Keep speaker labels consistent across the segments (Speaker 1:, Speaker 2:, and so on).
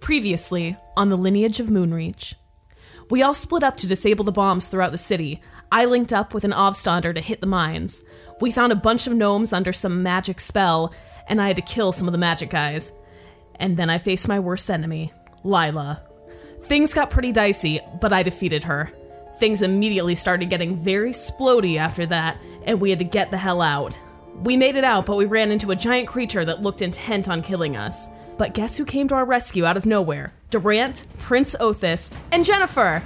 Speaker 1: Previously, on the lineage of Moonreach, we all split up to disable the bombs throughout the city. I linked up with an Ovstander to hit the mines. We found a bunch of gnomes under some magic spell, and I had to kill some of the magic guys. And then I faced my worst enemy, Lila. Things got pretty dicey, but I defeated her. Things immediately started getting very splody after that, and we had to get the hell out. We made it out, but we ran into a giant creature that looked intent on killing us. But guess who came to our rescue out of nowhere? Durant, Prince Othis, and Jennifer!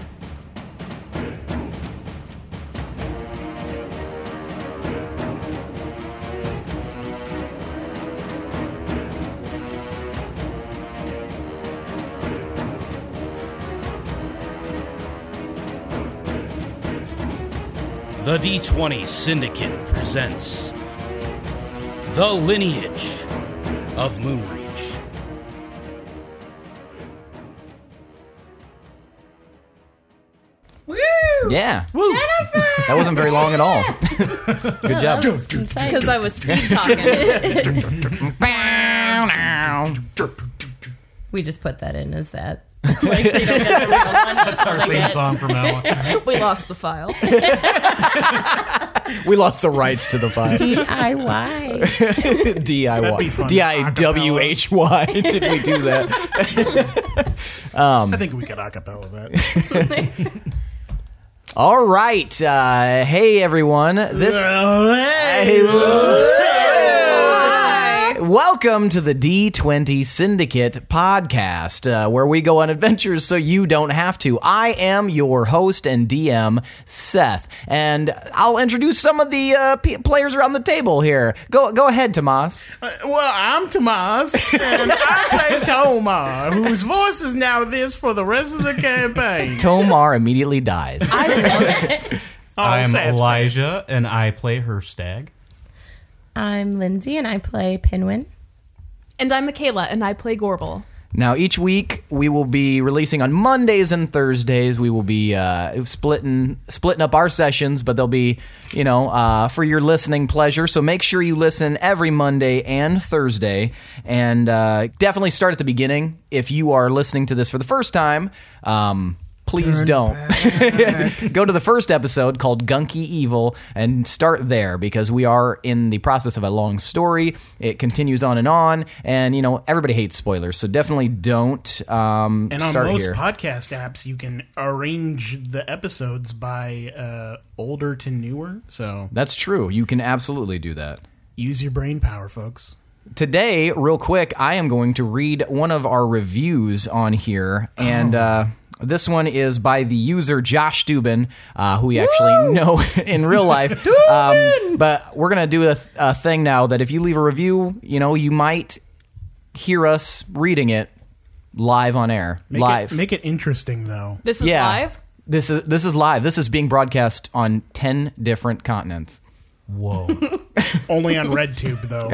Speaker 2: The D20 Syndicate presents The Lineage of Moonreach.
Speaker 1: Woo!
Speaker 3: Yeah. That wasn't very long at all. Good job.
Speaker 1: Because I was speed talking.
Speaker 4: We just put that in as that.
Speaker 5: our theme song from now on.
Speaker 1: we lost the file.
Speaker 3: We lost the rights to the file.
Speaker 4: DIY.
Speaker 5: That'd be
Speaker 3: DIY.
Speaker 5: fun.
Speaker 3: D I W H Y. Did we do that?
Speaker 6: Um,
Speaker 5: I think we could acapella that.
Speaker 3: All right. Uh, hey, everyone. This. Welcome to the D20 Syndicate podcast, uh, where we go on adventures so you don't have to. I am your host and DM, Seth, and I'll introduce some of the uh, p- players around the table here. Go, go ahead, Tomas.
Speaker 7: Well, I'm Tomas, and I play Tomar, whose voice is now this for the rest of the campaign.
Speaker 3: Tomar immediately dies.
Speaker 7: Oh,
Speaker 5: I'm
Speaker 7: Seth.
Speaker 5: Elijah, and I play her stag.
Speaker 4: I'm Lindsay and I play Pinwin.
Speaker 1: And I'm Michaela, and I play Gorbel.
Speaker 3: Now, each week we will be releasing on Mondays and Thursdays. We will be uh, splitting splitting up our sessions, but they'll be, you know, uh, for your listening pleasure. So make sure you listen every Monday and Thursday, and uh, definitely start at the beginning. If you are listening to this for the first time, um, please don't. go to the first episode called Gunky Evil and start there because we are in the process of a long story. It continues on and on, and you know everybody hates spoilers, so definitely don't um,
Speaker 7: And on
Speaker 3: start
Speaker 7: most
Speaker 3: here.
Speaker 7: podcast apps, you can arrange the episodes by uh, older to newer. So
Speaker 3: That's true. You can absolutely do that.
Speaker 7: use your brain power, folks.
Speaker 3: Today, real quick, I am going to read one of our reviews on here,
Speaker 7: Oh.
Speaker 3: and uh, this one is by the user Josh Dubin, uh, who we actually know in real life. um, but we're gonna do a, a thing now that if you leave a review, you know, you might hear us reading it live on air,
Speaker 7: Make
Speaker 3: live.
Speaker 7: It, make it interesting, though.
Speaker 1: This is
Speaker 3: yeah,
Speaker 1: live?
Speaker 3: this is this is live. This is being broadcast on ten different continents.
Speaker 5: Whoa.
Speaker 7: Only on RedTube, though.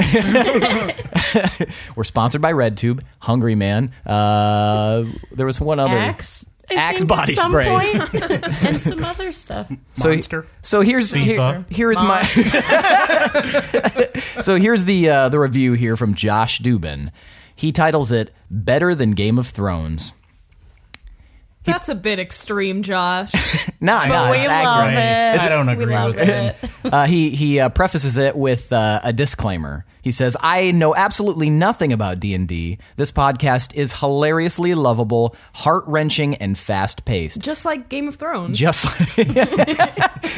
Speaker 3: We're sponsored by RedTube, Hungry Man. Uh, there was one other
Speaker 4: Axe. I
Speaker 3: Axe
Speaker 4: think,
Speaker 3: body
Speaker 4: at some
Speaker 3: spray.
Speaker 4: point. and some other stuff.
Speaker 3: So,
Speaker 7: Monster.
Speaker 3: so here's here,
Speaker 5: Thought.
Speaker 3: here is my so here's the uh, the review here from Josh Dubin. He titles it "Better Than Game of Thrones."
Speaker 1: That's a bit extreme, Josh.
Speaker 3: Nah, nah,
Speaker 4: we
Speaker 3: it's
Speaker 4: love
Speaker 3: aggro.
Speaker 4: it.
Speaker 5: I don't agree
Speaker 4: we love
Speaker 5: with
Speaker 4: it.
Speaker 3: Uh, he he uh, prefaces it with uh, a disclaimer. He says, "I know absolutely nothing about D and D. This podcast is hilariously lovable, heart wrenching, and fast paced.
Speaker 1: Just like Game of Thrones.
Speaker 3: Just like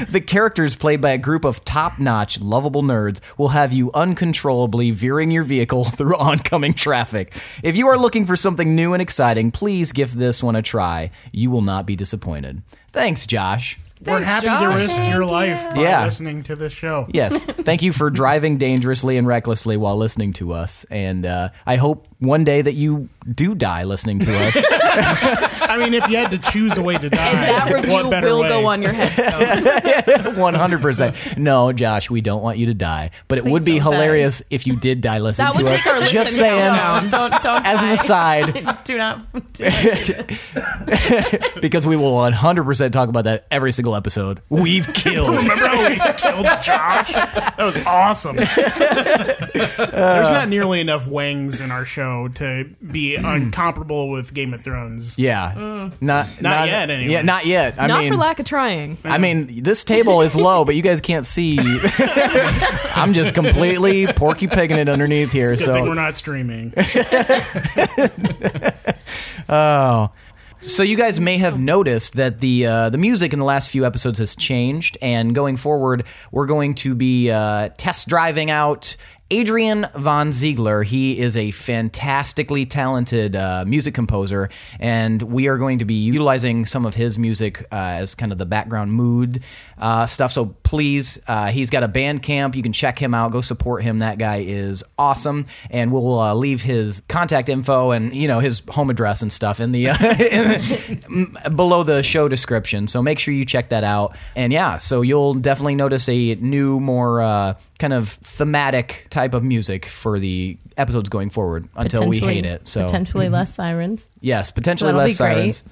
Speaker 3: the characters played by a group of top notch, lovable nerds will have you uncontrollably veering your vehicle through oncoming traffic. If you are looking for something new and exciting, please give this one a try. You will not be disappointed. Thanks, Josh.
Speaker 7: We're
Speaker 1: Thanks,
Speaker 7: happy
Speaker 1: Josh.
Speaker 7: to risk your life by
Speaker 3: Yeah.
Speaker 7: listening to this show.
Speaker 3: Yes, thank you for driving dangerously and recklessly while listening to us. And uh, I hope one day that you do die listening to us.
Speaker 7: I mean, if you had to choose a way to die,
Speaker 1: And that review
Speaker 7: what better
Speaker 1: will
Speaker 7: way?
Speaker 1: go on your headstone.
Speaker 3: 100%. No, Josh, we don't want you to die, but it would be
Speaker 4: don't die.
Speaker 3: hilarious if you did die listening
Speaker 1: That
Speaker 3: to
Speaker 1: would
Speaker 3: us.
Speaker 1: take our
Speaker 3: Just
Speaker 1: listening
Speaker 3: saying.
Speaker 1: down.
Speaker 4: Don't, don't.
Speaker 3: As an
Speaker 4: die.
Speaker 3: aside,
Speaker 4: do not. Do
Speaker 3: because we will 100% talk about that every single episode. We've killed.
Speaker 7: Remember how we killed Josh? That was awesome. There's not nearly enough wangs in our show know, to be uncomparable with Game of Thrones.
Speaker 3: Yeah, not, not
Speaker 7: yet, anyway.
Speaker 3: Yeah, not yet. I
Speaker 1: Mm. Not
Speaker 3: mean,
Speaker 1: for lack of trying.
Speaker 3: I mean, this table is low, but you guys can't see. I'm just completely porky pigging it underneath here.
Speaker 7: Good thing we're
Speaker 3: So,
Speaker 7: not streaming.
Speaker 3: so you guys may have noticed that the uh, the music in the last few episodes has changed, and going forward, we're going to be uh, test driving out. Adrian von Ziegler, he is a fantastically talented uh, music composer, and we are going to be utilizing some of his music uh, as kind of the background mood uh, stuff. So please, uh, he's got a band camp. You can check him out. Go support him. That guy is awesome. And we'll uh, leave his contact info and you know his home address and stuff in the, uh, in the m- below the show description. So make sure you check that out. And yeah, so you'll definitely notice a new, more uh, kind of thematic type of music for the episodes going forward until we
Speaker 4: Potentially-
Speaker 3: hate it. So Mm-hmm.
Speaker 4: potentially less sirens.
Speaker 3: Yes, potentially
Speaker 4: That'll
Speaker 3: less
Speaker 4: be great.
Speaker 3: sirens.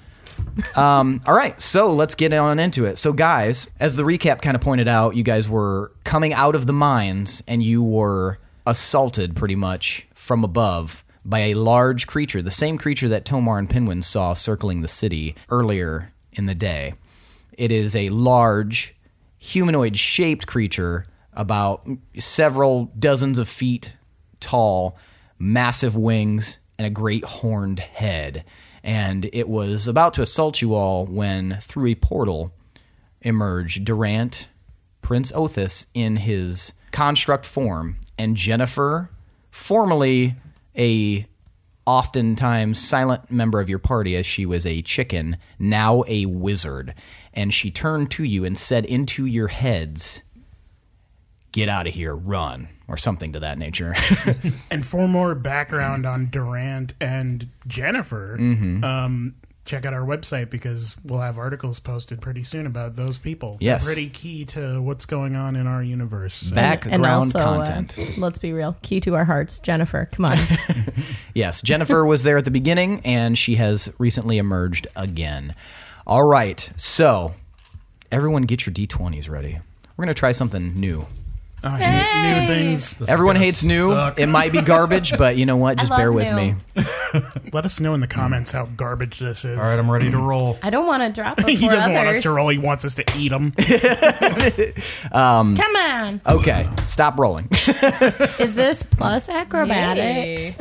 Speaker 3: um, all right, so let's get on into it. So, guys, as the recap kind of pointed out, you guys were coming out of the mines and you were assaulted pretty much from above by a large creature, the same creature that Tomar and Pinwin saw circling the city earlier in the day. It is a large humanoid shaped creature about several dozens of feet tall, massive wings, and a great horned head. And it was about to assault you all when, through a portal, emerged Durant, Prince Othis in his construct form, and Jennifer, formerly a oftentimes silent member of your party as she was a chicken, now a wizard. And she turned to you and said into your heads, Get out of here, run, or something to that nature.
Speaker 7: And for more background on Durant and Jennifer,
Speaker 6: Mm-hmm.
Speaker 7: um, check out our website because we'll have articles posted pretty soon about those people. They're
Speaker 3: Yes.
Speaker 7: pretty key to what's going on in our universe. So-
Speaker 3: Background
Speaker 4: And also, uh,
Speaker 3: content.
Speaker 4: let's be real, key to our hearts. Jennifer, come on.
Speaker 3: Yes, Jennifer was there at the beginning, and she has recently emerged again. All right, so everyone get your d20s ready. We're going to try something new.
Speaker 7: I hate uh, new things.
Speaker 3: everyone hates new. It might be garbage, but you know what? Just bear
Speaker 4: love
Speaker 3: with
Speaker 4: new.
Speaker 3: me.
Speaker 7: Let us know in the comments how garbage this is.
Speaker 6: Mm. All right, I'm ready to roll.
Speaker 4: I don't want to drop them
Speaker 7: he
Speaker 4: for
Speaker 7: doesn't want us
Speaker 4: others.
Speaker 7: to roll. He wants us to eat them.
Speaker 4: Come on.
Speaker 3: Okay, stop rolling.
Speaker 4: Is this plus acrobatics?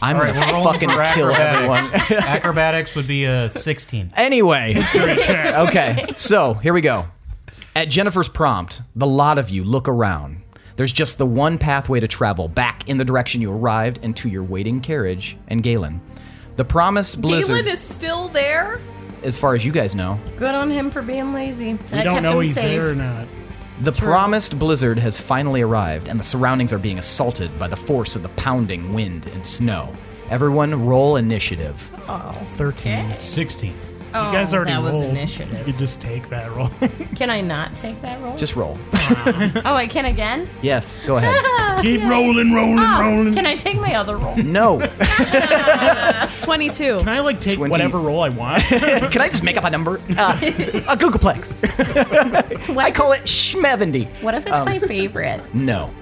Speaker 3: I'm
Speaker 6: All right,
Speaker 3: going
Speaker 6: we're
Speaker 3: to
Speaker 6: rolling
Speaker 3: fucking
Speaker 6: for
Speaker 3: kill everyone.
Speaker 6: acrobatics. acrobatics would be a 16.
Speaker 3: Anyway, okay, so here we go. At Jennifer's prompt, the lot of you look around. There's just the one pathway to travel back in the direction you arrived and to your waiting carriage and Galen. The promised blizzard,
Speaker 1: Galen is still there.
Speaker 3: as far as you guys know,
Speaker 4: Good on him for being lazy. That
Speaker 7: We don't
Speaker 4: kept
Speaker 7: know
Speaker 4: him
Speaker 7: he's
Speaker 4: safe.
Speaker 7: there or not.
Speaker 3: the promised blizzard has finally arrived, and the surroundings are being assaulted by the force of the pounding wind and snow. Everyone, roll initiative.
Speaker 7: Thirteen.
Speaker 6: 16.
Speaker 4: Oh,
Speaker 7: You guys already
Speaker 4: that was
Speaker 7: rolled. You
Speaker 4: initiative. Oh,
Speaker 7: could just take that roll.
Speaker 4: Can I not take that roll?
Speaker 3: Just roll.
Speaker 4: oh, I can again.
Speaker 3: yes, go ahead.
Speaker 7: Keep rolling, rolling,
Speaker 4: Oh,
Speaker 7: rolling.
Speaker 4: can I take my other roll?
Speaker 3: No.
Speaker 1: Twenty-two.
Speaker 7: Can I like take
Speaker 3: 20.
Speaker 7: whatever roll I want?
Speaker 3: Can I just make up a number? Uh, a Googleplex. I call it Schmevendy.
Speaker 4: What if it's my
Speaker 3: Um.
Speaker 4: favorite?
Speaker 3: No.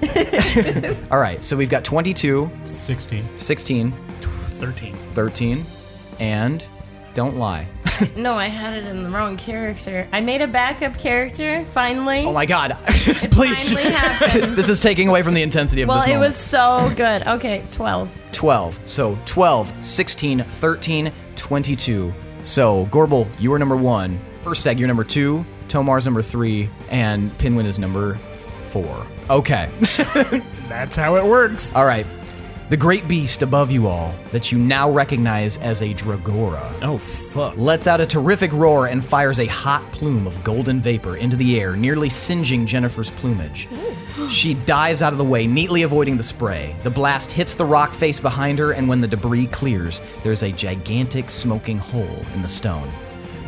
Speaker 3: All right, so we've got 22,
Speaker 6: 16.
Speaker 3: 16,
Speaker 7: Thirteen.
Speaker 3: 13, and don't lie.
Speaker 4: No, I had it in the wrong character. I made a backup character. Finally,
Speaker 3: Oh my God. Please.
Speaker 4: finally happened.
Speaker 3: This is taking away from the intensity of
Speaker 4: Well,
Speaker 3: this
Speaker 4: it
Speaker 3: moment.
Speaker 4: was so good. Okay, twelve.
Speaker 3: 12. So 12, 16, 13, 22. So Gorbel, you are number one. Erstag, you're number two. Tomar's number three. And Pinwin is number four. Okay.
Speaker 7: That's how it works.
Speaker 3: All right. The great beast above you all, that you now recognize as a Dragora,
Speaker 2: Oh, fuck.
Speaker 3: lets out a terrific roar and fires a hot plume of golden vapor into the air, nearly singeing Jennifer's plumage. she dives out of the way, neatly avoiding the spray. The blast hits the rock face behind her, and when the debris clears, there's a gigantic smoking hole in the stone.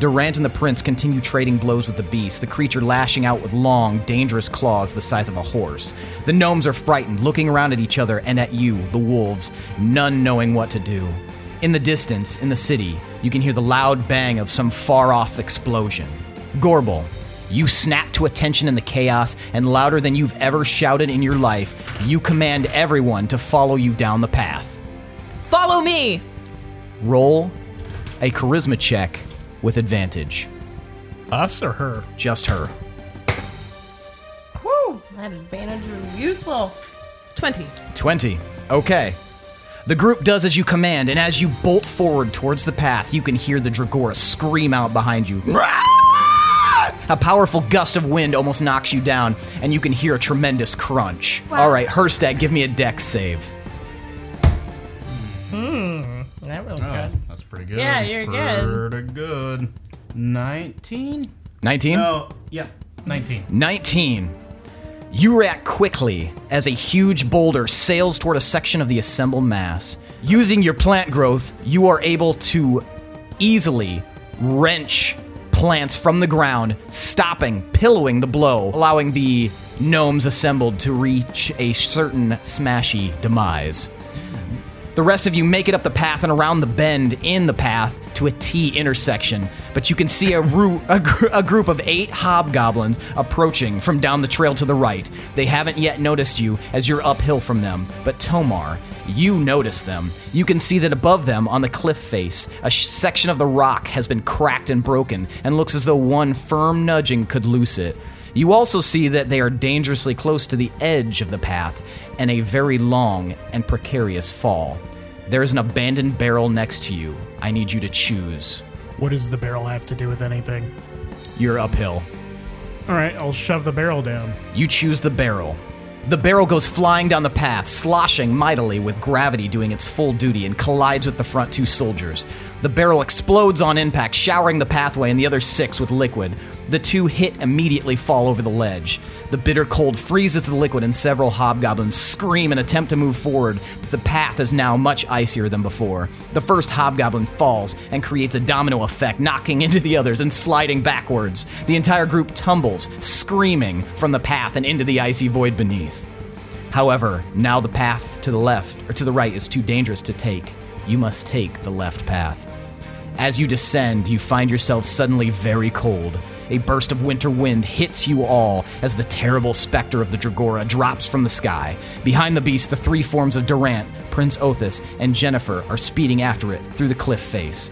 Speaker 3: Durant and the prince continue trading blows with the beast, the creature lashing out with long, dangerous claws the size of a horse. The gnomes are frightened, looking around at each other and at you, the wolves, none knowing what to do. In the distance, in the city, you can hear the loud bang of some far off explosion. Gorbel, you snap to attention in the chaos, and louder than you've ever shouted in your life, you command everyone to follow you down the path.
Speaker 1: Follow me!
Speaker 3: Roll a charisma check with advantage.
Speaker 7: Us or her?
Speaker 3: Just her.
Speaker 4: Woo! That advantage was useful.
Speaker 1: 20.
Speaker 3: 20. Okay. The group does as you command, and as you bolt forward towards the path, you can hear the Dragora scream out behind you. A powerful gust of wind almost knocks you down, and you can hear a tremendous crunch. All right, Herstag, give me a dex save.
Speaker 4: That was
Speaker 6: Oh,
Speaker 4: good.
Speaker 6: that's pretty good.
Speaker 4: Yeah, you're good.
Speaker 6: Pretty good. 19?
Speaker 3: 19?
Speaker 6: Oh, yeah, 19.
Speaker 3: 19. You react quickly as a huge boulder sails toward a section of the assembled mass. Using your plant growth, you are able to easily wrench plants from the ground, stopping, pillowing the blow, allowing the gnomes assembled to reach a certain smashy demise. The rest of you make it up the path and around the bend in the path to a T intersection, but you can see a, roo- a, gr- a group of eight hobgoblins approaching from down the trail to the right. They haven't yet noticed you as you're uphill from them, but Tomar, you notice them. You can see that above them, on the cliff face, a sh- section of the rock has been cracked and broken and looks as though one firm nudging could loose it. You also see that they are dangerously close to the edge of the path and a very long and precarious fall. There is an abandoned barrel next to you. I need you to choose.
Speaker 7: What does the barrel have to do with anything?
Speaker 3: You're uphill.
Speaker 7: All right, I'll shove the barrel down.
Speaker 3: You choose the barrel. The barrel goes flying down the path, sloshing mightily with gravity doing its full duty and collides with the front two soldiers. The barrel explodes on impact, showering the pathway and the other six with liquid. The two hit immediately fall over the ledge. The bitter cold freezes the liquid and several hobgoblins scream and attempt to move forward, but the path is now much icier than before. The first hobgoblin falls and creates a domino effect, knocking into the others and sliding backwards. The entire group tumbles, screaming, from the path and into the icy void beneath. However, now the path to the left or to the right is too dangerous to take. You must take the left path. As you descend, you find yourself suddenly very cold. A burst of winter wind hits you all as the terrible specter of the Dragora drops from the sky. Behind the beast, the three forms of Durant, Prince Othis, and Jennifer are speeding after it through the cliff face.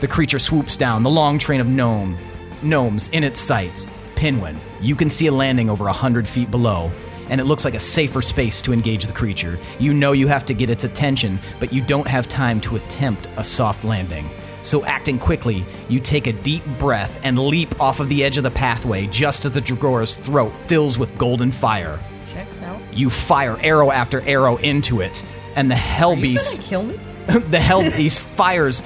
Speaker 3: The creature swoops down, the long train of gnome, gnomes in its sights. Pinwin, you can see a landing over a hundred feet below, and it looks like a safer space to engage the creature. You know you have to get its attention, but you don't have time to attempt a soft landing. So, acting quickly, you take a deep breath and leap off of the edge of the pathway just as the Dragora's throat fills with golden fire.
Speaker 4: Checks out.
Speaker 3: You fire arrow after arrow into it, and the hell
Speaker 4: You
Speaker 3: beast
Speaker 4: gonna kill me?
Speaker 3: the hell beast fires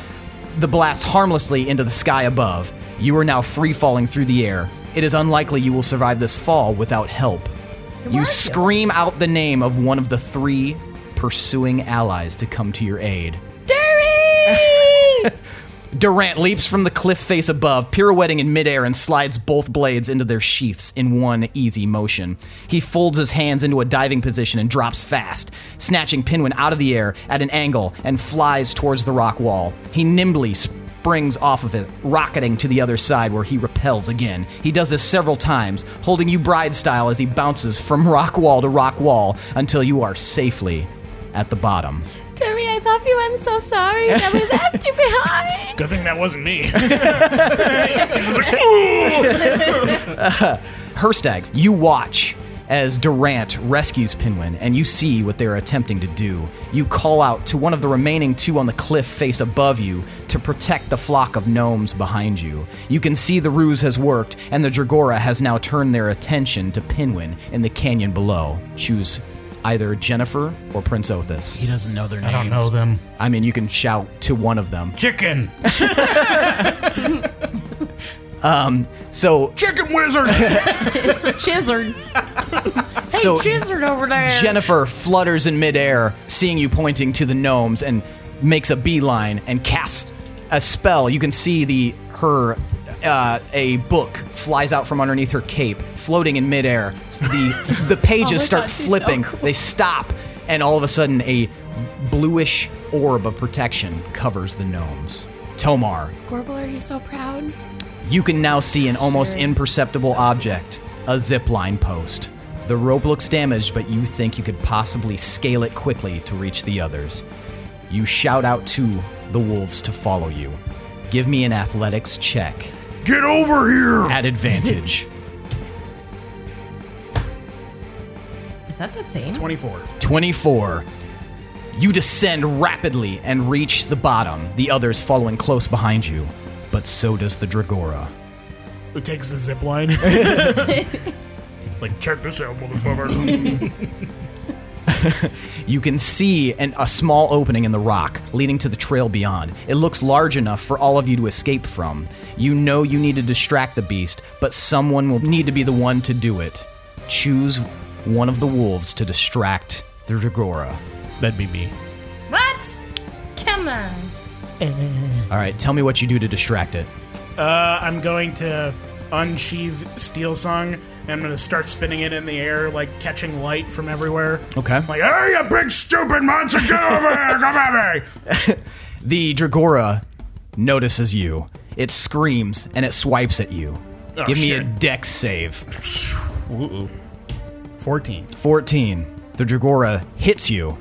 Speaker 3: the blast harmlessly into the sky above. You are now free falling through the air. It is unlikely you will survive this fall without help. You scream out the name of one of the three pursuing allies to come to your aid. Durant leaps from the cliff face above, pirouetting in midair, and slides both blades into their sheaths in one easy motion. He folds his hands into a diving position and drops fast, snatching Pinwin out of the air at an angle and flies towards the rock wall. He nimbly springs off of it, rocketing to the other side where he repels again. He does this several times, holding you bride style as he bounces from rock wall to rock wall until you are safely at the bottom.
Speaker 4: Terry, I love you. I'm so sorry that we left you behind.
Speaker 7: Good thing that wasn't me.
Speaker 3: Herstag, you watch as Durant rescues Pinwin, and you see what they're attempting to do. You call out to one of the remaining two on the cliff face above you to protect the flock of gnomes behind you. You can see the ruse has worked, and the Dragora has now turned their attention to Pinwin in the canyon below. Choose either Jennifer or Prince Othis.
Speaker 5: He doesn't know their names.
Speaker 6: I don't know them.
Speaker 3: I mean, you can shout to one of them.
Speaker 6: Chicken!
Speaker 3: So,
Speaker 5: Chicken wizard.
Speaker 4: Chisered.
Speaker 3: so
Speaker 7: Oh.
Speaker 4: Chisered over there.
Speaker 3: Jennifer flutters in midair, seeing you pointing to the gnomes, and makes a beeline and casts a spell. You can see the her uh, a book flies out from underneath her cape, floating in midair. The the pages
Speaker 4: Oh my
Speaker 3: start
Speaker 4: God, she's so
Speaker 3: flipping.
Speaker 4: cool.
Speaker 3: They stop, and all of a sudden, a bluish orb of protection covers the gnomes. Tomar,
Speaker 4: Gorbel, are you so proud?
Speaker 3: you can now see an almost imperceptible object a zip line post. The rope looks damaged, but you think you could possibly scale it quickly to reach the others. You shout out to the wolves to follow you. Give me an athletics check
Speaker 5: Get over here!
Speaker 3: at advantage.
Speaker 4: Is that the same?
Speaker 7: 24.
Speaker 3: 24. You descend rapidly and reach the bottom, the others following close behind you. But so does the Dragora.
Speaker 7: Who takes the zip line?
Speaker 5: Like, check this out, motherfucker.
Speaker 3: You can see an, a small opening in the rock leading to the trail beyond. It looks large enough for all of you to escape from. You know you need to distract the beast, but someone will need to be the one to do it. Choose one of the wolves to distract the Dragora.
Speaker 5: That'd be me.
Speaker 4: What? Come on.
Speaker 3: All right, tell me what you do to distract it.
Speaker 7: Uh, I'm going to unsheathe Steel Song. And I'm going to start spinning it in the air, like catching light from everywhere.
Speaker 3: Okay.
Speaker 7: Like, hey, you big stupid monster, get over here, come at me!
Speaker 3: The Dragora notices you. It screams and it swipes at you. Give me a
Speaker 7: shit.
Speaker 3: dex save.
Speaker 7: 14.
Speaker 3: 14. The Dragora hits you.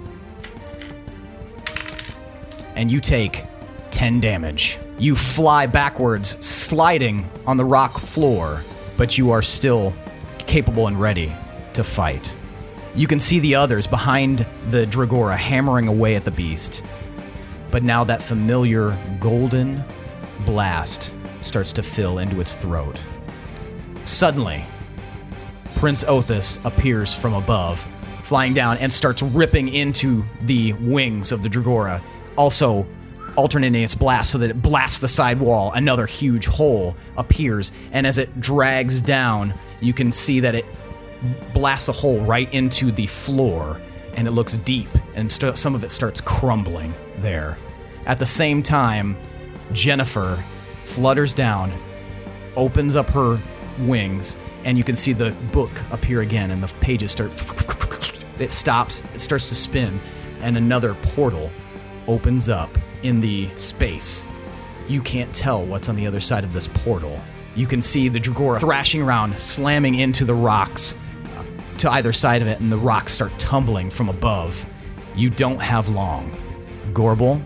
Speaker 3: And you take 10 damage. You fly backwards, sliding on the rock floor, but you are still capable and ready to fight. You can see the others behind the Dragora hammering away at the beast. But now that familiar golden blast starts to fill into its throat. Suddenly, Prince Othis appears from above, flying down and starts ripping into the wings of the Dragora, also alternating its blast so that it blasts the side wall. Another huge hole appears, and as it drags down, you can see that it blasts a hole right into the floor, and it looks deep, and st- some of it starts crumbling there. At the same time, Jennifer flutters down opens up her wings, and you can see the book appear again, and the pages start. It stops, it starts to spin, and another portal opens up in the space. You can't tell what's on the other side of this portal. You can see the Dragora thrashing around, slamming into the rocks uh, to either side of it, and the rocks start tumbling from above. You don't have long. Gorbel,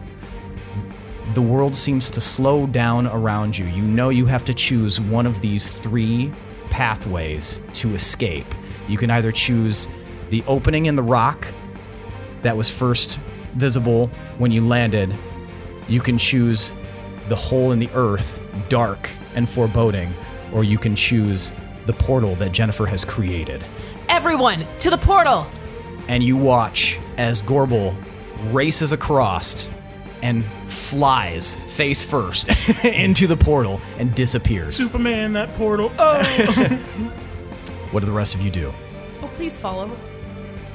Speaker 3: the world seems to slow down around you. You know you have to choose one of these three pathways to escape. You can either choose the opening in the rock that was first visible when you landed, you can choose the hole in the earth, dark and foreboding, or you can choose the portal that Jennifer has created
Speaker 1: Everyone, to the portal!
Speaker 3: and you watch as Gorbel races across and flies face first into the portal and disappears.
Speaker 7: Superman, that portal. Oh!
Speaker 3: What do the rest of you do?
Speaker 1: Oh, please follow.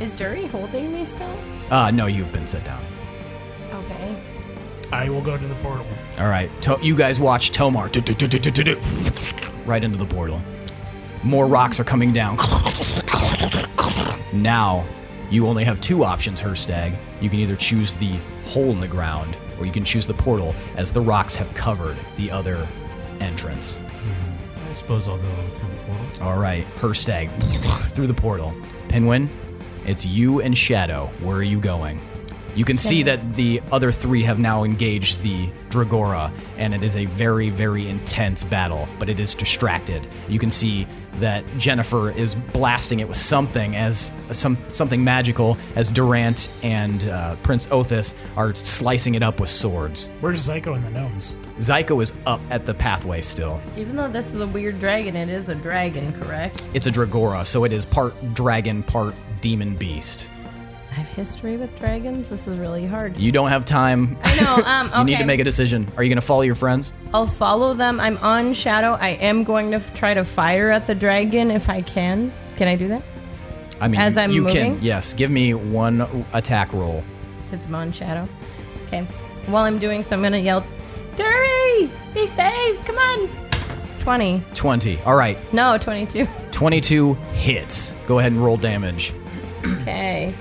Speaker 4: Is Dury holding me still?
Speaker 3: Uh, no, you've been set down.
Speaker 4: Okay.
Speaker 7: I will go to the portal.
Speaker 3: All right, to- you guys watch Tomar du-du-du-du-du-du-du, right into the portal. More rocks are coming down. Now, you only have two options, Herstag. You can either choose the hole in the ground, or you can choose the portal, as the rocks have covered the other entrance.
Speaker 6: I suppose I'll go through the portal.
Speaker 3: All right, Herstag through the portal. Penguin, it's you and Shadow. Where are you going? You can see that the other three have now engaged the Dragora, and it is a very, very intense battle, but it is distracted. You can see that Jennifer is blasting it with something as some something magical, as Durant and uh, Prince Othis are slicing it up with swords.
Speaker 7: Where's Zyko and the gnomes?
Speaker 3: Zyko is up at the pathway still.
Speaker 4: Even though this is a weird dragon, it is a dragon, correct?
Speaker 3: It's a Dragora, so it is part dragon, part demon beast.
Speaker 4: I have history with dragons. This is really hard.
Speaker 3: You don't have time.
Speaker 4: I know. Um, okay.
Speaker 3: You need to make a decision. Are you going to follow your friends?
Speaker 4: I'll follow them. I'm on shadow. I am going to f- try to fire at the dragon if I can. Can I do that?
Speaker 3: I mean,
Speaker 4: As
Speaker 3: you,
Speaker 4: I'm
Speaker 3: you can.
Speaker 4: moving?
Speaker 3: Yes. Give me one attack roll.
Speaker 4: Since I'm on shadow. Okay. While I'm doing so, I'm gonna yell, "Dury, be safe! Come on!" Twenty.
Speaker 3: 20. All right.
Speaker 4: No, twenty-two.
Speaker 3: 22 hits. Go ahead and roll damage.
Speaker 4: Okay.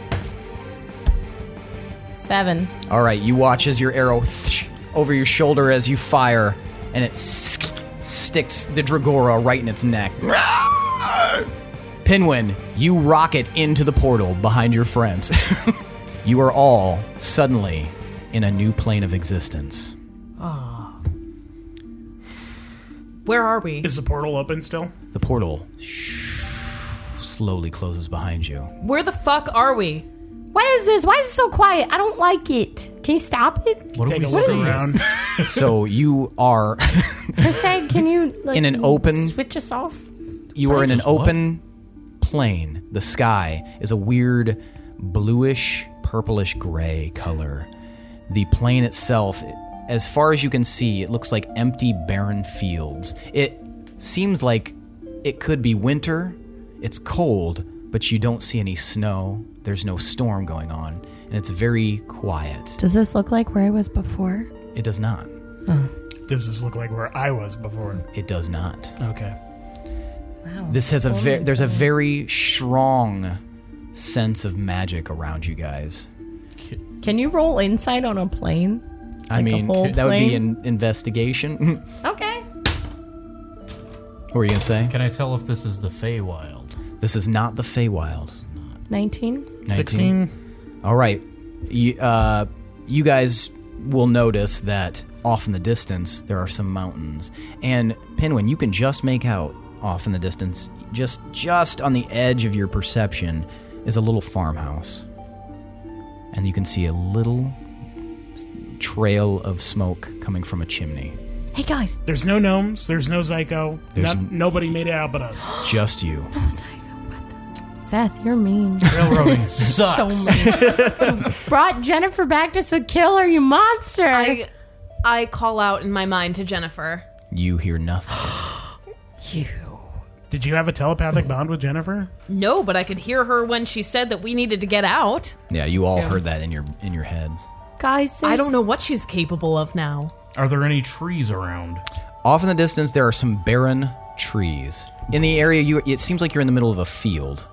Speaker 4: Seven.
Speaker 3: All right. You watch as your arrow over your shoulder as you fire, and it sticks the Dragora right in its neck. Pinwin, you rocket into the portal behind your friends. you are all suddenly in a new plane of existence.
Speaker 1: Where are we?
Speaker 7: Is the portal open still?
Speaker 3: The portal slowly closes behind you.
Speaker 1: Where the fuck are we?
Speaker 4: What is this? Why is it so quiet? I don't like it. Can you stop it?
Speaker 6: What
Speaker 7: Take a
Speaker 6: are we
Speaker 7: look
Speaker 6: seeing?
Speaker 7: around.
Speaker 3: so you are
Speaker 4: Hashtag, can you like
Speaker 3: In an open-
Speaker 4: switch us off?
Speaker 3: you are in an
Speaker 6: Francis, what?
Speaker 3: open plane. The sky is a weird bluish, purplish gray color. The plane itself, as far as you can see, it looks like empty, barren fields. It seems like it could be winter. It's cold, but you don't see any snow. There's no storm going on, and it's very quiet.
Speaker 8: Does this look like where I was before?
Speaker 3: It does not.
Speaker 7: Does this look like where I was before?
Speaker 3: It does not.
Speaker 7: Okay.
Speaker 3: This has a ve- there's a very strong sense of magic around you guys.
Speaker 4: Can you roll inside on a plane?
Speaker 3: I mean,
Speaker 4: whole
Speaker 3: that would be
Speaker 4: plane?
Speaker 3: an investigation.
Speaker 4: Okay.
Speaker 3: what were you gonna say?
Speaker 6: Can I tell if this is the Feywild?
Speaker 3: This is not the Feywild.
Speaker 4: 19.
Speaker 3: 19.
Speaker 7: 16.
Speaker 3: All right, you, uh, you guys will notice that off in the distance there are some mountains, and Penguin, you can just make out off in the distance, just just on the edge of your perception, is a little farmhouse, and you can see a little s- trail of smoke coming from a chimney.
Speaker 4: Hey guys,
Speaker 7: There's no gnomes. There's no Zyko.
Speaker 3: There's
Speaker 7: Not-
Speaker 3: n-
Speaker 7: nobody made it out but us.
Speaker 3: Just you.
Speaker 4: Seth, you're mean.
Speaker 6: Railroading sucks.
Speaker 4: so mean. You brought Jennifer back just to kill her, you monster.
Speaker 1: I I call out in my mind to Jennifer.
Speaker 3: You hear nothing.
Speaker 7: Did you have a telepathic bond with Jennifer?
Speaker 1: No, but I could hear her when she said that we needed to get out.
Speaker 3: Yeah, you all heard that in your in your heads.
Speaker 4: guys,
Speaker 1: I don't know what she's capable of now.
Speaker 6: Are there any trees around?
Speaker 3: Off in the distance, there are some barren trees. In the area, you it seems like you're in the middle of a field.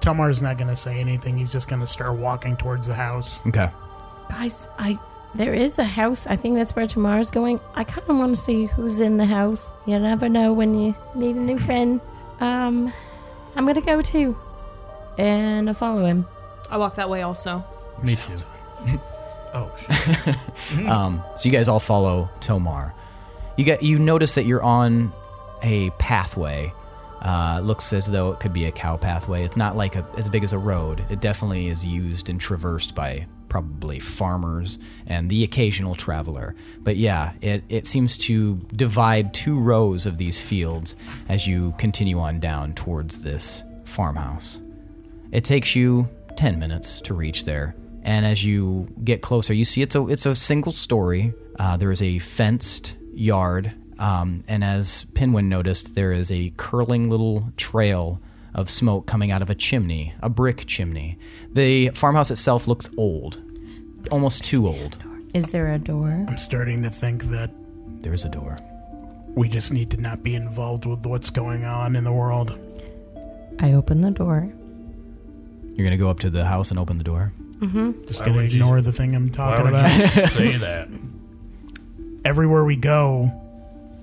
Speaker 7: Tomar's not going to say anything. He's just going to start walking towards the house.
Speaker 3: Okay.
Speaker 4: Guys, I there is a house. I think that's where tomorrow's going. I kind of want to see who's in the house. You never know when you meet a new friend. Um, I'm gonna go too, and I'll follow him.
Speaker 1: I walk that way also.
Speaker 6: Me too. oh shit.
Speaker 3: So you guys all follow Tomar. You get you notice that you're on a pathway. Uh, it looks as though it could be a cow pathway. It's not like a, as big as a road. It definitely is used and traversed by probably farmers and the occasional traveler. But yeah, it, it seems to divide two rows of these fields as you continue on down towards this farmhouse. It takes you 10 minutes to reach there. And as you get closer, you see it's a, it's a single story. Uh, there is a fenced yard. Um, and as Pinwin noticed, there is a curling little trail of smoke coming out of a chimney, a brick chimney. The farmhouse itself looks old, almost too old.
Speaker 4: Is there a door?
Speaker 7: I'm starting to think that
Speaker 3: There is a door.
Speaker 7: we just need to not be involved with what's going on in the world.
Speaker 4: I open the door.
Speaker 3: You're going to go up to the house and open the door.
Speaker 6: Why
Speaker 7: Just going to
Speaker 6: would you-
Speaker 7: ignore the thing I'm
Speaker 6: Why
Speaker 7: talking
Speaker 6: would
Speaker 7: about.
Speaker 6: you say that?
Speaker 7: Everywhere we go,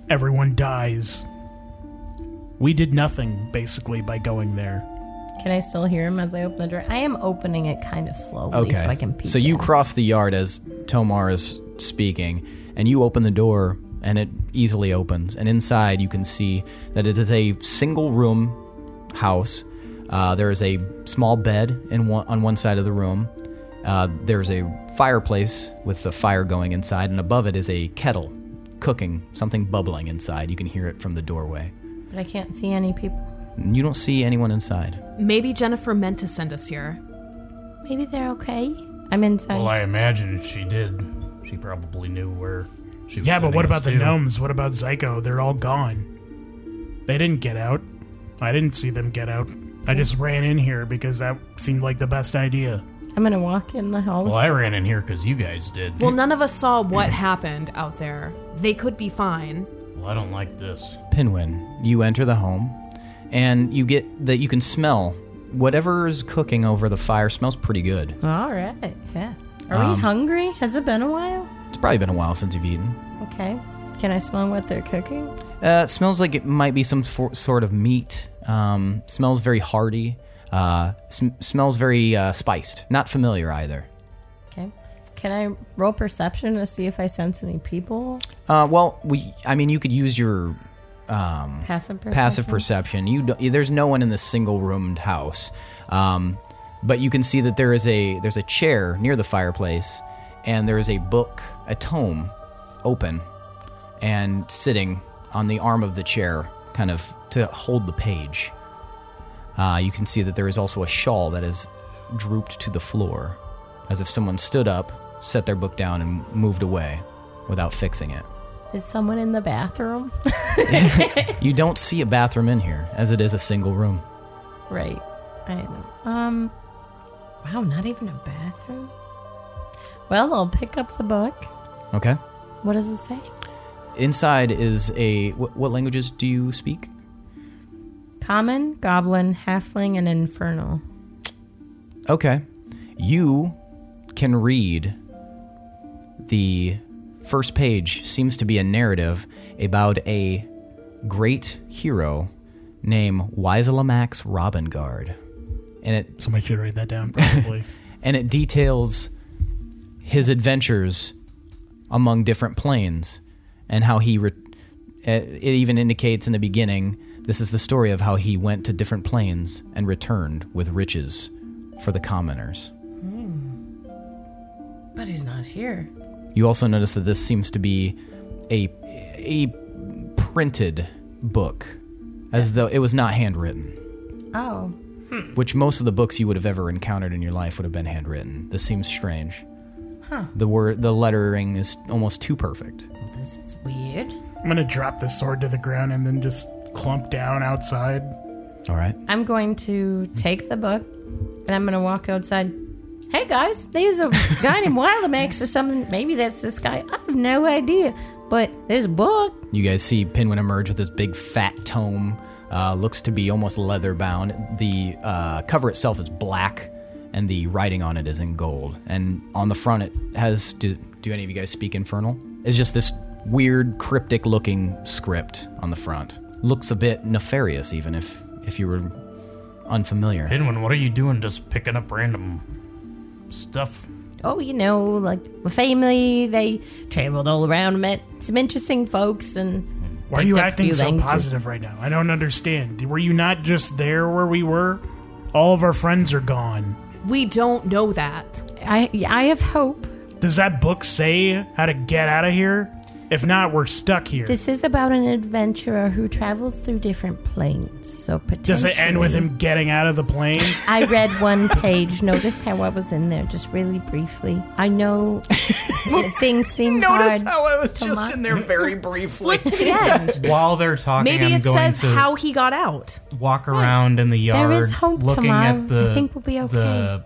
Speaker 7: everyone dies. We did nothing, basically, by going there.
Speaker 4: Can I still hear him as I open the door? I am opening it kind of slowly so I can peek.
Speaker 3: So you
Speaker 4: in.
Speaker 3: cross the yard as Tomar is speaking, and you open the door, and it easily opens. And inside, you can see that it is a single room house. Uh, there is a small bed in one, on one side of the room. Uh, there's a fireplace with the fire going inside, and above it is a kettle cooking, something bubbling inside. You can hear it from the doorway.
Speaker 4: but I can't see any people.
Speaker 3: You don't see anyone inside.
Speaker 1: Maybe Jennifer meant to send us here.
Speaker 4: Maybe they're okay. I'm inside.
Speaker 6: Well, I imagine if she did. She probably knew where she was.
Speaker 7: Yeah, but
Speaker 6: sending
Speaker 7: what
Speaker 6: us
Speaker 7: about the
Speaker 6: to.
Speaker 7: gnomes? What about Zyko? They're all gone. They didn't get out. I didn't see them get out. I just ran in here because that seemed like the best idea.
Speaker 4: I'm gonna walk in the house.
Speaker 6: Well, I ran in here because you guys did.
Speaker 1: Well, none of us saw what happened out there. They could be fine.
Speaker 6: Well, I don't like this.
Speaker 3: Pinwin, you enter the home, and you get that you can smell whatever is cooking over the fire smells pretty good.
Speaker 4: All right. Yeah. Are
Speaker 6: Um,
Speaker 4: we hungry? Has it been a while?
Speaker 3: It's probably been a while since you've eaten.
Speaker 4: Okay. Can I smell what they're cooking?
Speaker 3: Uh, it smells like it might be some for- sort of meat. Um, smells very hearty. Uh, sm- smells very uh, spiced. Not familiar either.
Speaker 4: Okay. Can I roll perception to see if I sense any people?
Speaker 3: Uh, well, we. I mean, you could use your
Speaker 4: Passive perception.
Speaker 3: passive perception. You don't, there's no one in this single roomed house, um, but you can see that there is a there's a chair near the fireplace, and there is a book, a tome, open, and sitting on the arm of the chair, kind of to hold the page. Uh, you can see that there is also a shawl that is drooped to the floor, as if someone stood up, set their book down, and moved away without fixing it.
Speaker 4: Is someone in the bathroom?
Speaker 3: You don't see a bathroom in here, as it is a single room.
Speaker 4: right. I know. Um. Wow, not even a bathroom. Well, I'll pick up the book.
Speaker 3: Okay.
Speaker 4: What does it say?
Speaker 3: Inside is a. What, what languages do you speak?
Speaker 4: Common, goblin, halfling, and infernal.
Speaker 3: Okay. You can read the first page, seems to be a narrative about a great hero named Wiselamax Robinguard. And it
Speaker 7: Somebody should write that down, probably.
Speaker 3: and it details his adventures among different planes and how he re- eh, it even indicates in the beginning this is the story of how he went to different planes and returned with riches for the commoners
Speaker 4: Hmm. But he's not here.
Speaker 3: you also notice that this seems to be a a printed book as though it was not handwritten
Speaker 4: Oh.
Speaker 3: which most of the books you would have ever encountered in your life would have been handwritten. This seems strange. The word, the lettering is almost too perfect.
Speaker 4: This is weird.
Speaker 7: I'm gonna drop the sword to the ground and then just clump down outside.
Speaker 3: All right.
Speaker 4: I'm going to take the book and I'm going to walk outside. Hey guys, there's a guy named Wilamax or something. Maybe that's this guy. I have no idea. But there's a book.
Speaker 3: You guys see Pinwin emerge with this big fat tome. Uh, looks to be almost leather bound. The uh, cover itself is black, and the writing on it is in gold. And on the front, it has. Do, do any of you guys speak Infernal? It's just this weird, cryptic looking script on the front. Looks a bit nefarious, even if if you were unfamiliar.
Speaker 6: Pinwin, what are you doing just picking up random stuff?
Speaker 4: Oh, you know, like my family, they traveled all around, met some interesting folks, and
Speaker 7: Why are you
Speaker 4: Picked up
Speaker 7: acting
Speaker 4: few
Speaker 7: so
Speaker 4: languages.
Speaker 7: positive right now? I don't understand. Were you not just there where we were? All of our friends are gone.
Speaker 1: We don't know that.
Speaker 4: I I have hope.
Speaker 7: Does that book say how to get out of here? If not, we're stuck here.
Speaker 4: This is about an adventurer who travels through different planes. So potentially,
Speaker 7: Does it end with him getting out of the plane?
Speaker 4: I read one page. Notice how I was in there just really briefly. I know things seem hard.
Speaker 3: I was
Speaker 4: Come on.
Speaker 3: there very briefly.
Speaker 1: Flip to the end.
Speaker 6: While they're talking,
Speaker 1: Maybe
Speaker 6: I'm
Speaker 1: it
Speaker 6: going
Speaker 1: says
Speaker 6: to
Speaker 1: how he got out.
Speaker 6: walk around in the yard,
Speaker 4: There is hope
Speaker 6: looking
Speaker 4: tomorrow.
Speaker 6: at the
Speaker 4: I think we'll be okay.
Speaker 6: the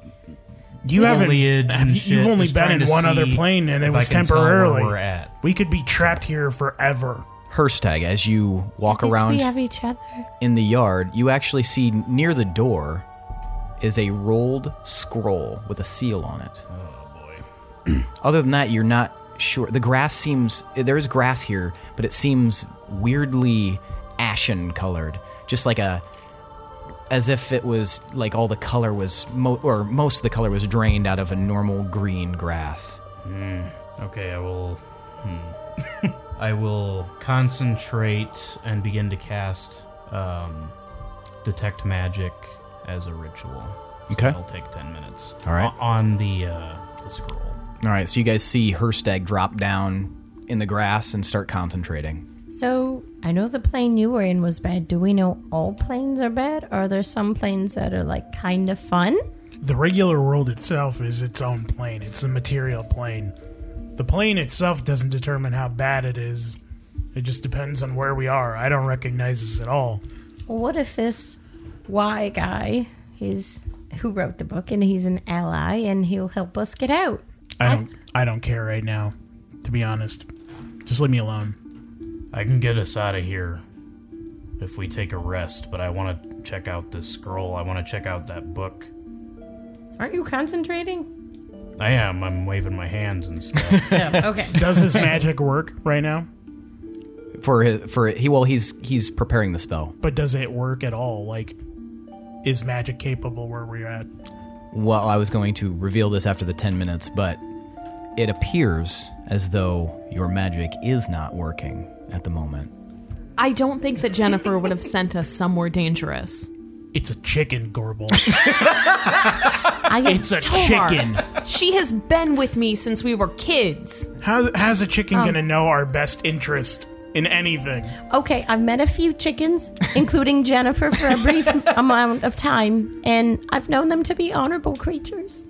Speaker 7: You haven't.
Speaker 6: Foliage and
Speaker 7: you-
Speaker 6: shit,
Speaker 7: You've only
Speaker 6: just
Speaker 7: been
Speaker 6: trying
Speaker 7: in
Speaker 6: to
Speaker 7: one other
Speaker 6: see
Speaker 7: plane, and it
Speaker 6: if
Speaker 7: was
Speaker 6: I can tell where
Speaker 7: temporarily.
Speaker 6: we're at.
Speaker 7: We could be trapped here forever.
Speaker 3: Herstag, as you walk
Speaker 4: At least
Speaker 3: around
Speaker 4: We have each other.
Speaker 3: in the yard, you actually see near the door is a rolled scroll with a seal on it. Oh boy. Other than that, you're not sure. The grass seems there is grass here, but it seems weirdly ashen colored, just like a as if it was like all the color was mo- or most of the color was drained out of a normal green grass.
Speaker 6: Okay, I will. Hmm. I will concentrate and begin to cast um, detect magic as a ritual. So
Speaker 3: Okay.
Speaker 6: It'll take ten minutes.
Speaker 3: All right.
Speaker 6: O- On the uh, the scroll.
Speaker 3: All right, so you guys see Herstag drop down in the grass and start concentrating.
Speaker 4: So I know the plane you were in was bad. Do we know all planes are bad? Are there some planes that are like kind of fun?
Speaker 7: The regular world itself is its own plane. It's a material plane. The plane itself doesn't determine how bad it is. It just depends on where we are. I don't recognize this at all.
Speaker 4: Well, what if this Y guy is who wrote the book and he's an ally and he'll help us get out?
Speaker 7: I don't. I don't care right now, to be honest. Just leave me alone.
Speaker 6: I can get us out of here if we take a rest, but I want to check out this scroll. I want to check out that book.
Speaker 4: Aren't you concentrating?
Speaker 6: I am. I'm waving my hands and stuff.
Speaker 4: okay.
Speaker 7: Does his magic work right now?
Speaker 3: For his, for he well he's he's preparing the spell.
Speaker 7: But does it work at all? Like, is magic capable where we're at?
Speaker 3: Well, I was going to reveal this after the 10 minutes, but it appears as though your magic is not working at the moment.
Speaker 1: I don't think that Jennifer would have sent us somewhere dangerous.
Speaker 7: It's a chicken, Gorbel.
Speaker 4: I am
Speaker 7: It's a
Speaker 4: Tovar.
Speaker 7: chicken.
Speaker 1: She has been with me since we were kids.
Speaker 7: How, how's a chicken gonna know our best interest in anything?
Speaker 4: Okay, I've met a few chickens, including Jennifer, for a brief amount of time, and I've known them to be honorable creatures.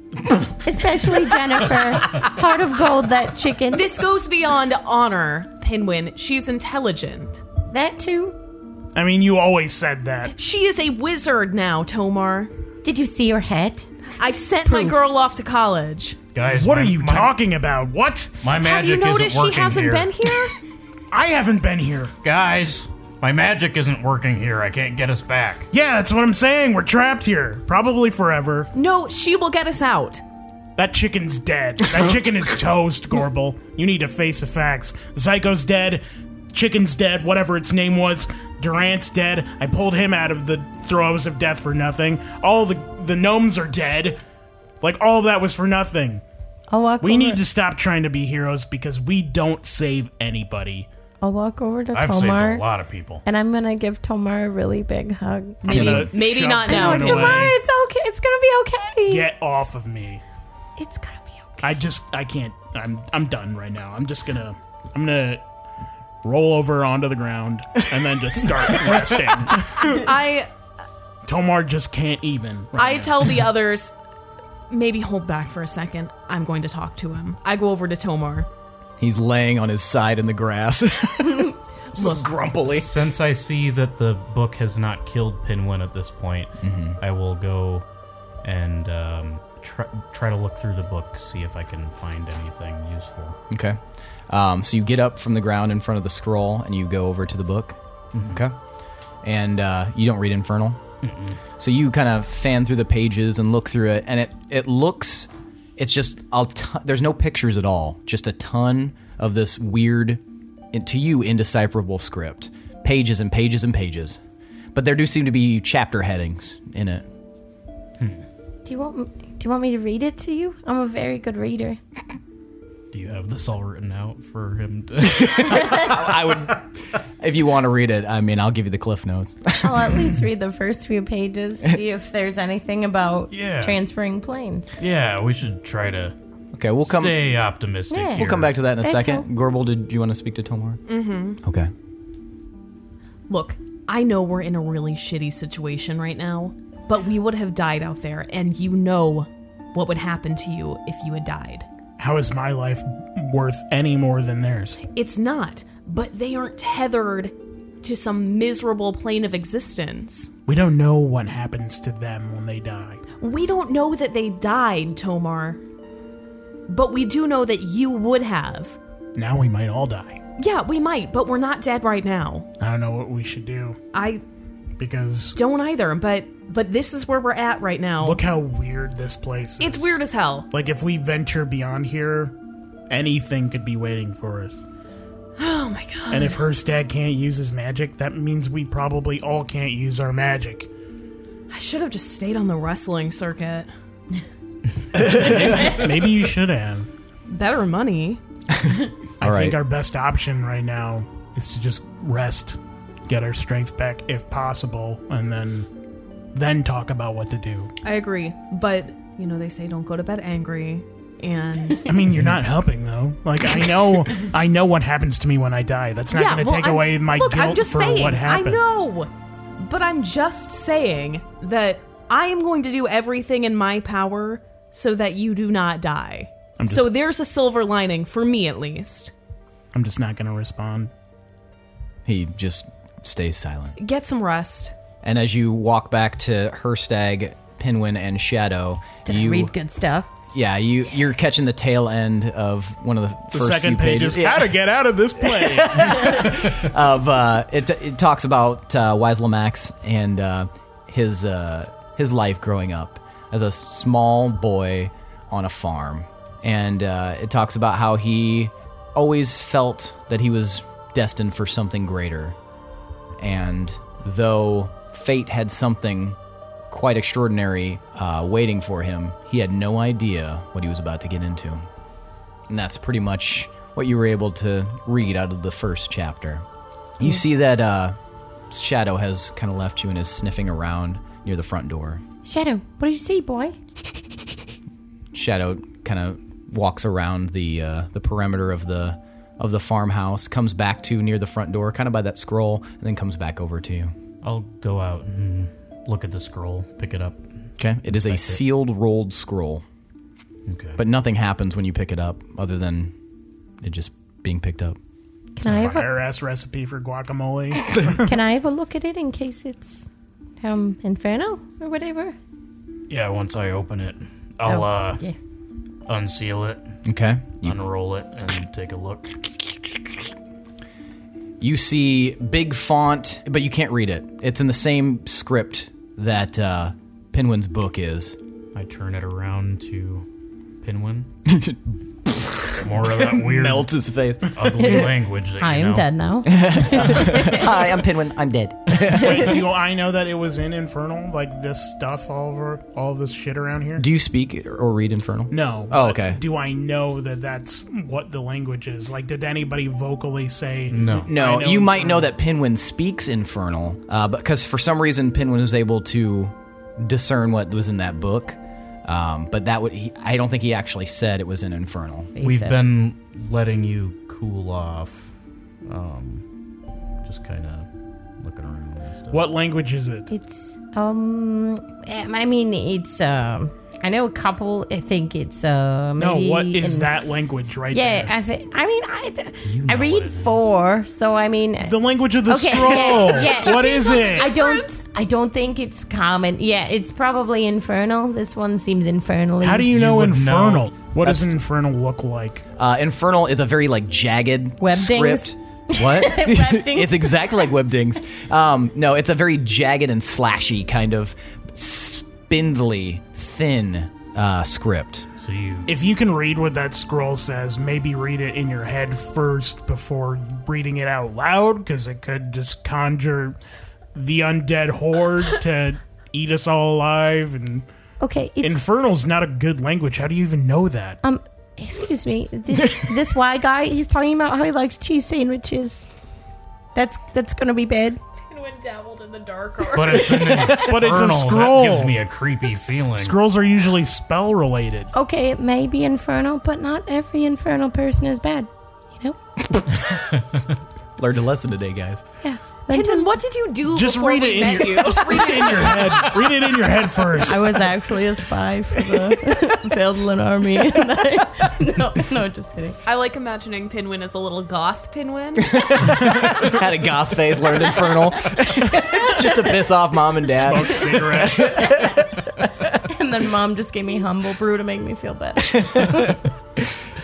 Speaker 4: Especially Jennifer, heart of gold, that chicken.
Speaker 1: This goes beyond honor, Pinwin. She's intelligent.
Speaker 4: that too.
Speaker 7: I mean, you always said that.
Speaker 1: She is a wizard now, Tomar.
Speaker 4: Did you see her head?
Speaker 1: I sent my girl off to college.
Speaker 6: Guys,
Speaker 7: What
Speaker 6: my-
Speaker 7: are you
Speaker 6: my-
Speaker 7: talking about? What?
Speaker 6: My
Speaker 1: Have
Speaker 6: magic
Speaker 1: you noticed
Speaker 6: isn't
Speaker 1: she
Speaker 6: working
Speaker 1: hasn't
Speaker 6: here.
Speaker 1: been here?
Speaker 7: I haven't been here.
Speaker 6: Guys, my magic isn't working here. I can't get us back.
Speaker 7: Yeah, that's what I'm saying. We're trapped here. Probably forever.
Speaker 1: no, she will get us out.
Speaker 7: That chicken's dead. That chicken is toast, Gorbel. You need to face the facts. Zyko's dead. Chicken's dead, whatever its name was. Durant's dead. I pulled him out of the throes of death for nothing. All the the gnomes are dead. Like all that was for nothing.
Speaker 4: I'll walk
Speaker 7: We
Speaker 4: over.
Speaker 7: need to stop trying to be heroes because we don't save anybody.
Speaker 4: I'll walk over to
Speaker 6: I've saved a
Speaker 4: Tomar,
Speaker 6: lot of people.
Speaker 4: and I'm gonna give Tomar a really big hug.
Speaker 7: I'm gonna
Speaker 1: maybe
Speaker 7: shove
Speaker 1: not
Speaker 7: you
Speaker 1: now.
Speaker 4: Oh,
Speaker 7: in a
Speaker 4: Tomar,
Speaker 7: way.
Speaker 4: it's okay. It's gonna be okay.
Speaker 7: Get off of me.
Speaker 4: It's gonna be okay.
Speaker 7: I just I can't I'm I'm done right now. I'm just gonna I'm gonna roll over onto the ground and then just start resting.
Speaker 1: I
Speaker 7: Tomar just can't even. right
Speaker 1: I
Speaker 7: now.
Speaker 1: tell the others, maybe hold back for a second. I'm going to talk to him. I go over to Tomar.
Speaker 3: He's laying on his side in the grass. Look grumpily.
Speaker 6: Since I see that the book has not killed Pinwin at this point, I will go and um, try, try to look through the book, see if I can find anything useful.
Speaker 3: Okay. Um, so you get up from the ground in front of the scroll and you go over to the book. Okay. And uh, you don't read Infernal. So you kind of fan through the pages and look through it, and it it looks, it's just a ton, there's no pictures at all, just a ton of this weird, and to you indecipherable script, pages and pages and pages, but there do seem to be chapter headings in it.
Speaker 4: Do you want m- Do you want me to read it to you? I'm a very good reader.
Speaker 6: Do you have this all written out for him? To-
Speaker 3: I would, if you want to read it, I mean, I'll give you the cliff notes.
Speaker 4: I'll at least read the first few pages, see if there's anything about
Speaker 6: Yeah.
Speaker 4: transferring planes.
Speaker 6: yeah, we should try to
Speaker 3: Okay, we'll come.
Speaker 6: stay optimistic.
Speaker 4: Yeah. We'll
Speaker 6: here.
Speaker 3: We'll come back to that in a
Speaker 4: That's
Speaker 3: second. Gorbel, did you want to speak to Tomar? Mm-hmm. Okay.
Speaker 1: Look, I know we're in a really shitty situation right now, but we would have died out there, and you know what would happen to you if you had died.
Speaker 7: How is my life worth any more than theirs?
Speaker 1: It's not, but they aren't tethered to some miserable plane of existence.
Speaker 7: We don't know what happens to them when they die.
Speaker 1: We don't know that they died, Tomar, but we do know that you would have.
Speaker 7: Now we might all die.
Speaker 1: Yeah, we might, but we're not dead right now.
Speaker 7: I don't know what we should do
Speaker 1: I
Speaker 7: because
Speaker 1: don't either, but but this is where we're at right now.
Speaker 7: look how weird this place is.
Speaker 1: it's weird as hell.
Speaker 7: Like if we venture beyond here, anything could be waiting for us.
Speaker 1: Oh my god.
Speaker 7: And if Herstag can't use his magic, that means we probably all can't use our magic.
Speaker 1: I should have just stayed on the wrestling circuit.
Speaker 7: Maybe you should have.
Speaker 1: Better money.
Speaker 7: I
Speaker 3: All
Speaker 7: think
Speaker 3: right.
Speaker 7: our best option right now is to just rest, get our strength back if possible, and then then talk about what to do.
Speaker 1: I agree, but you know they say don't go to bed angry and
Speaker 7: I mean, you're not helping though. Like I know I know what happens to me when I die. That's not going to
Speaker 1: well,
Speaker 7: take
Speaker 1: I'm-
Speaker 7: away my
Speaker 1: look,
Speaker 7: guilt
Speaker 1: I'm just
Speaker 7: for
Speaker 1: saying,
Speaker 7: what happened.
Speaker 1: I know, but I'm just saying that I am going to do everything in my power so that you do not die.
Speaker 7: I'm just-
Speaker 1: so there's a silver lining for me at least.
Speaker 7: I'm just not going to respond.
Speaker 3: He just stays silent.
Speaker 1: Get some rest.
Speaker 3: And as you walk back to Herstag, Pinwin, and Shadow, you
Speaker 4: good stuff.
Speaker 3: yeah you you're catching the tail end of one of the,
Speaker 7: The
Speaker 3: first
Speaker 7: second
Speaker 3: few
Speaker 7: page
Speaker 3: pages
Speaker 7: is how to get out of this place.
Speaker 3: of uh, it. It talks about uh, Wislamax and uh, his uh, his life growing up as a small boy on a farm, and uh, it talks about how he always felt that he was destined for something greater, and though fate had something quite extraordinary uh, waiting for him, he had no idea what he was about to get into. And that's pretty much what you were able to read out of the first chapter. You see that uh, Shadow has kind of left you and is sniffing around near the front door.
Speaker 4: Shadow, what do you see, boy?
Speaker 3: Shadow kind of walks around the uh, the perimeter of the of the farmhouse, comes back to near the front door, kind of by that scroll, and then comes back over to you.
Speaker 6: I'll go out and look at the scroll, pick it up.
Speaker 3: Okay, it is a
Speaker 6: Inspect it.
Speaker 3: sealed rolled scroll,
Speaker 6: Okay.
Speaker 3: but nothing happens when you pick it up other than it just being picked up.
Speaker 4: Can I have
Speaker 7: Fire ass recipe for guacamole.
Speaker 4: a, can I have a look at it in case it's um inferno or whatever?
Speaker 6: yeah, once I open it, I'll
Speaker 4: Oh,
Speaker 6: uh,
Speaker 4: yeah.
Speaker 6: unseal it,
Speaker 3: Okay, you
Speaker 6: unroll it, and take a look.
Speaker 3: you see big font, but you can't read it. It's in the same script that uh, Pinwin's book is.
Speaker 6: I turn it around to Pinwin. More of that weird,
Speaker 3: his face.
Speaker 6: ugly language. That
Speaker 4: I
Speaker 6: you
Speaker 4: am
Speaker 6: know.
Speaker 4: dead now.
Speaker 3: Hi, I'm Pinwin. I'm dead.
Speaker 7: Wait, do I know that it was in Infernal? Like this stuff all over, all this shit around here?
Speaker 3: Do you speak or read Infernal?
Speaker 7: no.
Speaker 3: Oh,
Speaker 7: but
Speaker 3: okay.
Speaker 7: Do I know that that's what the language is? Like, did anybody vocally say
Speaker 6: No.
Speaker 3: No,
Speaker 7: I know
Speaker 3: you might know that Pinwin speaks Infernal, uh, because for some reason Pinwin was able to discern what was in that book. Um, but that would he, I don't think he actually said it was in Infernal.
Speaker 6: We've
Speaker 4: Basic.
Speaker 6: been letting you cool off. Um, just kind of looking around and stuff.
Speaker 7: What language is it?
Speaker 4: It's um, um, I mean it's um, I know a couple. I think it's uh,
Speaker 7: No,
Speaker 4: maybe
Speaker 7: what is
Speaker 4: in-
Speaker 7: that language right
Speaker 4: Yeah,
Speaker 7: there?
Speaker 4: I think. I mean, I
Speaker 6: You
Speaker 4: I
Speaker 6: know what
Speaker 4: read
Speaker 6: it is.
Speaker 4: four, so I mean.
Speaker 7: The language of the
Speaker 4: Okay,
Speaker 7: scroll.
Speaker 4: yeah, yeah.
Speaker 7: What is it?
Speaker 4: I don't. I don't think it's common. Yeah, it's probably infernal. This one seems infernally.
Speaker 7: How do you know
Speaker 6: would know.
Speaker 7: Infernal? What does
Speaker 3: That's-
Speaker 7: Infernal look like?
Speaker 3: Uh, Infernal is a very like jagged
Speaker 4: Web dings?
Speaker 3: script. What?
Speaker 4: dings?
Speaker 3: it's exactly like webdings. Um, no, it's a very jagged and slashy kind of spindly, thin uh, script.
Speaker 6: So you
Speaker 7: If you can read what that scroll says, maybe read it in your head first before reading it out loud, because it could just conjure the undead horde to eat us all alive. And
Speaker 4: Okay, it's
Speaker 7: Infernal's not a good language. How do you even know that?
Speaker 4: um. Excuse me. This this white guy. He's talking about how he likes cheese sandwiches. That's that's gonna be bad.
Speaker 1: Pinwin dabbled in the dark art.
Speaker 6: But it's an
Speaker 7: But it's a
Speaker 6: infernal.
Speaker 7: scroll.
Speaker 6: That gives me a creepy feeling.
Speaker 7: Scrolls are usually spell related.
Speaker 4: Okay, it may be infernal, but not every infernal person is bad. You know.
Speaker 3: Learned a lesson today, guys.
Speaker 4: Yeah.
Speaker 1: Pinwin, what did you do
Speaker 7: Just
Speaker 1: before
Speaker 7: read
Speaker 1: we
Speaker 7: it in
Speaker 1: met
Speaker 7: your,
Speaker 1: you?
Speaker 7: just read it in your head. Read it in your head first.
Speaker 4: I was actually a spy for the Veldlin army. and I- no, no, just kidding.
Speaker 1: I like imagining Pinwin as a little goth Pinwin.
Speaker 3: Had a goth face, learned Infernal, just to piss off mom and dad.
Speaker 7: Smoke cigarettes.
Speaker 4: And then mom just gave me humble brew to make me feel better.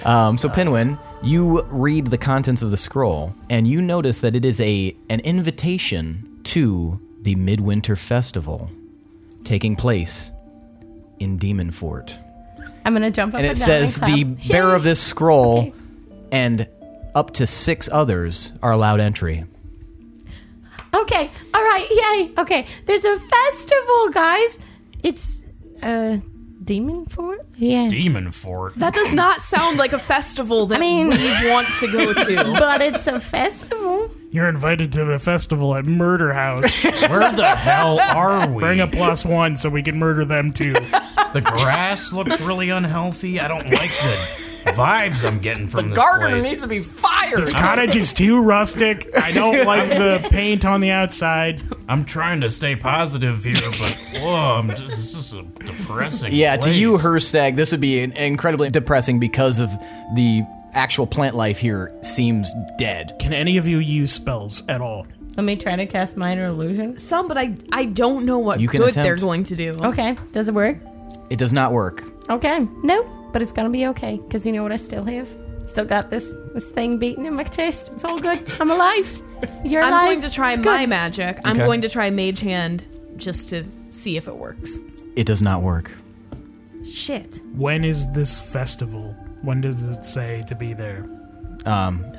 Speaker 3: Um, so Pinwin, you read the contents of the scroll, and you notice that it is a an invitation to the Midwinter Festival taking place in Demon Fort.
Speaker 4: I'm gonna jump up
Speaker 3: And
Speaker 4: and,
Speaker 3: it
Speaker 4: down
Speaker 3: says
Speaker 4: and
Speaker 3: the
Speaker 4: clap.
Speaker 3: bearer of
Speaker 4: Yay.
Speaker 3: this scroll
Speaker 4: Okay.
Speaker 3: and up to six others are allowed entry.
Speaker 4: Okay, all right, yay. Okay, there's a festival, guys. It's uh, demon fort. Yeah,
Speaker 6: Demon fort.
Speaker 1: That does not sound like a festival that
Speaker 4: mean-
Speaker 1: we want to go to.
Speaker 4: but it's a festival.
Speaker 7: You're invited to the festival at Murder House.
Speaker 6: Where the hell are we?
Speaker 7: Bring a plus one so we can murder them too.
Speaker 6: The grass looks really unhealthy. I don't like the vibes I'm getting from this place.
Speaker 3: to be fired.
Speaker 7: Cottage is too rustic. I don't like the paint on the outside.
Speaker 6: I'm trying to stay positive here, but whoa, I'm just, this is a depressing.
Speaker 3: Yeah, to you,
Speaker 6: place.
Speaker 3: Herstag, this would be an- incredibly depressing because of the actual plant life here seems dead.
Speaker 7: Can any of you use spells at all?
Speaker 4: Let me try to cast minor illusion.
Speaker 1: Some, but I I don't know what
Speaker 3: You can
Speaker 1: good
Speaker 3: attempt.
Speaker 1: they're going to do.
Speaker 4: Okay, does it work?
Speaker 3: It does not work.
Speaker 4: Okay, no, but it's gonna be okay because you know what? I still have. Still got this this thing beating in my chest. It's all good. I'm alive. You're
Speaker 1: I'm
Speaker 4: alive.
Speaker 1: going to try
Speaker 4: It's
Speaker 1: my
Speaker 4: good.
Speaker 1: magic. I'm
Speaker 3: Okay.
Speaker 1: going to try Mage Hand just to see if it works.
Speaker 3: It does not work.
Speaker 1: Shit.
Speaker 7: When is this festival? When does it say to be there?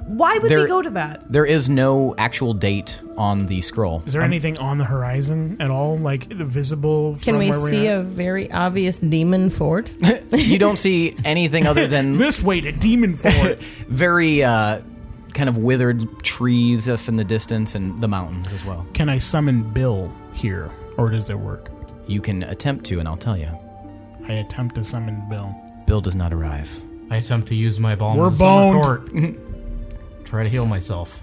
Speaker 1: Why would
Speaker 3: there-
Speaker 1: we go to that?
Speaker 3: There is no actual date on the scroll.
Speaker 7: Is there anything on the horizon at all, like visible?
Speaker 4: Can
Speaker 7: from
Speaker 4: we
Speaker 7: where we
Speaker 4: see
Speaker 7: are?
Speaker 4: a very obvious demon fort?
Speaker 3: You don't see anything other than
Speaker 7: This way to Demon Fort.
Speaker 3: very uh, kind of withered trees off in the distance and the mountains as well.
Speaker 7: Can I summon Bill here, or does it work?
Speaker 3: You can attempt to, and I'll tell you.
Speaker 7: I attempt to summon Bill.
Speaker 3: Bill does not arrive.
Speaker 6: I attempt to use my balm.
Speaker 7: We're
Speaker 6: of the summer
Speaker 7: boned.
Speaker 6: court. Try to heal myself.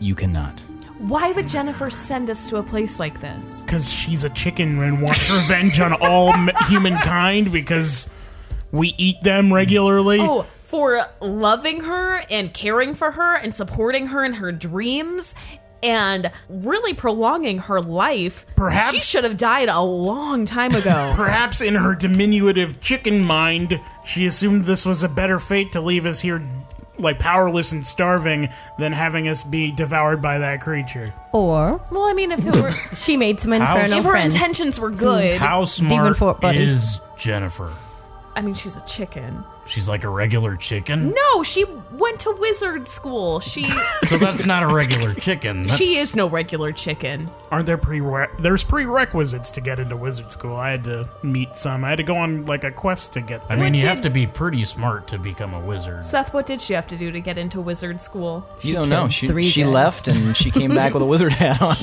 Speaker 3: You cannot.
Speaker 1: Why would Jennifer send us to a place like this?
Speaker 7: Because she's a chicken and wants revenge on all m- humankind because we eat them regularly.
Speaker 1: Oh, for loving her and caring for her and supporting her in her dreams and really prolonging her life.
Speaker 7: Perhaps-
Speaker 1: she should have died a long time ago.
Speaker 7: Perhaps in her diminutive chicken mind, she assumed this was a better fate to leave us here, like powerless and starving, than having us be devoured by that creature.
Speaker 4: Or
Speaker 1: well, I mean, if it were
Speaker 4: she made some
Speaker 6: House-
Speaker 4: infernal
Speaker 1: if her
Speaker 4: friends.
Speaker 1: intentions were good,
Speaker 6: How
Speaker 4: Demon
Speaker 6: smart
Speaker 4: fort buddies.
Speaker 6: is Jennifer?
Speaker 1: I mean, she's a chicken.
Speaker 6: She's like a regular chicken.
Speaker 1: No, she went to wizard school. She
Speaker 6: So that's not a regular chicken. That's-
Speaker 1: she is no regular chicken.
Speaker 7: Aren't there prere- there's prerequisites to get into wizard school? I had to meet some. I had to go on like a quest to get
Speaker 6: I
Speaker 7: there.
Speaker 6: mean,
Speaker 1: What
Speaker 6: you
Speaker 1: did-
Speaker 6: have to be pretty smart to become a wizard.
Speaker 1: Seth, what did she have to do to get into wizard school?
Speaker 3: you don't know.
Speaker 4: killed
Speaker 3: She
Speaker 4: three
Speaker 3: she
Speaker 4: guys.
Speaker 3: left and she came back with a wizard hat on.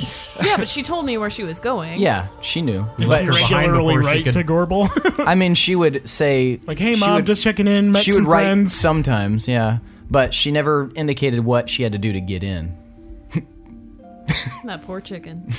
Speaker 1: yeah, but she told me where she was going.
Speaker 3: Yeah, she knew.
Speaker 6: left her
Speaker 3: But
Speaker 6: behind
Speaker 7: regularly
Speaker 6: before she
Speaker 7: right
Speaker 6: could-
Speaker 7: to Gorbel.
Speaker 3: I mean, she would say
Speaker 7: like, hey,
Speaker 3: she
Speaker 7: mom,
Speaker 3: would-
Speaker 7: just checking in. Met
Speaker 3: she
Speaker 7: some
Speaker 3: would write
Speaker 7: friends.
Speaker 3: sometimes, yeah, but she never indicated what she had to do to get in.
Speaker 1: That poor chicken.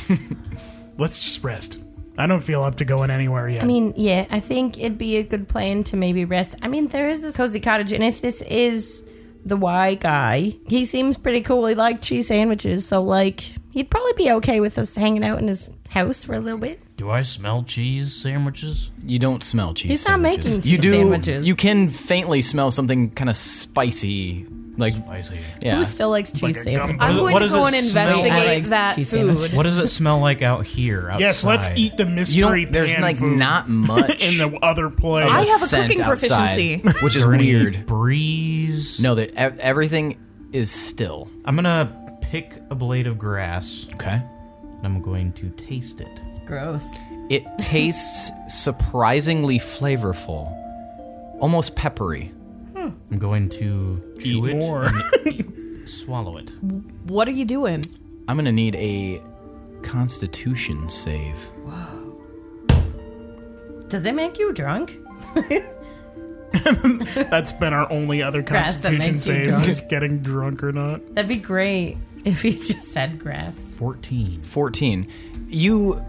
Speaker 7: Let's just rest. I don't feel up to going anywhere yet.
Speaker 4: I mean, yeah, I think it'd be a good plan to maybe rest. I mean, there is this cozy cottage, and if this is the Y guy, he seems pretty cool. He liked cheese sandwiches, so like he'd probably be okay with us hanging out in his house for a little bit.
Speaker 6: Do I smell cheese sandwiches?
Speaker 3: You don't smell cheese.
Speaker 4: He's not
Speaker 3: sandwiches.
Speaker 4: making
Speaker 3: you
Speaker 4: cheese
Speaker 3: do,
Speaker 4: sandwiches.
Speaker 3: You can faintly smell something kind of spicy, like
Speaker 6: Oh, I see.
Speaker 3: yeah.
Speaker 4: Who still likes cheese
Speaker 7: a
Speaker 4: sandwiches? Uh,
Speaker 7: gumbo.
Speaker 1: I'm
Speaker 6: does it-
Speaker 1: going
Speaker 6: what
Speaker 1: to
Speaker 6: does
Speaker 1: go
Speaker 6: it
Speaker 1: and
Speaker 6: smell
Speaker 1: investigate
Speaker 4: like?
Speaker 1: that
Speaker 4: Cheese
Speaker 1: food.
Speaker 4: sandwich.
Speaker 6: What does it smell like out here? Outside?
Speaker 7: yes, let's eat the mystery.
Speaker 3: You don't. There's
Speaker 7: pan
Speaker 3: like
Speaker 7: food
Speaker 3: not much.
Speaker 7: in the other place.
Speaker 1: I have a
Speaker 3: scent
Speaker 1: cooking
Speaker 3: outside,
Speaker 1: proficiency.
Speaker 3: which is
Speaker 6: Or any
Speaker 3: weird.
Speaker 6: breeze.
Speaker 3: No, that ev- everything is still
Speaker 6: I'm gonna pick a blade of grass
Speaker 3: okay.
Speaker 6: and I'm going to taste it.
Speaker 4: Gross.
Speaker 3: It tastes surprisingly flavorful, almost peppery.
Speaker 6: I'm going to chew
Speaker 7: Eat
Speaker 6: it
Speaker 7: more.
Speaker 6: and eat- swallow it.
Speaker 1: What are you doing?
Speaker 3: I'm gonna need a Constitution save.
Speaker 4: Does it make you drunk?
Speaker 7: That's been our only other
Speaker 4: Grass that
Speaker 7: constitution
Speaker 4: makes you
Speaker 7: save,
Speaker 4: drunk.
Speaker 7: just getting drunk or not.
Speaker 4: That'd be great if you just had grass.
Speaker 6: 14.
Speaker 3: 14 you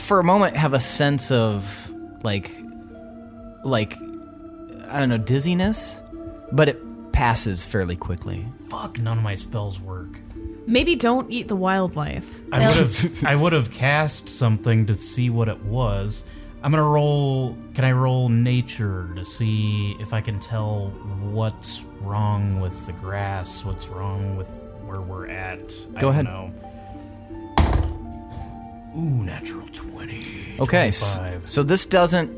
Speaker 3: for a moment have a sense of like like i don't know dizziness but it passes fairly quickly
Speaker 6: Fuck, none of my spells work.
Speaker 1: Maybe don't eat the wildlife.
Speaker 6: I would have I would have cast something to see what it was. I'm gonna roll. Can I roll nature to see if I can tell what's wrong with the grass? What's wrong with where we're at? I
Speaker 3: Go
Speaker 6: don't
Speaker 3: ahead.
Speaker 6: Know. Ooh, natural twenty.
Speaker 3: okay s-
Speaker 6: 25.
Speaker 3: so this doesn't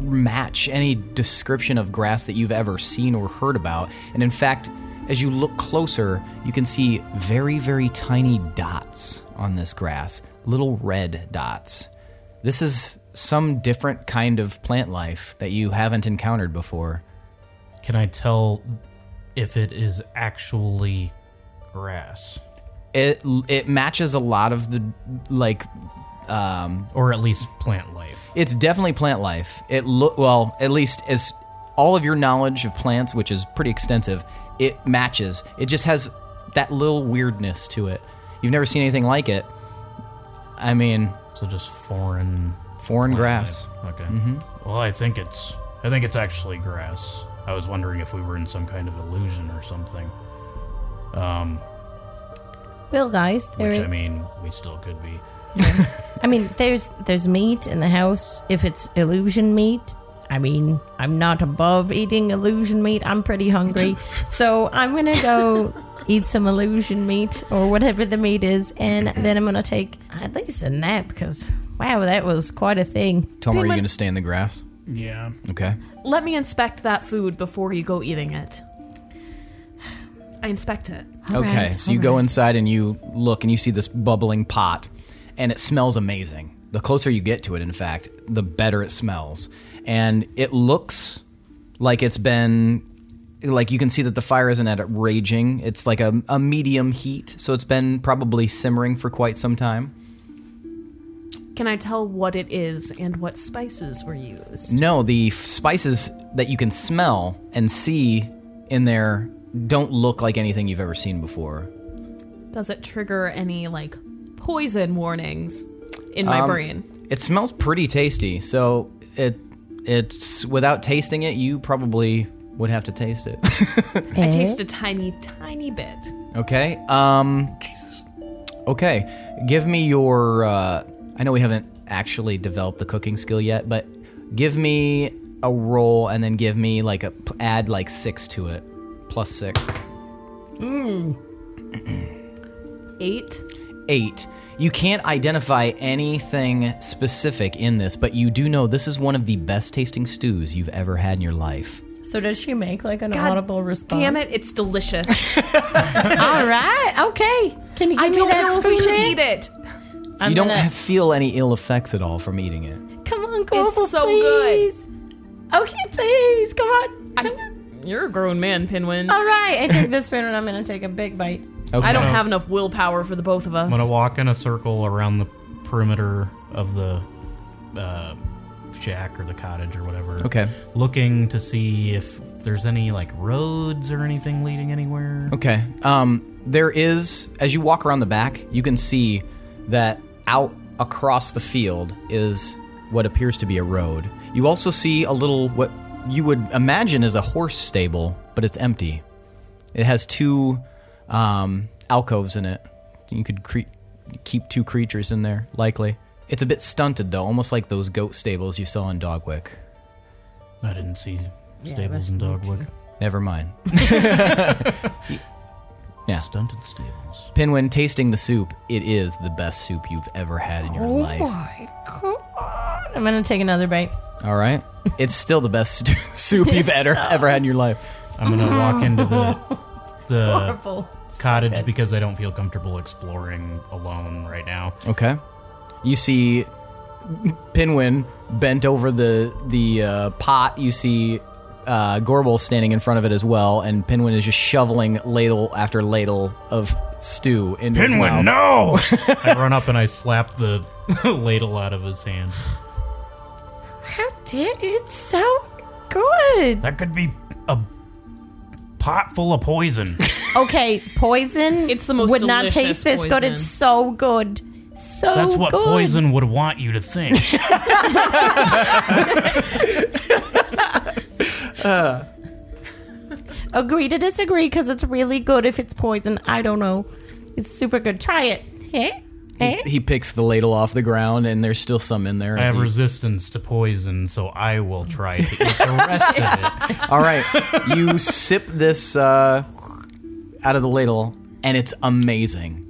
Speaker 3: match any description of grass that you've ever seen or heard about and in fact as you look closer you can see very very tiny dots on this grass little red dots This is some different kind of plant life that you haven't encountered before.
Speaker 6: Can I tell if it is actually grass,
Speaker 3: It it matches a lot of the like um
Speaker 6: or at least plant life?
Speaker 3: it's definitely plant life. It look well, at least as all of your knowledge of plants, which is pretty extensive, it matches. It just has that little weirdness to it. You've never seen anything like it. I mean,
Speaker 6: So just foreign
Speaker 3: foreign
Speaker 6: plant
Speaker 3: grass. Mm-hmm.
Speaker 6: life. Okay. Well, I think it's I think it's actually grass. I was wondering if we were in some kind of illusion or something. Um,
Speaker 4: Well, guys, there
Speaker 6: which
Speaker 4: is-
Speaker 6: I mean, we still could be.
Speaker 4: I mean, there's there's meat in the house. If it's illusion meat, I mean, I'm not above eating illusion meat. I'm pretty hungry, so I'm gonna go eat some illusion meat or whatever the meat is, and then I'm gonna take at least a nap because wow, that was quite a thing.
Speaker 3: Tom,
Speaker 1: Pretty
Speaker 3: are you
Speaker 1: much-
Speaker 3: going to stay in the grass?
Speaker 7: Yeah.
Speaker 3: Okay.
Speaker 1: Let me inspect that food before you go eating it. I inspect it.
Speaker 8: All
Speaker 3: okay,
Speaker 8: right,
Speaker 3: so you
Speaker 8: all
Speaker 3: go
Speaker 8: right.
Speaker 3: inside and you look and you see this bubbling pot, and it smells amazing. The closer you get to it, in fact, the better it smells, and it looks like it's been like you can see that the fire isn't at it raging. It's like a, a medium heat, so it's been probably simmering for quite some time.
Speaker 1: Can I tell what it is and what spices were used?
Speaker 3: No, the f- spices that you can smell and see in there don't look like anything you've ever seen before.
Speaker 1: Does it trigger any like poison warnings in my brain?
Speaker 3: It smells pretty tasty, so it it's without tasting it, you probably would have to taste it.
Speaker 1: I taste a tiny, tiny bit.
Speaker 3: okay. Um Jesus. Okay. Give me your uh I know we haven't actually developed the cooking skill yet, but give me a roll and then give me like a p- add like 6 to it. Plus 6.
Speaker 1: Eight.
Speaker 3: eight. You can't identify anything specific in this, but you do know this is one of the best tasting stews you've ever had in your life.
Speaker 4: So does she make like an
Speaker 1: God
Speaker 4: audible response?
Speaker 1: Damn it! It's delicious.
Speaker 4: All right. Okay. Can you give
Speaker 1: I
Speaker 4: me
Speaker 1: don't
Speaker 4: that
Speaker 1: know if we should
Speaker 4: screenshot?
Speaker 1: eat it.
Speaker 4: I'm
Speaker 3: you don't
Speaker 4: gonna-
Speaker 3: have, feel any ill effects at all from eating it.
Speaker 4: Come on, Corporal,
Speaker 1: so good.
Speaker 4: please. Okay, please. Come on. Come on.
Speaker 1: You're a grown man, Pinwin.
Speaker 4: All right. I take this spoon and I'm going to take a big bite.
Speaker 3: Okay.
Speaker 1: Oh. I don't have enough willpower for the both of us.
Speaker 6: I'm gonna walk in a circle around the perimeter of the uh, shack or the cottage or whatever.
Speaker 3: Okay.
Speaker 6: Looking to see if there's any like roads or anything leading anywhere.
Speaker 3: Okay. Um, there is, as you walk around the back, you can see that out across the field is what appears to be a road. You also see a little, what you would imagine is a horse stable, but it's empty. It has two um, alcoves in it. You could cre- keep two creatures in there, likely. It's a bit stunted, though, almost like those goat stables you saw in Dogwick.
Speaker 6: I didn't see stables and dogwood.
Speaker 3: Never mind. Yeah.
Speaker 6: Stunted stables.
Speaker 3: Pinwin, tasting the soup, it is the best soup you've ever had in your life.
Speaker 4: my God. I'm going to take another bite.
Speaker 3: All right. It's still the best soup you've ever, ever had in your life.
Speaker 6: I'm gonna walk into the the
Speaker 4: Horrible.
Speaker 6: cottage because I don't feel comfortable exploring alone right now.
Speaker 3: Okay. You see Pinwin bent over the the uh, pot. You see uh, Gorbel standing in front of it as well, and Pinwin is just shoveling ladle after ladle of stew into his mouth.
Speaker 6: Pinwin, no! I run up and I slap the ladle out of his hand.
Speaker 4: How dare It's so good.
Speaker 6: That could be a pot full of poison.
Speaker 4: Oh, Okay, poison.
Speaker 1: It's the most
Speaker 4: Would not
Speaker 1: delicious
Speaker 4: taste this good.
Speaker 1: poison.
Speaker 4: It's so good. So
Speaker 6: That's what
Speaker 4: good.
Speaker 6: poison would want you to think.
Speaker 4: Agree to disagree because it's really good if it's poison. I don't know. It's super good. Try it. Eh? Eh?
Speaker 3: He picks the ladle off the ground, and there's still some in there.
Speaker 6: I
Speaker 3: as
Speaker 6: have
Speaker 3: he-
Speaker 6: resistance to poison, so I will try to eat the rest of it.
Speaker 3: All right, you sip this uh, out of the ladle, and it's amazing.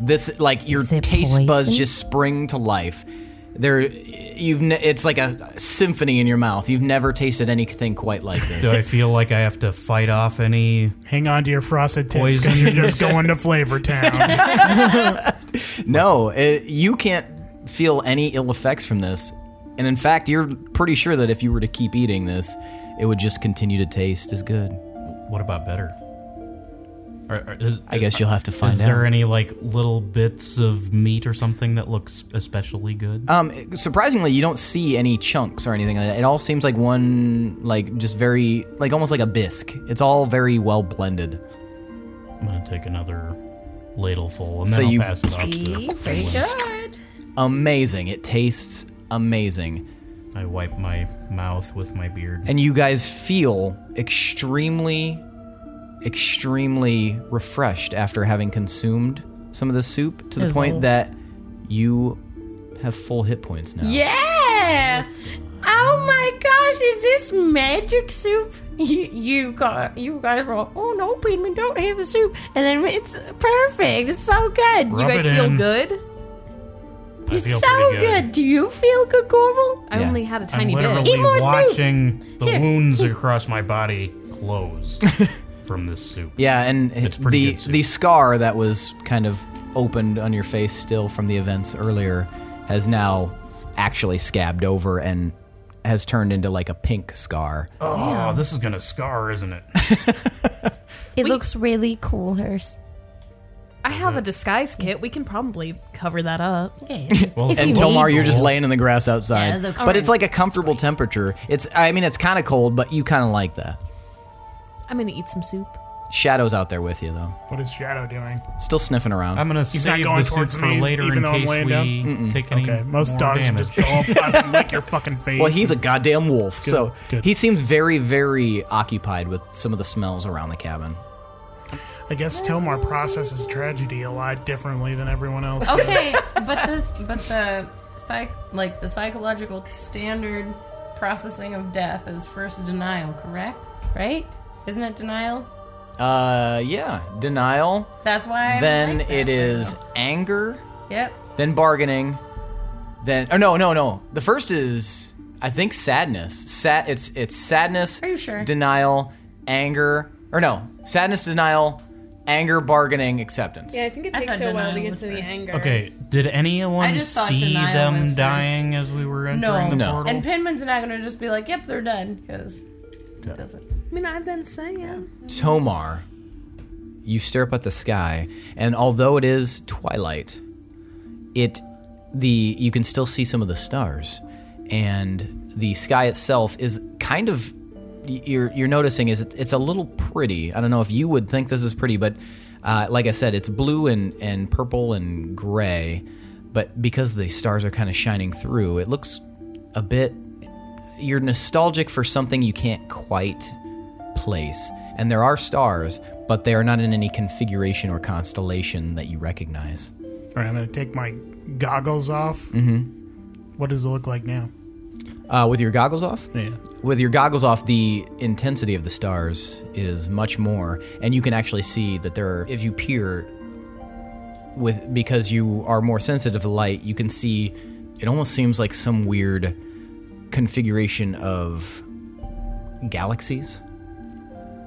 Speaker 3: This like your
Speaker 8: Is it
Speaker 3: taste buds
Speaker 8: poison?
Speaker 3: just spring to life. There, you've ne- it's like a symphony in your mouth. You've never tasted anything quite like
Speaker 6: Do
Speaker 3: this.
Speaker 6: I feel like I have to fight off any?
Speaker 7: Hang on to your frosted tips
Speaker 6: Poison.
Speaker 7: because you're just going to Flavor Town.
Speaker 3: no, it, you can't feel any ill effects from this, and in fact, you're pretty sure that if you were to keep eating this, it would just continue to taste as good.
Speaker 6: What about better? Are- are- is-
Speaker 3: I guess you'll have to find
Speaker 6: Is
Speaker 3: out.
Speaker 6: there any like little bits of meat or something that looks especially good?
Speaker 3: Um, surprisingly, you don't see any chunks or anything. like that. It all seems like one, like just very, like almost like a bisque. It's all very well blended.
Speaker 6: I'm gonna take another ladle full and
Speaker 3: So
Speaker 6: then I'll
Speaker 3: you-
Speaker 6: pass it off to
Speaker 4: Very good.
Speaker 3: Amazing! It tastes amazing,
Speaker 6: I wipe my mouth with my beard.
Speaker 3: and you guys feel extremely, extremely refreshed after having consumed some of the soup to the point that you have full hit points now.
Speaker 4: Yeah. Oh my gosh, is this magic soup? You, you got you guys were all, oh no, Piedman, don't have the soup, and then it's perfect. It's so good.
Speaker 1: you
Speaker 6: Rub
Speaker 1: guys
Speaker 6: it
Speaker 1: feel
Speaker 6: in.
Speaker 1: good?
Speaker 6: I feel
Speaker 4: it's so
Speaker 6: pretty
Speaker 4: good. Do you feel good, Gorbel?
Speaker 1: I
Speaker 3: Yeah.
Speaker 1: only had a
Speaker 6: I'm
Speaker 1: tiny bit.
Speaker 6: literally
Speaker 4: Eat more soup.
Speaker 6: watching the
Speaker 4: Here.
Speaker 6: wounds across my body close. from this soup.
Speaker 3: Yeah, and
Speaker 6: It's pretty
Speaker 3: the
Speaker 6: good soup.
Speaker 3: the scar that was kind of opened on your face still from the events earlier has now actually scabbed over and has turned into like a pink scar.
Speaker 6: Oh, this is gonna scar, isn't it?
Speaker 4: It looks really cool, Hearst.
Speaker 1: I have a disguise kit. We can probably cover that up.
Speaker 4: Yeah.
Speaker 6: Well,
Speaker 4: if
Speaker 6: and
Speaker 4: you
Speaker 3: And
Speaker 4: need
Speaker 6: Tomar,
Speaker 3: Tomar,
Speaker 4: to.
Speaker 3: you're just laying in the grass outside.
Speaker 4: Yeah, it looks
Speaker 3: but it's
Speaker 4: fine.
Speaker 3: like a comfortable temperature. It's I mean it's kind of cold, but you kind of like that.
Speaker 1: I'm gonna eat some soup.
Speaker 3: Shadows out there with you though.
Speaker 7: What is Shadow doing?
Speaker 3: Still sniffing around.
Speaker 6: I'm gonna
Speaker 7: not
Speaker 6: save
Speaker 7: going
Speaker 6: the soup
Speaker 7: towards
Speaker 6: for
Speaker 7: me,
Speaker 6: later
Speaker 7: even
Speaker 6: in
Speaker 7: though I'm
Speaker 6: case we
Speaker 7: laying
Speaker 6: take any
Speaker 7: Okay, Uh, most
Speaker 6: more
Speaker 7: dogs would
Speaker 6: damage.
Speaker 7: just go up and lick your fucking face.
Speaker 3: well, he's a goddamn wolf, so
Speaker 7: good.
Speaker 3: he seems very, very occupied with some of the smells around the cabin.
Speaker 7: I guess Tomar processes tragedy a lot differently than everyone else.
Speaker 4: Okay, but this, but the psych, like the psychological standard processing of death is first denial, correct? Right? Isn't it denial?
Speaker 3: Uh, yeah, denial.
Speaker 4: That's why. I
Speaker 3: then
Speaker 4: like that
Speaker 3: it
Speaker 4: right
Speaker 3: is
Speaker 4: now.
Speaker 3: anger,
Speaker 4: Yep.
Speaker 3: then bargaining, then oh no no no. The first is I think sadness. Sad it's it's sadness.
Speaker 4: Are you sure?
Speaker 3: Denial, anger, or no sadness, denial, anger, bargaining, acceptance.
Speaker 9: Yeah, I think it
Speaker 4: I
Speaker 9: takes
Speaker 4: thought
Speaker 9: you a while to
Speaker 4: denial
Speaker 9: get
Speaker 4: was
Speaker 9: to the
Speaker 4: first.
Speaker 9: anger.
Speaker 6: Okay, did
Speaker 4: I
Speaker 6: anyone
Speaker 4: just thought
Speaker 6: see
Speaker 4: denial was
Speaker 6: them
Speaker 4: first.
Speaker 6: dying as we were entering
Speaker 4: No.
Speaker 6: the
Speaker 3: No.
Speaker 6: portal?
Speaker 4: And Pinman's not gonna just be like, "Yep, they're done," because it doesn't.
Speaker 9: I mean, I've been saying.
Speaker 3: Tomar, you stare up at the sky, and although it is twilight, it the you can still see some of the stars, and the sky itself is kind of y- you're you're noticing is it- it's a little pretty. I don't know if you would think this is pretty, but uh, like I said, it's blue and and purple and gray, but because the stars are kind of shining through, it looks a bit. You're nostalgic for something you can't quite place, and there are stars, but they are not in any configuration or constellation that you recognize.
Speaker 7: All right, I'm gonna take my goggles off.
Speaker 3: Mm-hmm.
Speaker 7: What does it look like now?
Speaker 3: Uh, with your goggles off?
Speaker 7: Yeah.
Speaker 3: With your goggles off, the intensity of the stars is much more, and you can actually see that there are, if you peer with because you are more sensitive to light, you can see it almost seems like some weird configuration of galaxies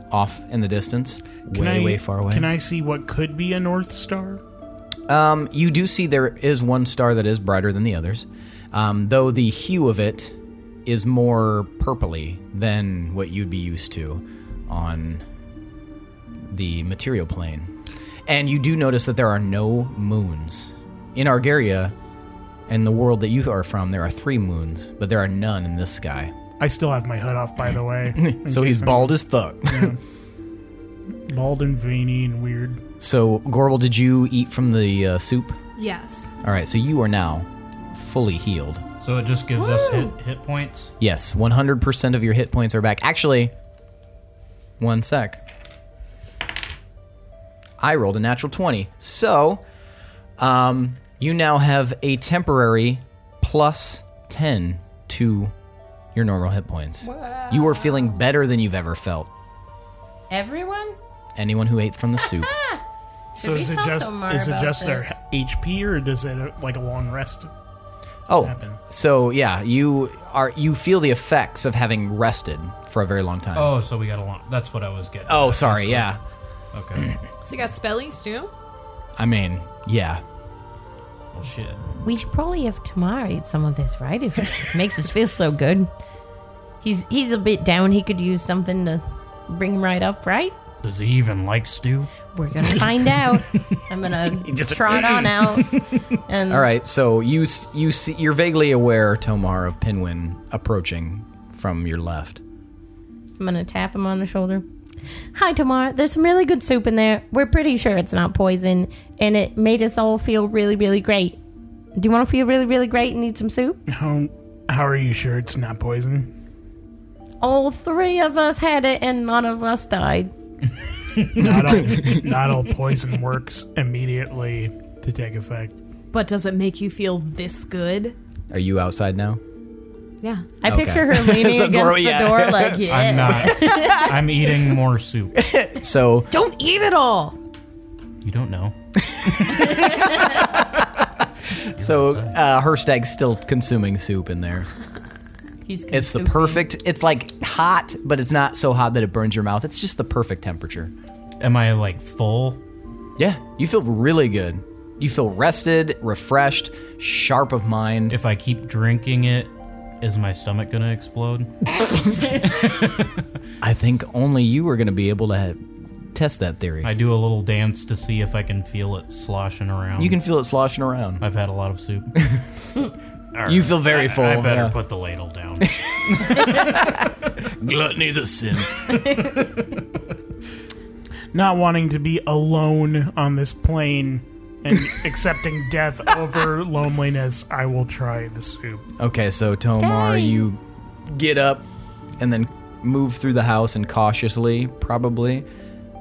Speaker 3: off in the distance,
Speaker 7: Can
Speaker 3: way
Speaker 7: I-
Speaker 3: way far away.
Speaker 7: Can I see what could be a North Star?
Speaker 3: Um, you do see there is one star that is brighter than the others, um, though the hue of it is more purpley than what you'd be used to on the material plane. And you do notice that there are no moons. In Argaria, and the world that you are from, there are three moons, but there are none in this sky.
Speaker 7: I still have my hood off, by the way. in
Speaker 3: So
Speaker 7: case
Speaker 3: he's bald as fuck.
Speaker 7: I'm bald and veiny and weird.
Speaker 3: so, Gorbel, did you eat from the uh, soup?
Speaker 1: Yes.
Speaker 3: All right, so you are now fully healed.
Speaker 6: So it just gives us hit, hit points.
Speaker 3: Yes, 100% of your hit points are back. Actually, one sec. I rolled a natural 20. So, um, you now have a temporary plus 10 to your normal hit points. You are feeling better than you've ever felt.
Speaker 4: Everyone.
Speaker 3: Anyone who ate from the soup.
Speaker 7: So
Speaker 4: we
Speaker 7: is it
Speaker 4: tell
Speaker 7: just
Speaker 4: Tomar
Speaker 7: is it
Speaker 4: about
Speaker 7: just their
Speaker 4: this?
Speaker 7: HP or does it uh, like a long rest?
Speaker 3: Oh,
Speaker 7: Happen.
Speaker 3: so yeah, you are you feel the effects of having rested for a very long time.
Speaker 6: Oh, so we got a lot. That's what I was getting.
Speaker 3: oh
Speaker 6: at.
Speaker 3: sorry, yeah.
Speaker 6: Okay.
Speaker 1: So you got spellies too?
Speaker 3: I mean, yeah.
Speaker 6: well, shit.
Speaker 4: We should probably have Tamar eat some of this, right? If it makes us feel so good. He's he's a bit down. He could use something to bring him right up, right?
Speaker 6: Does he even like stew?
Speaker 4: We're gonna find out. I'm gonna trot on out. And
Speaker 3: All right, so you s- you see you're vaguely aware Tomar of Pinwin approaching from your left.
Speaker 4: I'm gonna tap him on the shoulder. Hi, Tamar. There's some really good soup in there. We're pretty sure it's not poison, and it made us all feel really, really great. Do you want to feel really, really great and eat some soup?
Speaker 7: How Oh, how are you sure it's not poison?
Speaker 4: All three of us had it, and none of us died.
Speaker 7: Not all, not all poison works immediately to take effect.
Speaker 1: But does it make you feel this good?
Speaker 3: Are you outside now?
Speaker 1: Yeah.
Speaker 4: I
Speaker 3: Okay.
Speaker 4: picture her leaning
Speaker 3: So,
Speaker 4: against
Speaker 3: Goro,
Speaker 4: the
Speaker 3: yeah.
Speaker 4: door, like, yeah.
Speaker 6: I'm not. I'm eating more soup.
Speaker 3: So
Speaker 1: Don't eat it all.
Speaker 6: You don't know.
Speaker 3: so uh, Herstag's still consuming soup in there.
Speaker 4: he's consuming.
Speaker 3: It's the perfect. It's like hot, but it's not so hot that it burns your mouth. It's just the perfect temperature.
Speaker 6: Am I like full?
Speaker 3: Yeah, you feel really good. You feel rested, refreshed, sharp of mind.
Speaker 6: If I keep drinking it, is my stomach gonna explode?
Speaker 3: I think only you are going to be able to ha- test that theory.
Speaker 6: I do a little dance to see if I can feel it sloshing around.
Speaker 3: you can feel it sloshing around.
Speaker 6: I've had a lot of soup.
Speaker 3: You feel very full.
Speaker 6: I better
Speaker 3: yeah.
Speaker 6: put the ladle down.
Speaker 2: Gluttony's a sin.
Speaker 7: Not wanting to be alone on this plane and accepting death over loneliness, I will try the soup.
Speaker 3: Okay, so Tomar,
Speaker 4: Dang.
Speaker 3: you get up and then move through the house and cautiously, probably,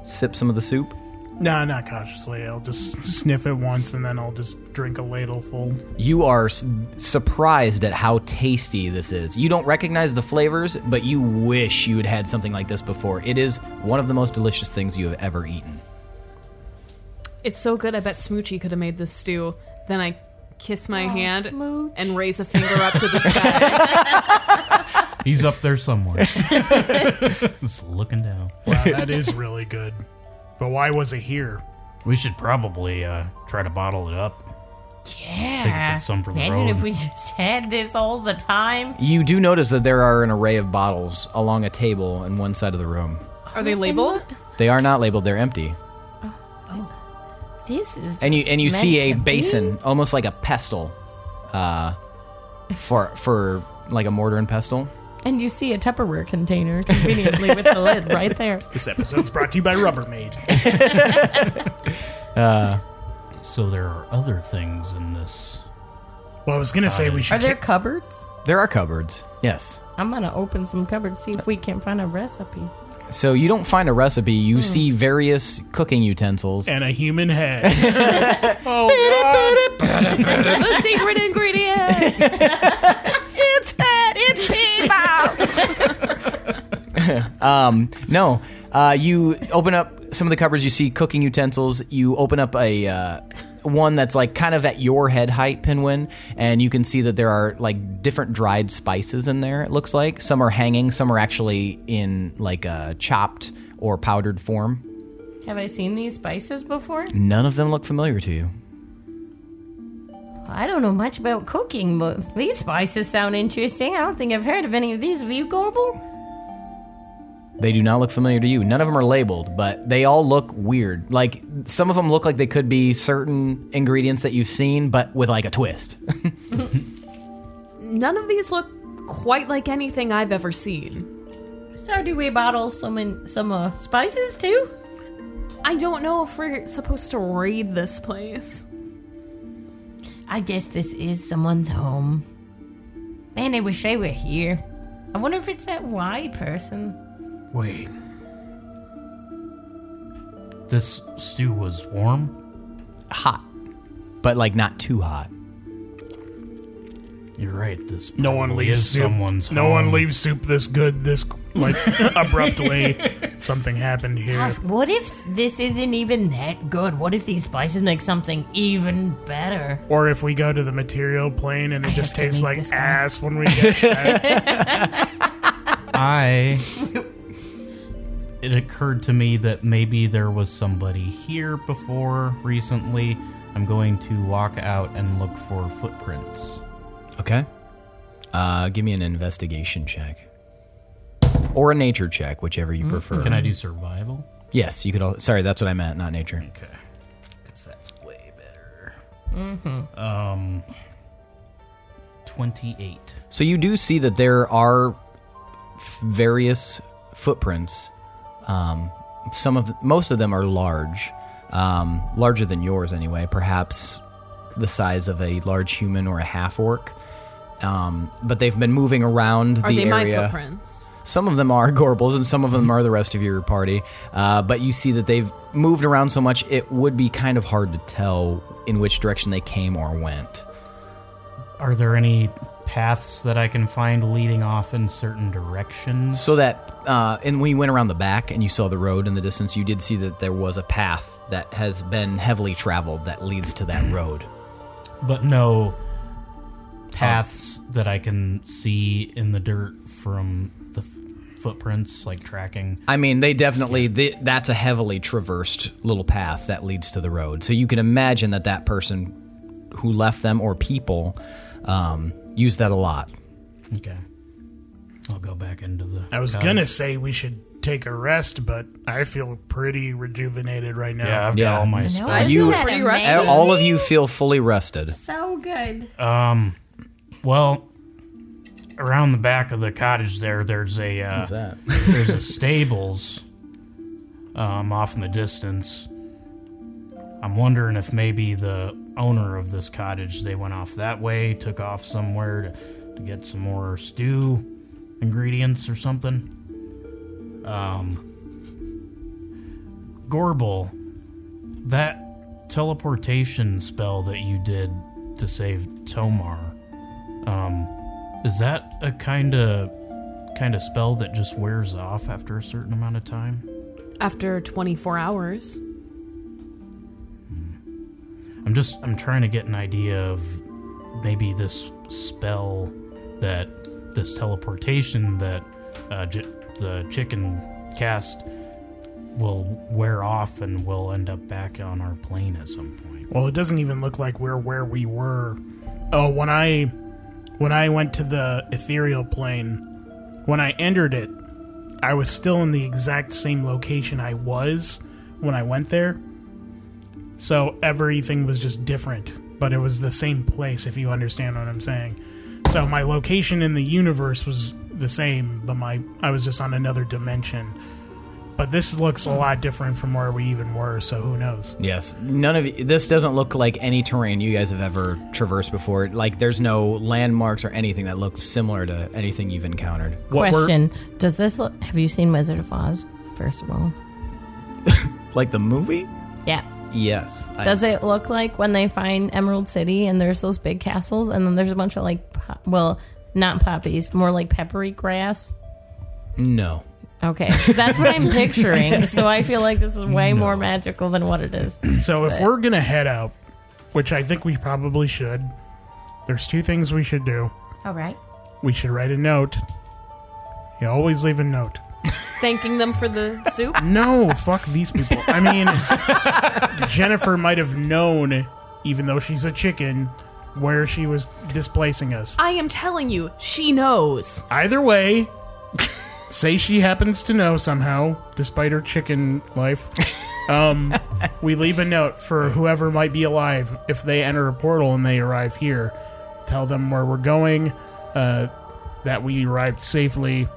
Speaker 3: sip some of the soup.
Speaker 7: Nah, not cautiously. I'll just sniff it once and then I'll just drink a ladle full.
Speaker 3: You are s- surprised at how tasty this is. You don't recognize the flavors, but you wish you had had something like this before. It is one of the most delicious things you have ever eaten.
Speaker 1: It's so good. I bet Smoochie could have made this stew. Then I kiss my hand
Speaker 8: Smooch.
Speaker 1: and raise a finger up to the sky.
Speaker 6: He's up there somewhere. Just looking down.
Speaker 7: Wow, that is really good. But why was it here?
Speaker 6: We should probably uh, try to bottle it up.
Speaker 4: Yeah.
Speaker 6: Take some for the
Speaker 4: Uh-huh. Imagine
Speaker 6: road.
Speaker 4: if we just had this all the time.
Speaker 3: You do notice that there are an array of bottles along a table in one side of the room.
Speaker 1: Are they labeled?
Speaker 3: They are not labeled; they're empty.
Speaker 4: This is
Speaker 3: And you
Speaker 4: just
Speaker 3: and you
Speaker 4: meant
Speaker 3: see a
Speaker 4: to be.
Speaker 3: basin, almost like a pestle, uh, for for like a mortar and pestle.
Speaker 8: And you see a Tupperware container conveniently with the lid right there.
Speaker 7: This episode's brought to you by Rubbermaid.
Speaker 6: So there are other things in this.
Speaker 7: Well, I was gonna say we should.
Speaker 8: Are there cupboards?
Speaker 3: There are cupboards. Yes.
Speaker 8: I'm gonna open some cupboards, see if we can find a recipe.
Speaker 3: So you don't find a recipe. You
Speaker 4: Hmm.
Speaker 3: see various cooking utensils.
Speaker 7: and a human head.
Speaker 1: the secret ingredient.
Speaker 3: No. Uh, you open up some of the cupboards. You see cooking utensils. You open up a uh, one that's like kind of at your head height, Pinwin, and you can see that there are like different dried spices in there. It looks like some are hanging, some are actually in like a chopped or powdered form.
Speaker 8: Have I seen these spices before?
Speaker 3: None of them look familiar to you.
Speaker 4: I don't know much about cooking, but these spices sound interesting. I don't think I've heard of any of these. Have you, Gorbel?
Speaker 3: They do not look familiar to you. None of them are labeled, but they all look weird. Like some of them look like they could be certain ingredients that you've seen, but with like a twist.
Speaker 1: None of these look quite like anything I've ever seen.
Speaker 8: So do we bottle some in, some uh, spices too?
Speaker 1: I don't know if we're supposed to raid this place.
Speaker 4: I guess this is someone's home. Man, I wish I were here. I wonder if it's that Y person.
Speaker 6: Wait. This stew was warm?
Speaker 3: hot, but like not too hot.
Speaker 6: You're right. This
Speaker 7: No one
Speaker 6: probably
Speaker 7: leaves
Speaker 6: is
Speaker 7: soup.
Speaker 6: someone's
Speaker 7: no one
Speaker 6: home.
Speaker 7: leaves soup this good this like abruptly. Something happened here.
Speaker 4: Gosh, what if s- this isn't even that good? What if these spices make something even better?
Speaker 7: Or if we go to the material plane and it
Speaker 4: I
Speaker 7: just
Speaker 4: have to
Speaker 7: tastes
Speaker 4: make
Speaker 7: like
Speaker 4: this guy.
Speaker 7: ass when we get back.
Speaker 6: I. It occurred to me that maybe there was somebody here before recently. I'm going to walk out and look for footprints.
Speaker 3: Okay. Uh, give me an investigation check. Or a nature check, whichever you prefer.
Speaker 6: Mm, Can I do survival?
Speaker 3: Yes, you could. All, sorry, that's what I meant, not nature.
Speaker 6: Okay. Because that's way better. Mm-hmm. Um. 28.
Speaker 3: So you do see that there are f- various footprints. Um, some of most of them are large, um, larger than yours anyway. Perhaps the size of a large human or a half orc. Um, but they've been moving around
Speaker 1: Are
Speaker 3: the
Speaker 1: they
Speaker 3: area.
Speaker 1: my footprints?
Speaker 3: Some of them are Gorbals, and some of them are the rest of your party. Uh, but you see that they've moved around so much, it would be kind of hard to tell in which direction they came or went.
Speaker 6: Are there any paths that I can find leading off in certain directions?
Speaker 3: So that, uh, and when you went around the back and you saw the road in the distance, you did see that there was a path that has been heavily traveled that leads to that road.
Speaker 6: But no paths that I can see in the dirt from the f- footprints, like tracking.
Speaker 3: I mean, they definitely th that's a heavily traversed little path that leads to the road. So you can imagine that that person who left them or people um, use that a lot.
Speaker 6: Okay. I'll go back into the.
Speaker 7: I was
Speaker 6: cottage.
Speaker 7: gonna say we should take a rest, but I feel pretty rejuvenated right now.
Speaker 6: Yeah, I've
Speaker 3: Yeah.
Speaker 6: got all my
Speaker 3: I know,
Speaker 6: spells.
Speaker 3: Are you-
Speaker 1: that amazing?
Speaker 3: A- All of you feel fully rested.
Speaker 4: So good.
Speaker 6: Um, well, around the back of the cottage there, there's a uh,
Speaker 3: that?
Speaker 6: there's a stables. Um, off in the distance. I'm wondering if maybe the owner of this cottage they went off that way, took off somewhere to, to get some more stew ingredients or something. Um, Gorbel, that teleportation spell that you did to save Tomar, um, is that a kind of kind of spell that just wears off after a certain amount of time?
Speaker 1: After 24 hours,
Speaker 6: I'm just I'm trying to get an idea of maybe this spell that this teleportation that uh, j- the chicken cast will wear off and we'll end up back on our plane at some point.
Speaker 7: Well, it doesn't even look like we're where we were. Oh, when I when I went to the ethereal plane, when I entered it, I was still in the exact same location I was when I went there. So everything was just different, but it was the same place if you understand what I'm saying. So my location in the universe was the same, but my I was just on another dimension. But this looks a lot different from where we even were, so who knows?
Speaker 3: Yes. None of y- this doesn't look like any terrain you guys have ever traversed before. Like there's no landmarks or anything that looks similar to anything you've encountered.
Speaker 7: What we're-
Speaker 8: Question: Does this look? Have you seen Wizard of Oz? First of all,
Speaker 3: Like the movie?
Speaker 8: yeah.
Speaker 3: Yes. I
Speaker 8: Does
Speaker 3: see.
Speaker 8: it look like when they find Emerald City and there's those big castles and then there's a bunch of like, po- well, not poppies, more like peppery grass?
Speaker 3: No.
Speaker 8: Okay, 'cause that's what I'm picturing. So I feel like this is way more magical than what it is.
Speaker 7: So if we're gonna head out, which I think we probably should, there's two things we should do.
Speaker 8: All right.
Speaker 7: We should write a note. You always leave a note.
Speaker 1: thanking them for the soup.
Speaker 7: No, fuck these people. I mean, Jennifer might have known, even though she's a chicken, where she was displacing us.
Speaker 1: I am telling you, she knows.
Speaker 7: Either way, say she happens to know somehow, despite her chicken life. Um, we leave a note for whoever might be alive if they enter a portal and they arrive here. Tell them where we're going, uh, that we arrived safely,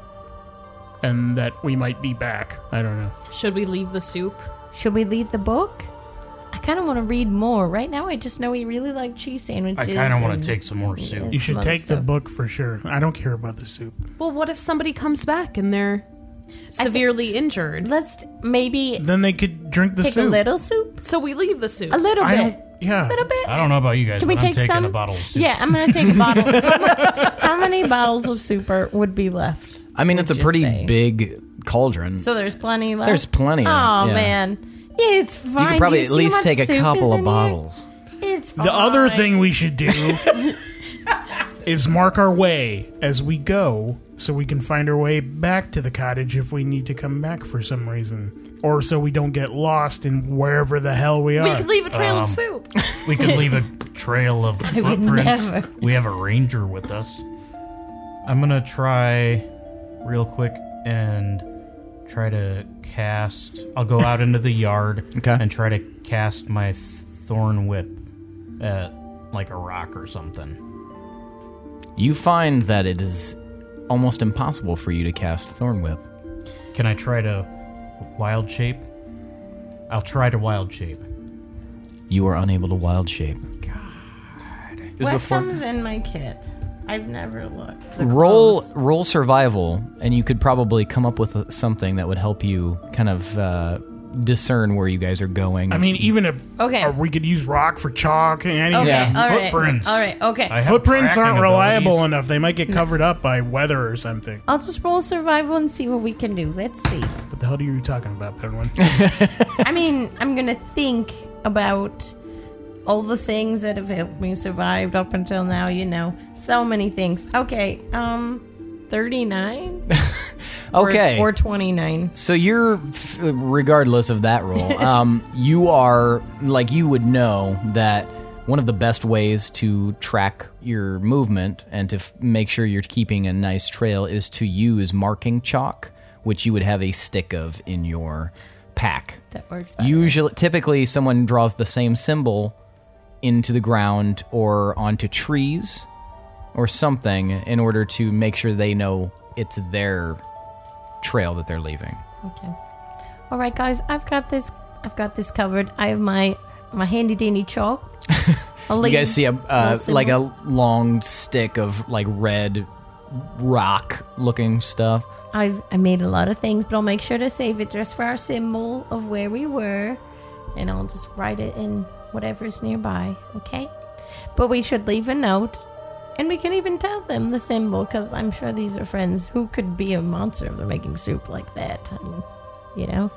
Speaker 7: and that we might be back. I don't know.
Speaker 1: Should we leave the soup?
Speaker 4: Should we leave the book? I kind of want to read more. Right now, I just know he really liked cheese sandwiches.
Speaker 6: I kind of want
Speaker 4: and-
Speaker 6: to take some more soup.
Speaker 7: You should
Speaker 8: Love
Speaker 7: take the
Speaker 8: stuff.
Speaker 7: book for sure. I don't care about the soup.
Speaker 1: Well, what if somebody comes back and they're severely injured?
Speaker 8: Let's maybe
Speaker 7: Then they could drink the
Speaker 8: take
Speaker 7: soup.
Speaker 8: a little soup.
Speaker 1: So we leave the soup.
Speaker 8: A little
Speaker 7: I
Speaker 8: bit.
Speaker 7: don't. Yeah.
Speaker 8: A little bit.
Speaker 6: I don't know about you guys,
Speaker 8: Can we
Speaker 6: but I'm
Speaker 8: take
Speaker 6: taking
Speaker 8: some?
Speaker 6: a bottle of soup.
Speaker 8: Yeah, I'm gonna take a bottle. how, mu- how many bottles of super would be left?
Speaker 3: I mean
Speaker 8: Would
Speaker 3: it's a
Speaker 8: you
Speaker 3: pretty
Speaker 8: say?
Speaker 3: big cauldron.
Speaker 8: So there's plenty left.
Speaker 3: There's plenty.
Speaker 8: Oh
Speaker 3: of, yeah.
Speaker 8: man, yeah, it's fine.
Speaker 3: You could
Speaker 8: Do
Speaker 3: probably
Speaker 8: you
Speaker 3: at
Speaker 8: see how
Speaker 3: least
Speaker 8: much
Speaker 3: take a
Speaker 8: soup is
Speaker 3: couple
Speaker 8: in here?
Speaker 3: of bottles.
Speaker 8: It's fine.
Speaker 7: The other thing we should do is mark our way as we go so we can find our way back to the cottage if we need to come back for some reason. Or so we don't get lost in wherever the hell we are.
Speaker 1: we could leave a trail
Speaker 6: Um,
Speaker 1: of soup.
Speaker 6: We could leave a trail of footprints.
Speaker 8: never.
Speaker 6: We have a ranger with us. I'm gonna try real quick and try to cast. I'll go out into the yard
Speaker 3: Okay.
Speaker 6: and try to cast my thorn whip at like a rock or something.
Speaker 3: You find that it is almost impossible for you to cast Thorn Whip.
Speaker 6: Can I try to wild shape? I'll try to wild shape.
Speaker 3: You are unable to wild shape.
Speaker 8: What comes in my kit? I've never looked. The
Speaker 3: roll
Speaker 8: clothes.
Speaker 3: roll survival, and you could probably come up with something that would help you kind of uh, discern where you guys are going.
Speaker 7: I mean, even if
Speaker 8: Okay.
Speaker 7: or we could use rock for chalk and anything.
Speaker 8: Okay.
Speaker 3: Yeah.
Speaker 8: All right.
Speaker 6: Footprints.
Speaker 8: All right. Mm. Okay.
Speaker 6: I have
Speaker 7: Footprints
Speaker 6: tracking
Speaker 7: aren't reliable
Speaker 6: abilities.
Speaker 7: enough. They might get covered up by weather or something.
Speaker 8: Oh.
Speaker 4: I'll just roll survival and see what we can do. Let's see.
Speaker 7: What the hell are you talking about, Penguin?
Speaker 8: I mean, I'm gonna think about
Speaker 4: all the things that have helped me survived up until now. You know, so many things. Okay, um, thirty nine.
Speaker 3: Okay.
Speaker 4: or, or twenty nine.
Speaker 3: So you're, f- regardless of that rule, um, you are like you would know that one of the best ways to track your movement and to f- make sure you're keeping a nice trail is to use marking chalk, which you would have a stick of in your pack.
Speaker 4: That works.
Speaker 3: Usually, typically, someone draws the same symbol into the ground or onto trees or something in order to make sure they know it's their trail that they're leaving.
Speaker 4: Okay.
Speaker 8: All right, guys, I've got this. I've got this covered. I have my my handy dandy chalk. I'll
Speaker 3: You
Speaker 8: leave-
Speaker 3: guys see a uh,
Speaker 8: Nothing.
Speaker 3: like a long stick of like red rock looking stuff.
Speaker 8: I've I made a lot of things, but I'll make sure to save it just for our symbol of where we were, and I'll just write it in whatever's nearby. Okay, but we should leave a note, and we can even tell them the symbol because I'm sure these are friends who could be a monster if they're making soup like that. I mean, you know,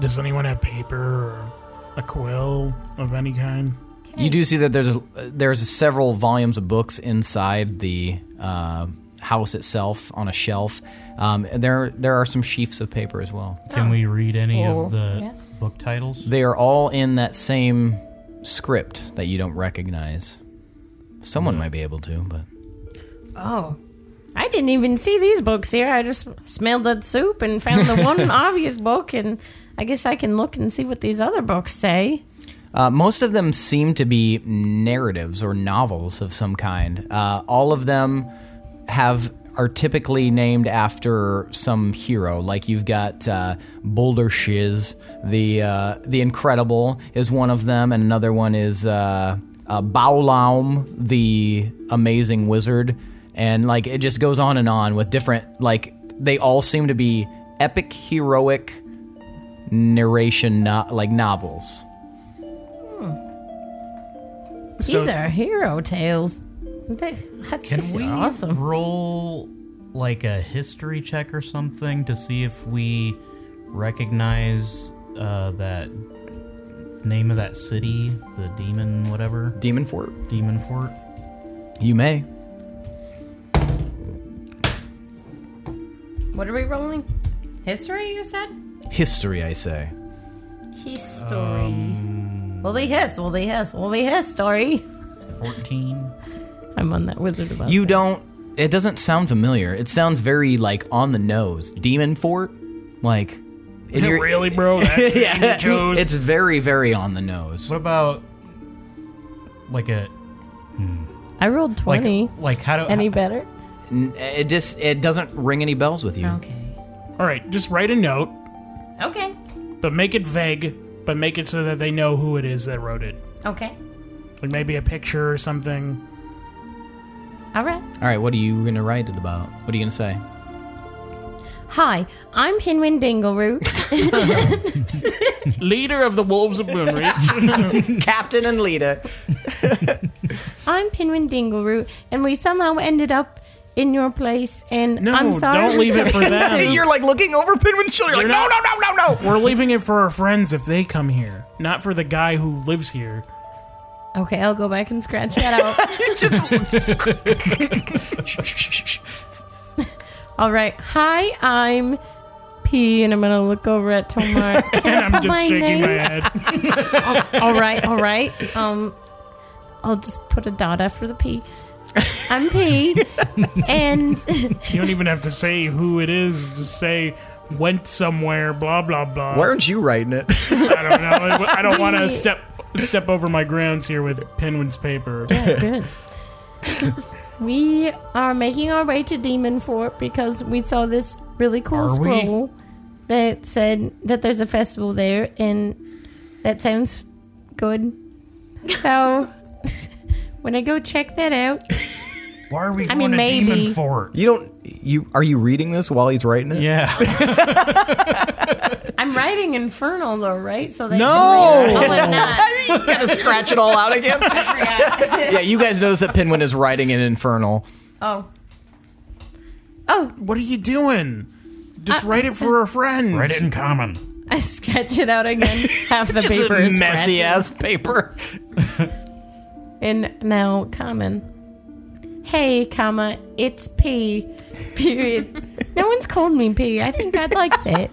Speaker 7: Does anyone have paper or a quill of any kind?
Speaker 3: You do see that there's a, there's several volumes of books inside the uh, house itself on a shelf. Um, and there there are some sheafs of paper as well.
Speaker 6: Can we read any
Speaker 4: Oh,
Speaker 6: of the
Speaker 4: yeah.
Speaker 6: book titles?
Speaker 3: They are all in that same script that you don't recognize. Someone might be able to, but
Speaker 8: oh,
Speaker 4: I didn't even see these books here. I just smelled the soup and found the one obvious book, and I guess I can look and see what these other books say.
Speaker 3: Uh, most of them seem to be narratives or novels of some kind. Uh, all of them have are typically named after some hero. Like you've got uh, Boulder Shiz, the uh, the Incredible is one of them, and another one is uh, uh, Baulaum, the Amazing Wizard, and like it just goes on and on with different like they all seem to be epic heroic narration no- like novels.
Speaker 4: These are hero tales.
Speaker 8: they,
Speaker 6: Can
Speaker 8: these
Speaker 6: we
Speaker 8: are awesome.
Speaker 6: roll like a history check or something to see if we recognize uh, that name of that city, the demon, whatever,
Speaker 3: Demon Fort.
Speaker 6: demon fort?
Speaker 3: You may.
Speaker 4: What are we rolling? History, you said?
Speaker 3: History, I say.
Speaker 4: History. We'll be his, we'll be his, we'll be his story.
Speaker 6: Fourteen.
Speaker 4: I'm on that wizard about
Speaker 3: You don't. It doesn't sound familiar. It sounds very, like, on the nose. Demon Fort? Like. in your-
Speaker 7: really, bro? That's yeah. You chose?
Speaker 3: It's very, very on the nose.
Speaker 6: What about like a
Speaker 4: I rolled
Speaker 6: like
Speaker 4: 20.
Speaker 6: like how do
Speaker 4: Any
Speaker 6: how-
Speaker 4: better?
Speaker 3: N- It just. It doesn't ring any bells with you.
Speaker 4: Okay.
Speaker 7: All right, just write a note,
Speaker 4: Okay.
Speaker 7: but make it vague, but make it so that they know who it is that wrote it.
Speaker 4: Okay.
Speaker 7: Like maybe a picture or something.
Speaker 4: All right.
Speaker 3: All right, what are you going to write it about? What are you going to say?
Speaker 4: Hi, I'm Pinwin Dingleroot.
Speaker 7: Leader of the Wolves of Moonreach.
Speaker 3: Captain and leader.
Speaker 4: I'm Pinwin Dingleroot, and we somehow ended up in your place. And
Speaker 7: No,
Speaker 4: I'm sorry.
Speaker 7: don't leave it for them.
Speaker 3: You're like looking over Pinwin's shoulder. You're
Speaker 7: You're
Speaker 3: like, no,
Speaker 7: not-
Speaker 3: no, no, no, no.
Speaker 7: We're leaving it for our friends if they come here, not for the guy who lives here.
Speaker 4: Okay, I'll go back and scratch that out. All right. Hi, I'm P, and I'm gonna look over at Tomar.
Speaker 7: And I'm just
Speaker 4: My
Speaker 7: shaking my
Speaker 4: name?
Speaker 7: head.
Speaker 4: all right, all right. Um, I'll just put a dot after the P. I'm P, and
Speaker 7: You don't even have to say who it is. Just say went somewhere. Blah blah blah.
Speaker 3: Why aren't you writing it?
Speaker 7: I don't know. I don't want to step step over my grounds here with Penguin's paper.
Speaker 4: Good. we are making our way to Demon Fort because we saw this really cool
Speaker 6: Are we?
Speaker 4: scroll that said that there's a festival there, and that sounds good. So when I go check that out,
Speaker 6: why are we
Speaker 4: I
Speaker 6: going
Speaker 4: mean,
Speaker 6: to
Speaker 4: maybe.
Speaker 6: demon fort?
Speaker 3: You don't. You are you reading this while he's writing it?
Speaker 6: Yeah.
Speaker 4: I'm writing Infernal though, right? So they
Speaker 3: No!
Speaker 4: Oh, I'm not.
Speaker 3: you gotta scratch it all out again. yeah, you guys notice that Pinwin is riding an infernal.
Speaker 4: Oh, Uh,
Speaker 7: What are you doing? Just write it for our friends.
Speaker 6: Write it in common.
Speaker 4: I scratch it out again. Half the
Speaker 3: Just a
Speaker 4: paper is
Speaker 3: messy
Speaker 4: scratched.
Speaker 3: ass paper.
Speaker 4: And now, common. Hey, comma, it's P. Period. no one's called me P. I think I'd like that.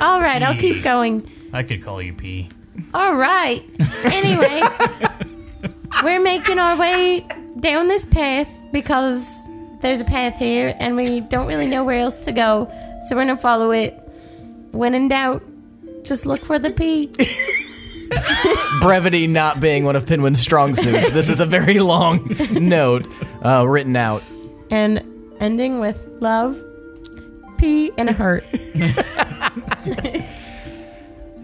Speaker 4: All right, I'll keep going.
Speaker 6: I could call you P.
Speaker 4: All right. Anyway, we're making our way down this path because there's a path here and we don't really know where else to go. So we're going to follow it. When in doubt, just look for the P.
Speaker 3: Brevity not being one of Pinwin's strong suits. This is a very long note uh, written out.
Speaker 4: and ending with love, pee, and a heart.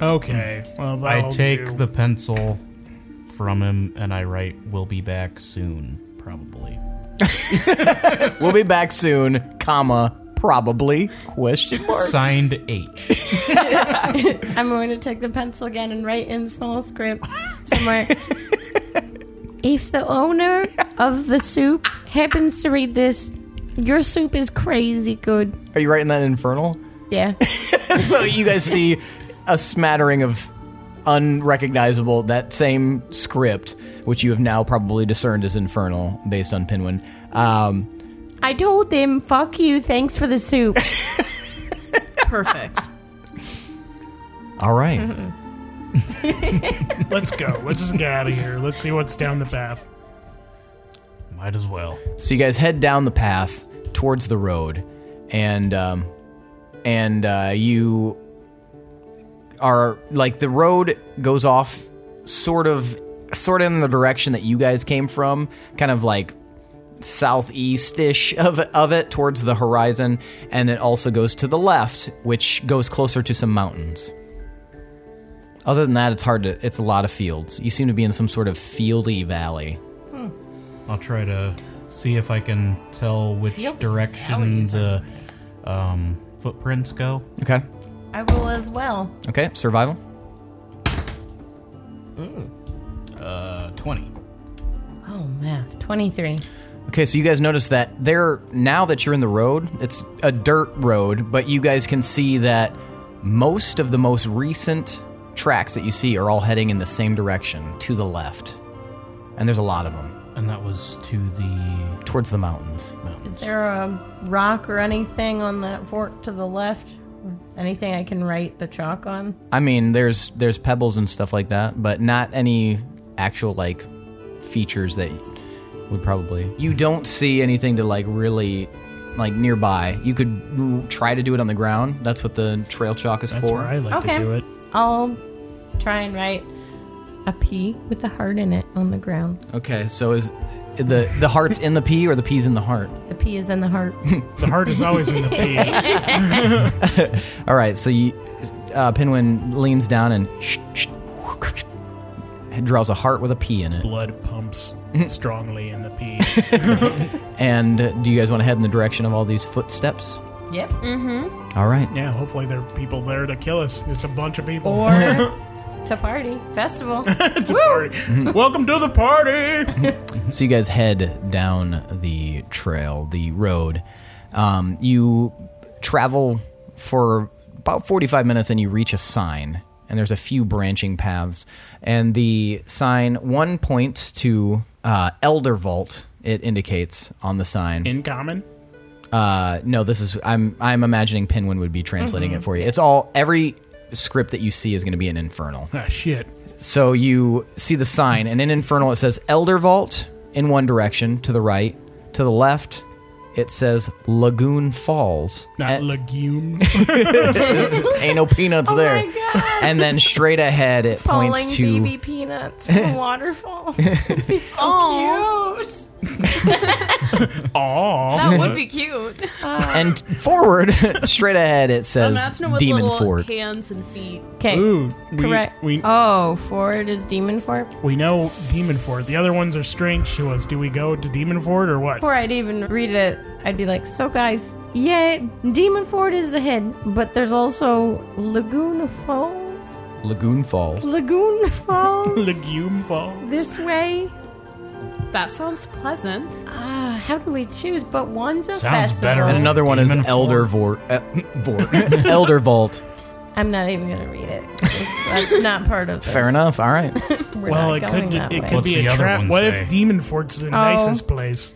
Speaker 7: Okay. Well,
Speaker 6: I
Speaker 7: that'll
Speaker 6: take
Speaker 7: do.
Speaker 6: the pencil from him and I write, "We'll be back soon, probably."
Speaker 3: We'll be back soon, comma, probably, question mark.
Speaker 6: Signed H.
Speaker 4: I'm going to take the pencil again and write in small script somewhere. if the owner of the soup happens to read this, your soup is crazy good.
Speaker 3: Are you writing that in infernal?
Speaker 4: Yeah.
Speaker 3: so you guys see a smattering of unrecognizable that same script which you have now probably discerned as infernal based on pinwin um,
Speaker 4: I told them, fuck you, thanks for the soup.
Speaker 1: Perfect.
Speaker 3: all right
Speaker 7: Let's go. Let's just get out of here. Let's see what's down the path.
Speaker 6: Might as well.
Speaker 3: so you guys head down the path towards the road and um, and uh, you are like the road goes off sort of sort of in the direction that you guys came from kind of like southeast-ish of, of it towards the horizon and it also goes to the left which goes closer to some mountains other than that it's hard to it's a lot of fields you seem to be in some sort of fieldy valley
Speaker 6: I'll try to see if I can tell which direction the um, footprints go.
Speaker 3: okay
Speaker 4: I will as well.
Speaker 3: okay survival
Speaker 6: Uh, Twenty.
Speaker 4: Oh, math. 23.
Speaker 3: Okay, so you guys notice that there now that you're in the road, it's a dirt road, but you guys can see that most of the most recent tracks that you see are all heading in the same direction to the left. And there's a lot of them
Speaker 6: And that was to the
Speaker 3: towards the mountains.
Speaker 4: Is there a rock or anything on that fork to the left? Anything I can write the chalk on?
Speaker 3: I mean, there's there's pebbles and stuff like that, but not any actual like features that would probably. You don't see anything to like really like nearby. You could r- try to do it on the ground. That's what the trail chalk is
Speaker 10: That's
Speaker 3: for.
Speaker 10: where I like
Speaker 4: Okay.
Speaker 10: to do it.
Speaker 4: I'll try and write a P with a heart in it on the ground.
Speaker 3: Okay, so is the the heart's in the pea or the pea's in the heart?
Speaker 4: The P is in the heart.
Speaker 7: The heart is always in the pea.
Speaker 3: All right, so you, uh, Pinwin leans down and draws a heart with a pea in it.
Speaker 7: Blood pumps strongly in the pea.
Speaker 3: And uh, do you guys want to head in the direction of all these footsteps?
Speaker 4: Yep.
Speaker 3: All right.
Speaker 7: Yeah, hopefully there are people there to kill us. Just a bunch of people.
Speaker 4: Or to party festival.
Speaker 7: It's a party. Welcome to the party.
Speaker 3: So you guys head down the trail, the road. Um, you travel for about 45 minutes and you reach a sign. And there's a few branching paths. And the sign, one points to uh, Elder Vault, it indicates on the sign.
Speaker 7: In common.
Speaker 3: Uh, no, this is, I'm, I'm imagining Pinwin would be translating it for you. It's all, every script that you see is going to be an infernal.
Speaker 7: Ah, shit.
Speaker 3: So you see the sign, and in Infernal it says Elder Vault in one direction to the right. To the left, it says Lagoon Falls.
Speaker 7: Not
Speaker 3: And-
Speaker 7: legume.
Speaker 3: ain't no peanuts there. And then straight ahead, it points to
Speaker 4: peanuts from a waterfall. be so cute.
Speaker 7: Aw.
Speaker 1: That would be cute.
Speaker 3: and forward. straight ahead, it says
Speaker 1: Imagine it with
Speaker 3: Demon
Speaker 1: little
Speaker 3: Fort.
Speaker 1: hands and feet.
Speaker 4: Okay.
Speaker 7: Ooh, we,
Speaker 4: Correct.
Speaker 7: We,
Speaker 4: oh, forward is demon fort.
Speaker 7: we know Demon Fort. The other ones are strange to us. Do we go to Demon Fort or what?
Speaker 4: Before I'd even read it, I'd be like, so guys, yeah, demon fort is ahead, but there's also Laguna Falls.
Speaker 3: Lagoon Falls.
Speaker 4: Lagoon Falls.
Speaker 7: Legume Falls.
Speaker 4: this way.
Speaker 1: That sounds pleasant.
Speaker 4: Ah, how do we choose? But one's a
Speaker 6: Sounds
Speaker 4: festival.
Speaker 6: better.
Speaker 3: And another one is
Speaker 6: Demon
Speaker 3: eh, Elder Vort. Uh, Vort. Elder Vault.
Speaker 4: I'm not even gonna read it. It's- That's not part of. This.
Speaker 3: Fair enough. All right.
Speaker 4: We're
Speaker 7: Well,
Speaker 4: not
Speaker 7: it
Speaker 4: going
Speaker 7: could
Speaker 4: that
Speaker 7: it
Speaker 4: way.
Speaker 7: could
Speaker 6: What's
Speaker 7: be
Speaker 6: the
Speaker 7: a
Speaker 6: other
Speaker 7: trap.
Speaker 6: one
Speaker 7: What
Speaker 6: say?
Speaker 7: if Demon Fort's the nicest place?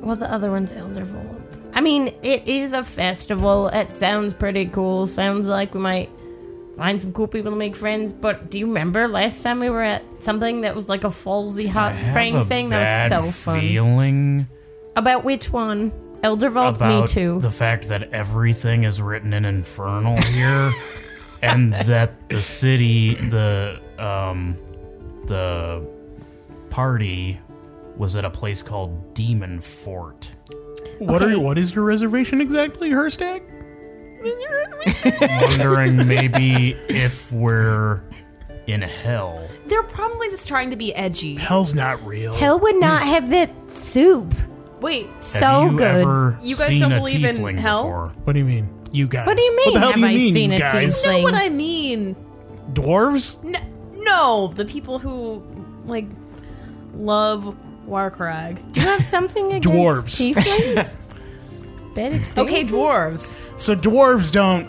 Speaker 4: Well, the other one's Eldervold.
Speaker 8: I mean, it is a festival. It sounds pretty cool. Sounds like we might find some cool people to make friends. But do you remember last time we were at something that was like a falsy hot spring thing? That was so fun.
Speaker 6: Feeling
Speaker 8: About which one? Elder Vault?
Speaker 6: about
Speaker 8: Me too.
Speaker 6: the fact that everything is written in infernal here, and that the city, the um, the party was at a place called Demon Fort.
Speaker 7: What
Speaker 8: Okay.
Speaker 7: are what is your reservation exactly, Herstag?
Speaker 6: Wondering maybe if we're in hell.
Speaker 1: They're probably just trying to be edgy.
Speaker 7: Hell's not real.
Speaker 8: Hell would
Speaker 6: Hmm.
Speaker 8: not have that soup.
Speaker 1: Wait,
Speaker 8: So
Speaker 6: Have you
Speaker 8: good.
Speaker 6: ever
Speaker 1: You guys
Speaker 6: seen
Speaker 1: don't
Speaker 6: a
Speaker 1: believe in
Speaker 6: tiefling
Speaker 1: hell?
Speaker 6: Before?
Speaker 7: What do you mean, you guys?
Speaker 8: What do you
Speaker 7: What
Speaker 8: mean?
Speaker 7: the hell do
Speaker 8: Have
Speaker 7: you
Speaker 8: I
Speaker 7: mean,
Speaker 8: seen it,
Speaker 7: guys?
Speaker 8: Dean?
Speaker 1: know
Speaker 8: thing.
Speaker 1: what I mean.
Speaker 7: Dwarves?
Speaker 1: N- no, the people who like love Warcrag.
Speaker 8: Do you have something against
Speaker 7: Dwarves.
Speaker 8: tieflings? Bad experience.
Speaker 1: Okay, dwarves.
Speaker 7: So dwarves don't.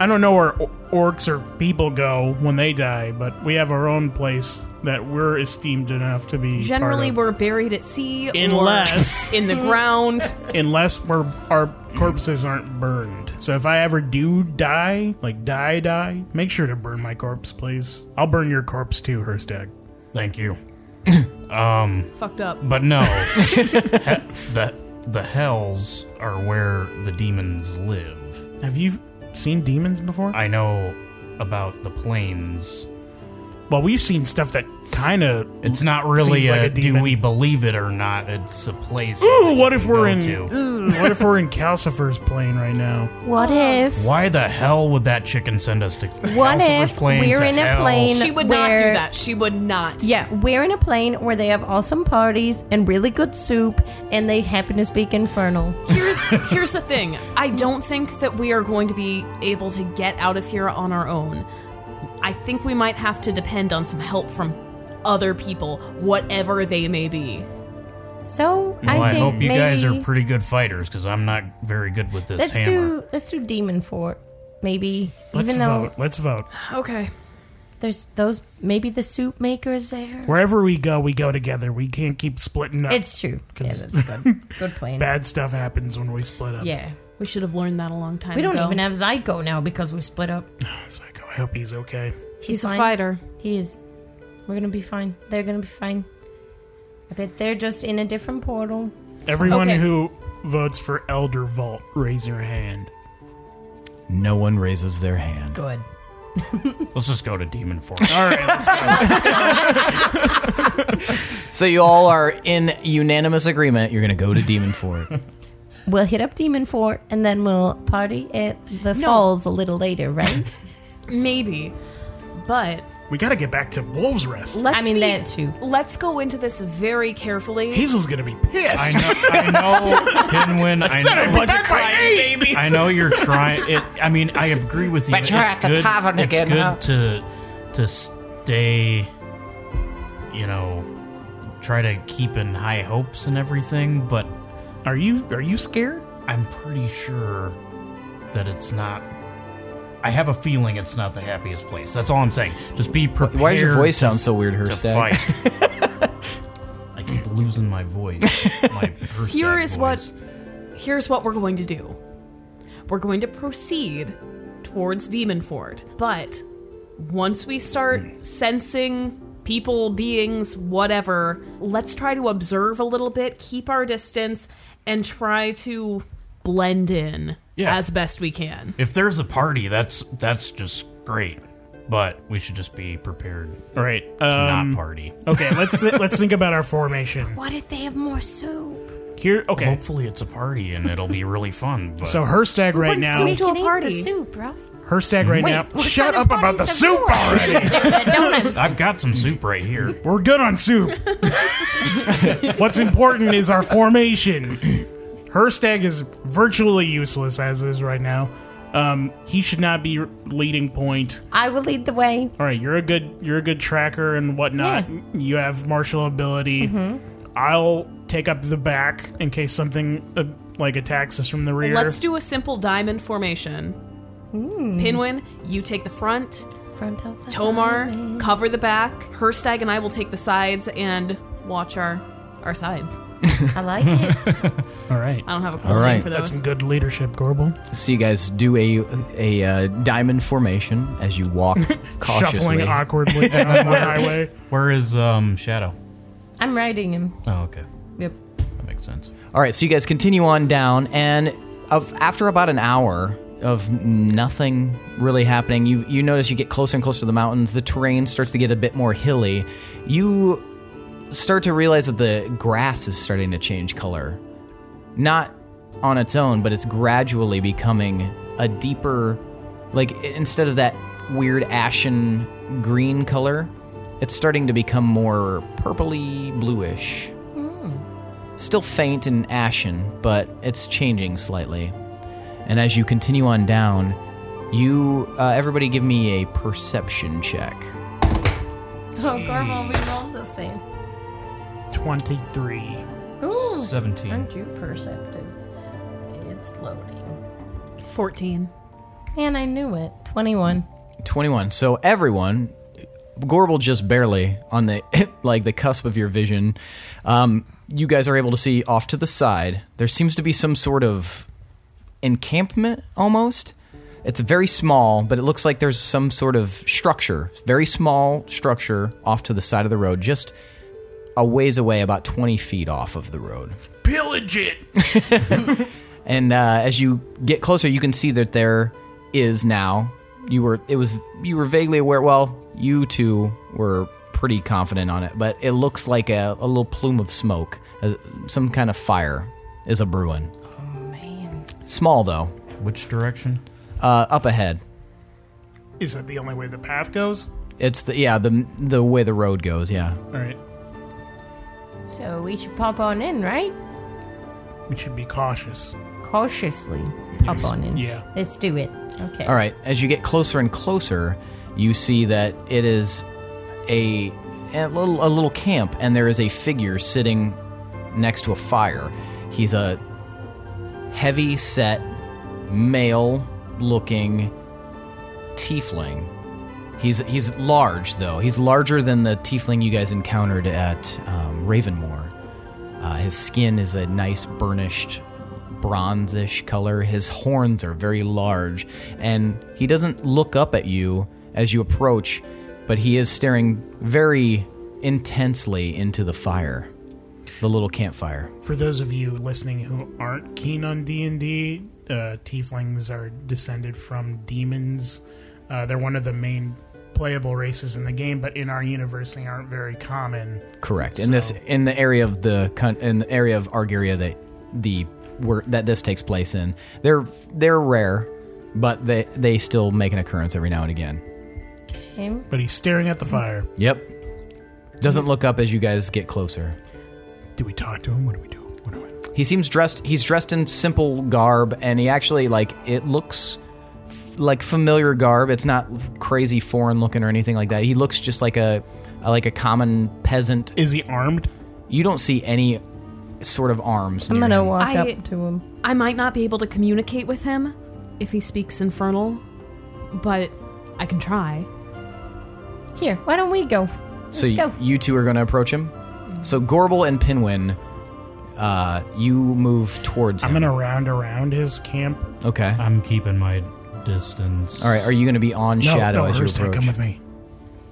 Speaker 7: I don't know where or- orcs or people go when they die, but we have our own place that we're esteemed enough to be. part
Speaker 1: Generally,
Speaker 7: of.
Speaker 1: we're buried at sea
Speaker 7: Unless-
Speaker 1: or in the ground.
Speaker 7: unless we're our corpses aren't burned. So if I ever do die, like die die, make sure to burn my corpse, please. I'll burn your corpse too, Herstag.
Speaker 6: Thank you.
Speaker 1: Fucked up.
Speaker 6: But no, he- the the hells are where the demons live.
Speaker 7: Have you seen demons before?
Speaker 6: I know about the planes.
Speaker 7: Well, we've seen stuff that kind of.
Speaker 6: It's not really
Speaker 7: Seems like
Speaker 6: a,
Speaker 7: a
Speaker 6: do
Speaker 7: demon.
Speaker 6: we believe it or not. It's a place.
Speaker 7: Ooh,
Speaker 6: that
Speaker 7: what
Speaker 6: you
Speaker 7: if
Speaker 6: can
Speaker 7: we're
Speaker 6: go
Speaker 7: in?
Speaker 6: to.
Speaker 7: Ugh, what if we're in Calcifer's plane right now?
Speaker 8: What if?
Speaker 6: Why the hell would that chicken send us to?
Speaker 8: What
Speaker 6: Calcifer's
Speaker 8: if
Speaker 6: plane
Speaker 8: we're
Speaker 6: to
Speaker 8: in a
Speaker 6: hell?
Speaker 8: plane-
Speaker 1: She would not do
Speaker 8: Where-
Speaker 1: that. She would not.
Speaker 8: Yeah, we're in a plane where they have awesome parties and really good soup, and they happen to speak infernal.
Speaker 1: Here's here's the thing. I don't think that we are going to be able to get out of here on our own. I think we might have to depend on some help from other people, whatever they may be.
Speaker 8: So
Speaker 6: Well, I,
Speaker 8: I think
Speaker 6: hope you
Speaker 8: maybe
Speaker 6: guys are pretty good fighters because I'm not very good with this
Speaker 8: let's
Speaker 6: hammer.
Speaker 8: do let's do demon fort. Maybe
Speaker 7: Let's
Speaker 8: even though
Speaker 7: vote. Let's vote.
Speaker 1: Okay.
Speaker 8: there's those maybe the soup maker is there.
Speaker 7: Wherever we go, we go together. We can't keep splitting up.
Speaker 8: It's true. Yeah,
Speaker 7: 'Cause-
Speaker 8: that's good. Good plan.
Speaker 7: bad stuff happens when we split up.
Speaker 8: Yeah.
Speaker 1: We should have learned that a long time
Speaker 8: We
Speaker 1: ago.
Speaker 8: don't even have Zyko now because we split up.
Speaker 7: Psycho, I hope he's okay.
Speaker 1: He's a
Speaker 8: fine.
Speaker 1: fighter.
Speaker 8: He is. We're gonna be fine. They're gonna be fine. Okay, they're just in a different portal.
Speaker 7: Everyone
Speaker 1: Okay.
Speaker 7: who votes for Elder Vault, raise your hand.
Speaker 3: No one raises their hand.
Speaker 8: Good.
Speaker 6: Let's just go to Demon Fort.
Speaker 7: All right, let's go.
Speaker 3: So you all are in unanimous agreement. You're gonna go to Demon Fort.
Speaker 8: We'll hit up Demon Fort and then we'll party at the falls a little later, right?
Speaker 1: Maybe. But
Speaker 7: we got to get back to Wolves Rest.
Speaker 1: let's
Speaker 8: I mean
Speaker 1: be-
Speaker 8: that too.
Speaker 1: Let's go into this very carefully.
Speaker 7: Hazel's gonna be pissed.
Speaker 6: I know, I know, Pinwin. I,
Speaker 7: Said I
Speaker 6: know-
Speaker 7: budget by eight.
Speaker 6: I know you're trying. It, I mean, I agree with you.
Speaker 3: But you're
Speaker 6: it's
Speaker 3: at the
Speaker 6: good,
Speaker 3: tavern
Speaker 6: it's
Speaker 3: again,
Speaker 6: good
Speaker 3: huh?
Speaker 6: to to stay. You know, try to keep in high hopes and everything, but
Speaker 7: Are you are you scared?
Speaker 6: I'm pretty sure that it's not. I have a feeling it's not the happiest place. That's all I'm saying. Just be prepared.
Speaker 3: Why does your voice sound so weird,
Speaker 6: to
Speaker 3: Herstag?
Speaker 6: fight? I keep losing my voice. My Herstag
Speaker 1: Here is what-
Speaker 6: voice.
Speaker 1: here's what we're going to do we're going to proceed towards demon fort but once we start sensing people beings whatever let's try to observe a little bit keep our distance and try to blend in
Speaker 6: Yeah.
Speaker 1: as best we can
Speaker 6: if there's a party, that's that's just great. But we should just be prepared
Speaker 7: All right.
Speaker 6: to
Speaker 7: Um,
Speaker 6: not party.
Speaker 7: okay, let's thi- let's think about our formation.
Speaker 8: What if they have more soup?
Speaker 7: Here, okay.
Speaker 6: Hopefully, it's a party and it'll be really fun. But
Speaker 7: So Herstag right now,
Speaker 1: sweet- to a party.
Speaker 8: The soup, bro.
Speaker 7: Herstag right
Speaker 8: Wait,
Speaker 7: now.
Speaker 8: what
Speaker 7: Shut
Speaker 8: kind
Speaker 7: up
Speaker 8: of
Speaker 7: about the
Speaker 8: parties
Speaker 7: soup
Speaker 8: are there?
Speaker 7: already.
Speaker 6: I've got some soup right here.
Speaker 7: We're good on soup. What's important is our formation. Herstag is virtually useless as is right now. Um, he should not be leading point.
Speaker 8: I will lead the way.
Speaker 7: All right, you're a good you're a good tracker and whatnot.
Speaker 8: Yeah.
Speaker 7: You have martial ability. I'll take up the back in case something uh, like attacks us from the rear.
Speaker 1: let's do a simple diamond formation Pinwin, you take the front.
Speaker 8: Front of the
Speaker 1: Tomar, cover the back. Herstag and I will take the sides and watch our our sides.
Speaker 8: I like it.
Speaker 7: All right.
Speaker 1: I don't have a
Speaker 3: All
Speaker 1: cool
Speaker 3: right.
Speaker 1: for
Speaker 7: That's
Speaker 1: those.
Speaker 7: some good leadership, Gorbel.
Speaker 3: So you guys do a a uh, diamond formation as you walk cautiously.
Speaker 7: Shuffling awkwardly down the highway.
Speaker 6: Where is um Shadow?
Speaker 8: I'm writing him.
Speaker 6: Oh, okay.
Speaker 8: Yep.
Speaker 6: That makes sense.
Speaker 3: All right, so you guys continue on down, and of, after about an hour of nothing really happening, you you notice you get closer and closer to the mountains. The terrain starts to get a bit more hilly. You start to realize that the grass is starting to change color, not on its own, but it's gradually becoming a deeper, like i- instead of that weird ashen green color, it's starting to become more purpley bluish still faint and ashen, but it's changing slightly. And as you continue on down, you uh, everybody give me a perception check.
Speaker 8: Oh, Gorbel, we rolled the same.
Speaker 7: 23.
Speaker 8: Ooh.
Speaker 6: Seventeen.
Speaker 8: Aren't you perceptive? It's loading.
Speaker 1: 14.
Speaker 8: Man, I knew it. 21.
Speaker 3: 21. So everyone, Gorble just barely on the like the cusp of your vision. Um, you guys are able to see off to the side. There seems to be some sort of encampment almost. It's very small, but it looks like there's some sort of structure, very small structure off to the side of the road, just a ways away, about 20 feet off of the road.
Speaker 5: Pillage it.
Speaker 3: And uh, as you get closer, you can see that there is now. You were it was you were vaguely aware. Well, you two were pretty confident on it, but it looks like a, a little plume of smoke, as some kind of fire is a brewing. Oh man! Small though.
Speaker 6: Which direction?
Speaker 3: Uh, up ahead,
Speaker 7: Is that the only way the path goes?
Speaker 3: it's the yeah the the way the road goes. Yeah.
Speaker 7: All right.
Speaker 8: So we should pop on in, right?
Speaker 7: We should be cautious.
Speaker 8: Cautiously pop on in.
Speaker 7: Yeah.
Speaker 8: Let's do it. Okay.
Speaker 3: All right. As you get closer and closer, you see that it is a a little a little camp, and there is a figure sitting next to a fire. He's a heavy set male looking tiefling. He's he's large though. He's larger than the tiefling you guys encountered at um, Ravenmoor. Uh, his skin is a nice burnished bronzish color. His horns are very large, and he doesn't look up at you as you approach, but he is staring very intensely into the fire, the little campfire.
Speaker 7: For those of you listening who aren't keen on D and D, uh, tieflings are descended from demons. Uh, they're one of the main playable races in the game, but in our universe, they aren't very common.
Speaker 3: Correct. In this, in the area of the con- in the area of Argyria that the where that this takes place in, they're they're rare, but they they still make an occurrence every now and again.
Speaker 8: Okay.
Speaker 7: But he's staring at the fire.
Speaker 3: Yep. Doesn't look up as you guys get closer.
Speaker 7: Do we talk to him? What do we do? What do we?
Speaker 3: He seems dressed. He's dressed in simple garb, and he actually like it looks f- like familiar garb. It's not crazy foreign looking or anything like that. He looks just like a, a like a common peasant.
Speaker 7: Is he armed?
Speaker 3: You don't see any sort of arms.
Speaker 4: I'm
Speaker 3: near
Speaker 4: gonna
Speaker 3: him.
Speaker 4: walk
Speaker 1: I-
Speaker 4: up to him.
Speaker 1: I might not be able to communicate with him if he speaks infernal, but I can try.
Speaker 8: Here, why don't we go?
Speaker 3: So
Speaker 8: Let's
Speaker 3: y-
Speaker 8: go.
Speaker 3: you two are going to approach him. So Gorbel and Pinwin, uh, you move towards
Speaker 7: I'm
Speaker 3: him.
Speaker 7: gonna round around his camp.
Speaker 3: okay.
Speaker 6: I'm keeping my distance.
Speaker 3: All right. Are you going to be on
Speaker 7: No,
Speaker 3: shadow
Speaker 7: no,
Speaker 3: as you
Speaker 7: Hurstak,
Speaker 3: approach?
Speaker 7: come with me.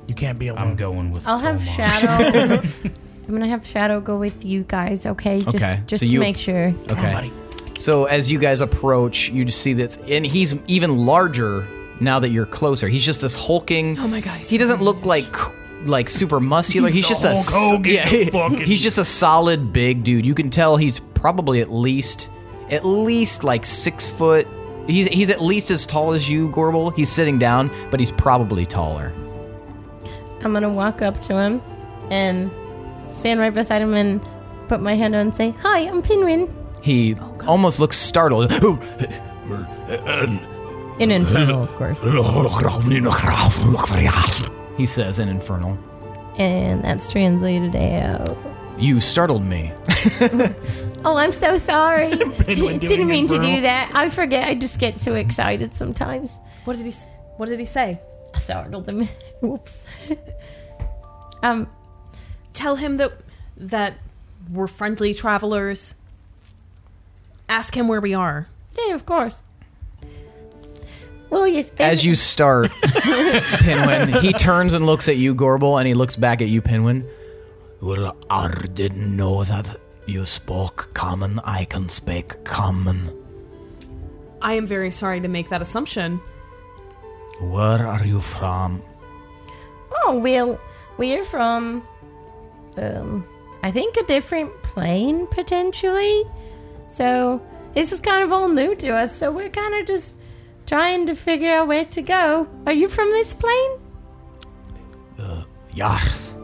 Speaker 7: You can't be alone.
Speaker 6: I'm going with.
Speaker 8: I'll have
Speaker 6: Tolmar.
Speaker 8: Shadow. I'm gonna have Shadow go with you guys, okay? Just,
Speaker 3: Okay,
Speaker 8: Just
Speaker 3: so
Speaker 8: to
Speaker 3: you-
Speaker 8: make sure.
Speaker 7: Come on,
Speaker 3: Okay.
Speaker 7: buddy.
Speaker 3: So as you guys approach, you just see this, and he's even larger now that you're closer. He's just this hulking. Oh
Speaker 1: my God, he's
Speaker 3: He doesn't look like like super muscular. He's,
Speaker 7: He's
Speaker 3: just
Speaker 7: the
Speaker 3: a
Speaker 7: Hulk
Speaker 3: s-
Speaker 7: Hogan
Speaker 3: yeah.
Speaker 7: of fucking-
Speaker 3: He's just a solid big dude. You can tell he's probably at least at least like six foot. He's he's at least as tall as you, Gorbel. He's sitting down, but he's probably taller.
Speaker 8: I'm gonna walk up to him and stand right beside him and put my hand on and say, Hi, I'm Pinwin.
Speaker 3: He almost looks startled.
Speaker 8: In Infernal, of course.
Speaker 3: he says in infernal,
Speaker 8: And that's translated out.
Speaker 3: "You startled me."
Speaker 4: Oh, I'm so sorry.
Speaker 11: doing
Speaker 4: Didn't mean to
Speaker 11: infernal.
Speaker 4: do that. I forget. I just get so excited sometimes.
Speaker 1: What did he? s- What did he say?
Speaker 4: I startled him. Whoops. um,
Speaker 1: Tell him that that we're friendly travelers. Ask him where we are.
Speaker 4: yeah, of course. Well, yes.
Speaker 3: As you start, Pinwin, he turns and looks at you, Gorbel, and he looks back at you, Pinwin. Well, I didn't know that you spoke common. I can speak common.
Speaker 1: I am very sorry to make that assumption.
Speaker 3: Where are you from?
Speaker 4: Oh, well, we're from, um, I think a different plane potentially. So this is kind of all new to us. So we're kind of just trying to figure out where to go. Are you from this plane?
Speaker 3: Yars.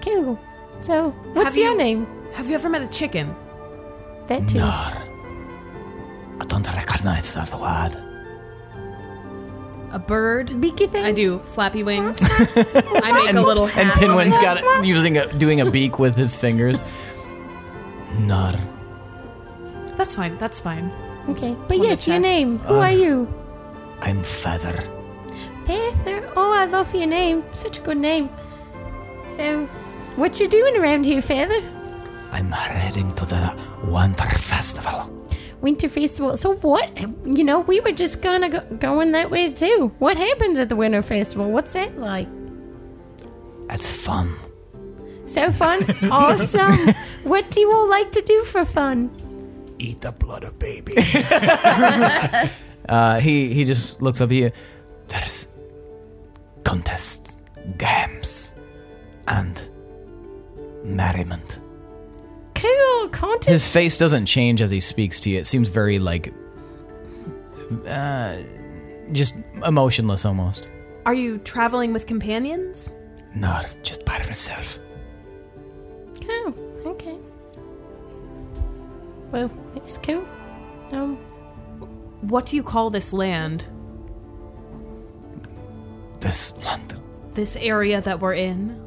Speaker 4: Cool. So what's
Speaker 1: Have you-
Speaker 4: your name?
Speaker 1: Have you ever met a chicken?
Speaker 4: That too.
Speaker 3: I don't recognize that word.
Speaker 1: A bird?
Speaker 4: Beaky thing.
Speaker 1: I do flappy wings. I make a little hat.
Speaker 3: And Pinwin's got it, using a, doing a beak with his fingers. Nar.
Speaker 1: That's fine. That's fine.
Speaker 4: Okay. But
Speaker 1: wanna
Speaker 4: yes, your
Speaker 1: check.
Speaker 4: name. Who are you?
Speaker 3: I'm Feather.
Speaker 4: Feather. Oh, I love your name. Such a good name. So, what you doing around here, Feather?
Speaker 3: I'm heading to the Winter Festival.
Speaker 4: Winter Festival. So what? You know, we were just gonna go, going that way too. What happens at the Winter Festival? What's that like?
Speaker 3: It's fun.
Speaker 4: So fun, awesome. What do you all like to do for fun?
Speaker 7: Eat the blood of baby.
Speaker 3: Uh, he he just looks up at you. There's contest games and merriment.
Speaker 4: Cool contest.
Speaker 3: His face doesn't change as he speaks to you. It seems very like, uh, just emotionless almost.
Speaker 1: Are you traveling with companions?
Speaker 3: No, just by myself.
Speaker 4: Oh, okay. Well, it's cool. Um,
Speaker 1: What do you call this land?
Speaker 3: This land,
Speaker 1: This area that we're in?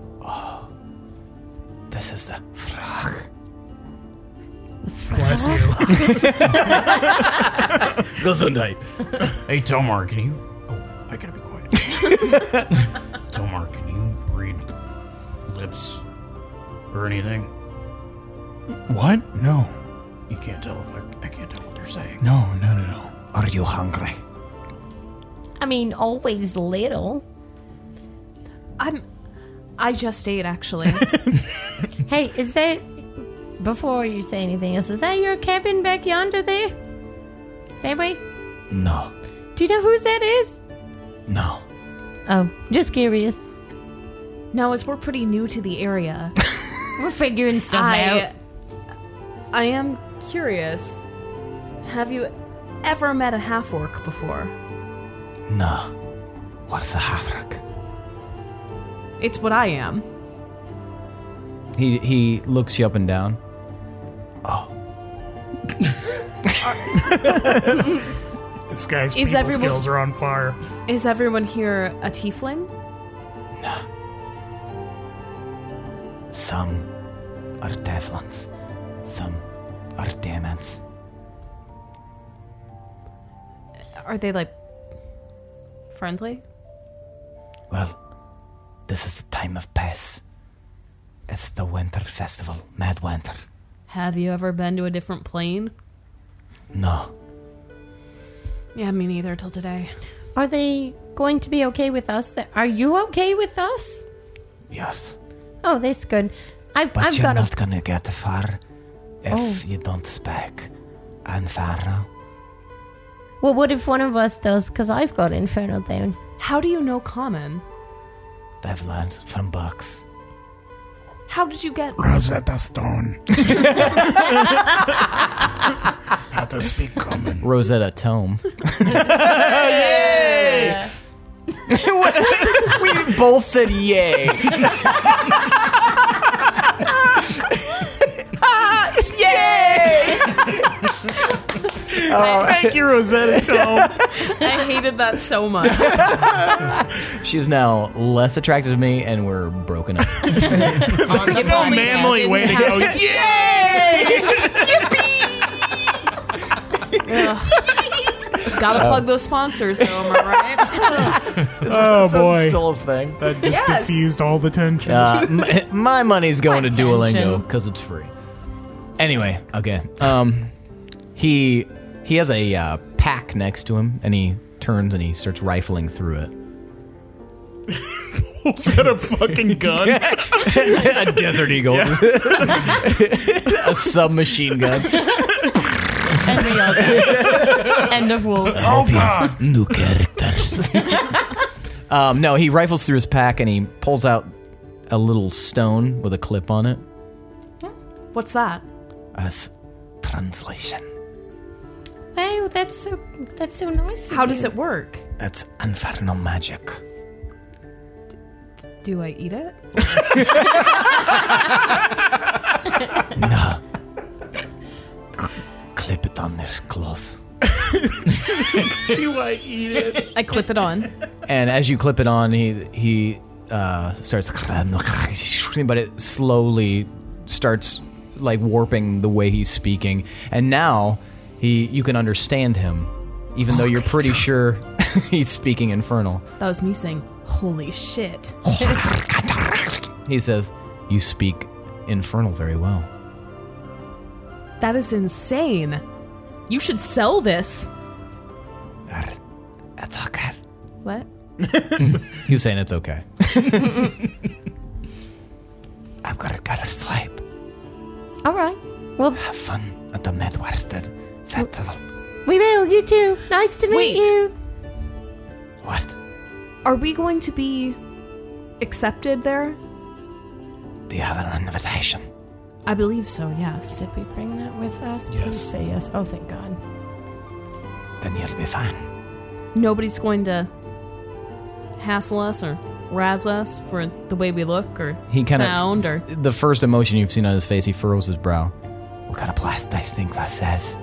Speaker 3: this is the frag.
Speaker 11: Bless you.
Speaker 2: Gesundheit.
Speaker 6: Hey, Tomar, can you? Oh, I gotta be quiet. Tomar, can you read lips or anything?
Speaker 7: what? No.
Speaker 6: You can't tell. If I, I can't tell what they're saying.
Speaker 7: No, no, no, no.
Speaker 3: Are you hungry?
Speaker 4: I mean, always little.
Speaker 1: I'm. I just ate actually.
Speaker 4: Hey, is that before you say anything else? Is that your cabin back yonder there? That way.
Speaker 3: No,
Speaker 4: Do you know whose that is?
Speaker 3: no.
Speaker 4: Oh, just curious.
Speaker 1: now, as we're pretty new to the area,
Speaker 4: We're figuring stuff out.
Speaker 1: I. I am curious. Have you ever met a half orc before?
Speaker 3: No. What's a hafrak?
Speaker 1: It's what I am.
Speaker 3: He he looks you up and down.
Speaker 11: This guy's
Speaker 1: Is
Speaker 11: people
Speaker 1: everyone-
Speaker 11: skills are on fire.
Speaker 1: Is everyone here a tiefling?
Speaker 3: Some are Teflons, some are diamonds.
Speaker 1: Are they like friendly?
Speaker 3: Well, this is the time of peace. It's the winter festival, Mad Winter.
Speaker 1: Have you ever been to a different plane?
Speaker 3: No,
Speaker 1: Yeah, me neither till today.
Speaker 4: Uh, Are they going to be okay with us? That- Are you okay with us?
Speaker 3: yes.
Speaker 4: Oh, that's good. I've,
Speaker 3: But
Speaker 4: I've
Speaker 3: you're
Speaker 4: got
Speaker 3: not
Speaker 4: a.
Speaker 3: gonna get far if
Speaker 4: Oh.
Speaker 3: you don't speak Anfara.
Speaker 4: Well, what if one of us does? Because I've got Inferno down.
Speaker 1: How do you know common?
Speaker 3: They've learned from books.
Speaker 1: How did you get
Speaker 7: Rosetta Stone. How to speak common.
Speaker 3: Rosetta Tome. yay! we both said yay. yay!
Speaker 11: Thank you, Rosetta Tome.
Speaker 1: I hated that so much.
Speaker 3: She is now less attracted to me, and we're broken up.
Speaker 7: Honestly,
Speaker 1: only
Speaker 7: manly
Speaker 1: Dad
Speaker 7: way to
Speaker 1: didn't
Speaker 7: go.
Speaker 1: have- Gotta plug those sponsors, though, am I right?
Speaker 7: Oh boy,
Speaker 3: still a thing.
Speaker 7: that just
Speaker 1: Yes.
Speaker 7: diffused all the tension.
Speaker 3: Uh, m- my money's going to Duolingo
Speaker 1: Attention.
Speaker 3: because it's free. Anyway, okay. Um, he he has a uh, pack next to him, and he turns and he starts rifling through it.
Speaker 7: Is that a fucking gun?
Speaker 3: a Desert Eagle, a submachine gun.
Speaker 4: And we all- End of wolves.
Speaker 7: Oh god,
Speaker 3: New characters. um, no, he rifles through his pack and he pulls out a little stone with a clip on it.
Speaker 1: What's that?
Speaker 3: As translation.
Speaker 8: Wow, that's so that's so nice.
Speaker 1: How does it work?
Speaker 3: That's infernal magic.
Speaker 1: Do I eat it?
Speaker 3: Clip it on their clothes.
Speaker 7: do I eat it?
Speaker 1: I clip it on.
Speaker 3: And as you clip it on, he he uh, starts, but it slowly starts like warping the way he's speaking. And now he you can understand him, even though you're pretty sure he's speaking infernal.
Speaker 1: That was me saying, "Holy shit!"
Speaker 3: He says, "You speak infernal very well."
Speaker 1: That is insane. You should sell this. What?
Speaker 3: He was saying it's okay. I've got to go to sleep.
Speaker 8: All right. Well,
Speaker 3: Have fun at the Midwestern Festival.
Speaker 8: we will. You too. Nice to meet
Speaker 1: Wait.
Speaker 8: you.
Speaker 3: What?
Speaker 1: Are we going to be accepted there?
Speaker 3: Do you have an invitation?
Speaker 1: I believe so. Yes.
Speaker 4: Did we bring that with us? Please
Speaker 5: Yes.
Speaker 4: say yes. Oh, thank God.
Speaker 3: Then you'll be fine.
Speaker 1: Nobody's going to hassle us or razz us for the way we look or
Speaker 3: He kind
Speaker 1: sound
Speaker 3: of
Speaker 1: or
Speaker 3: the first emotion you've seen on his face. He furrows his brow. What kind of blast I think that says?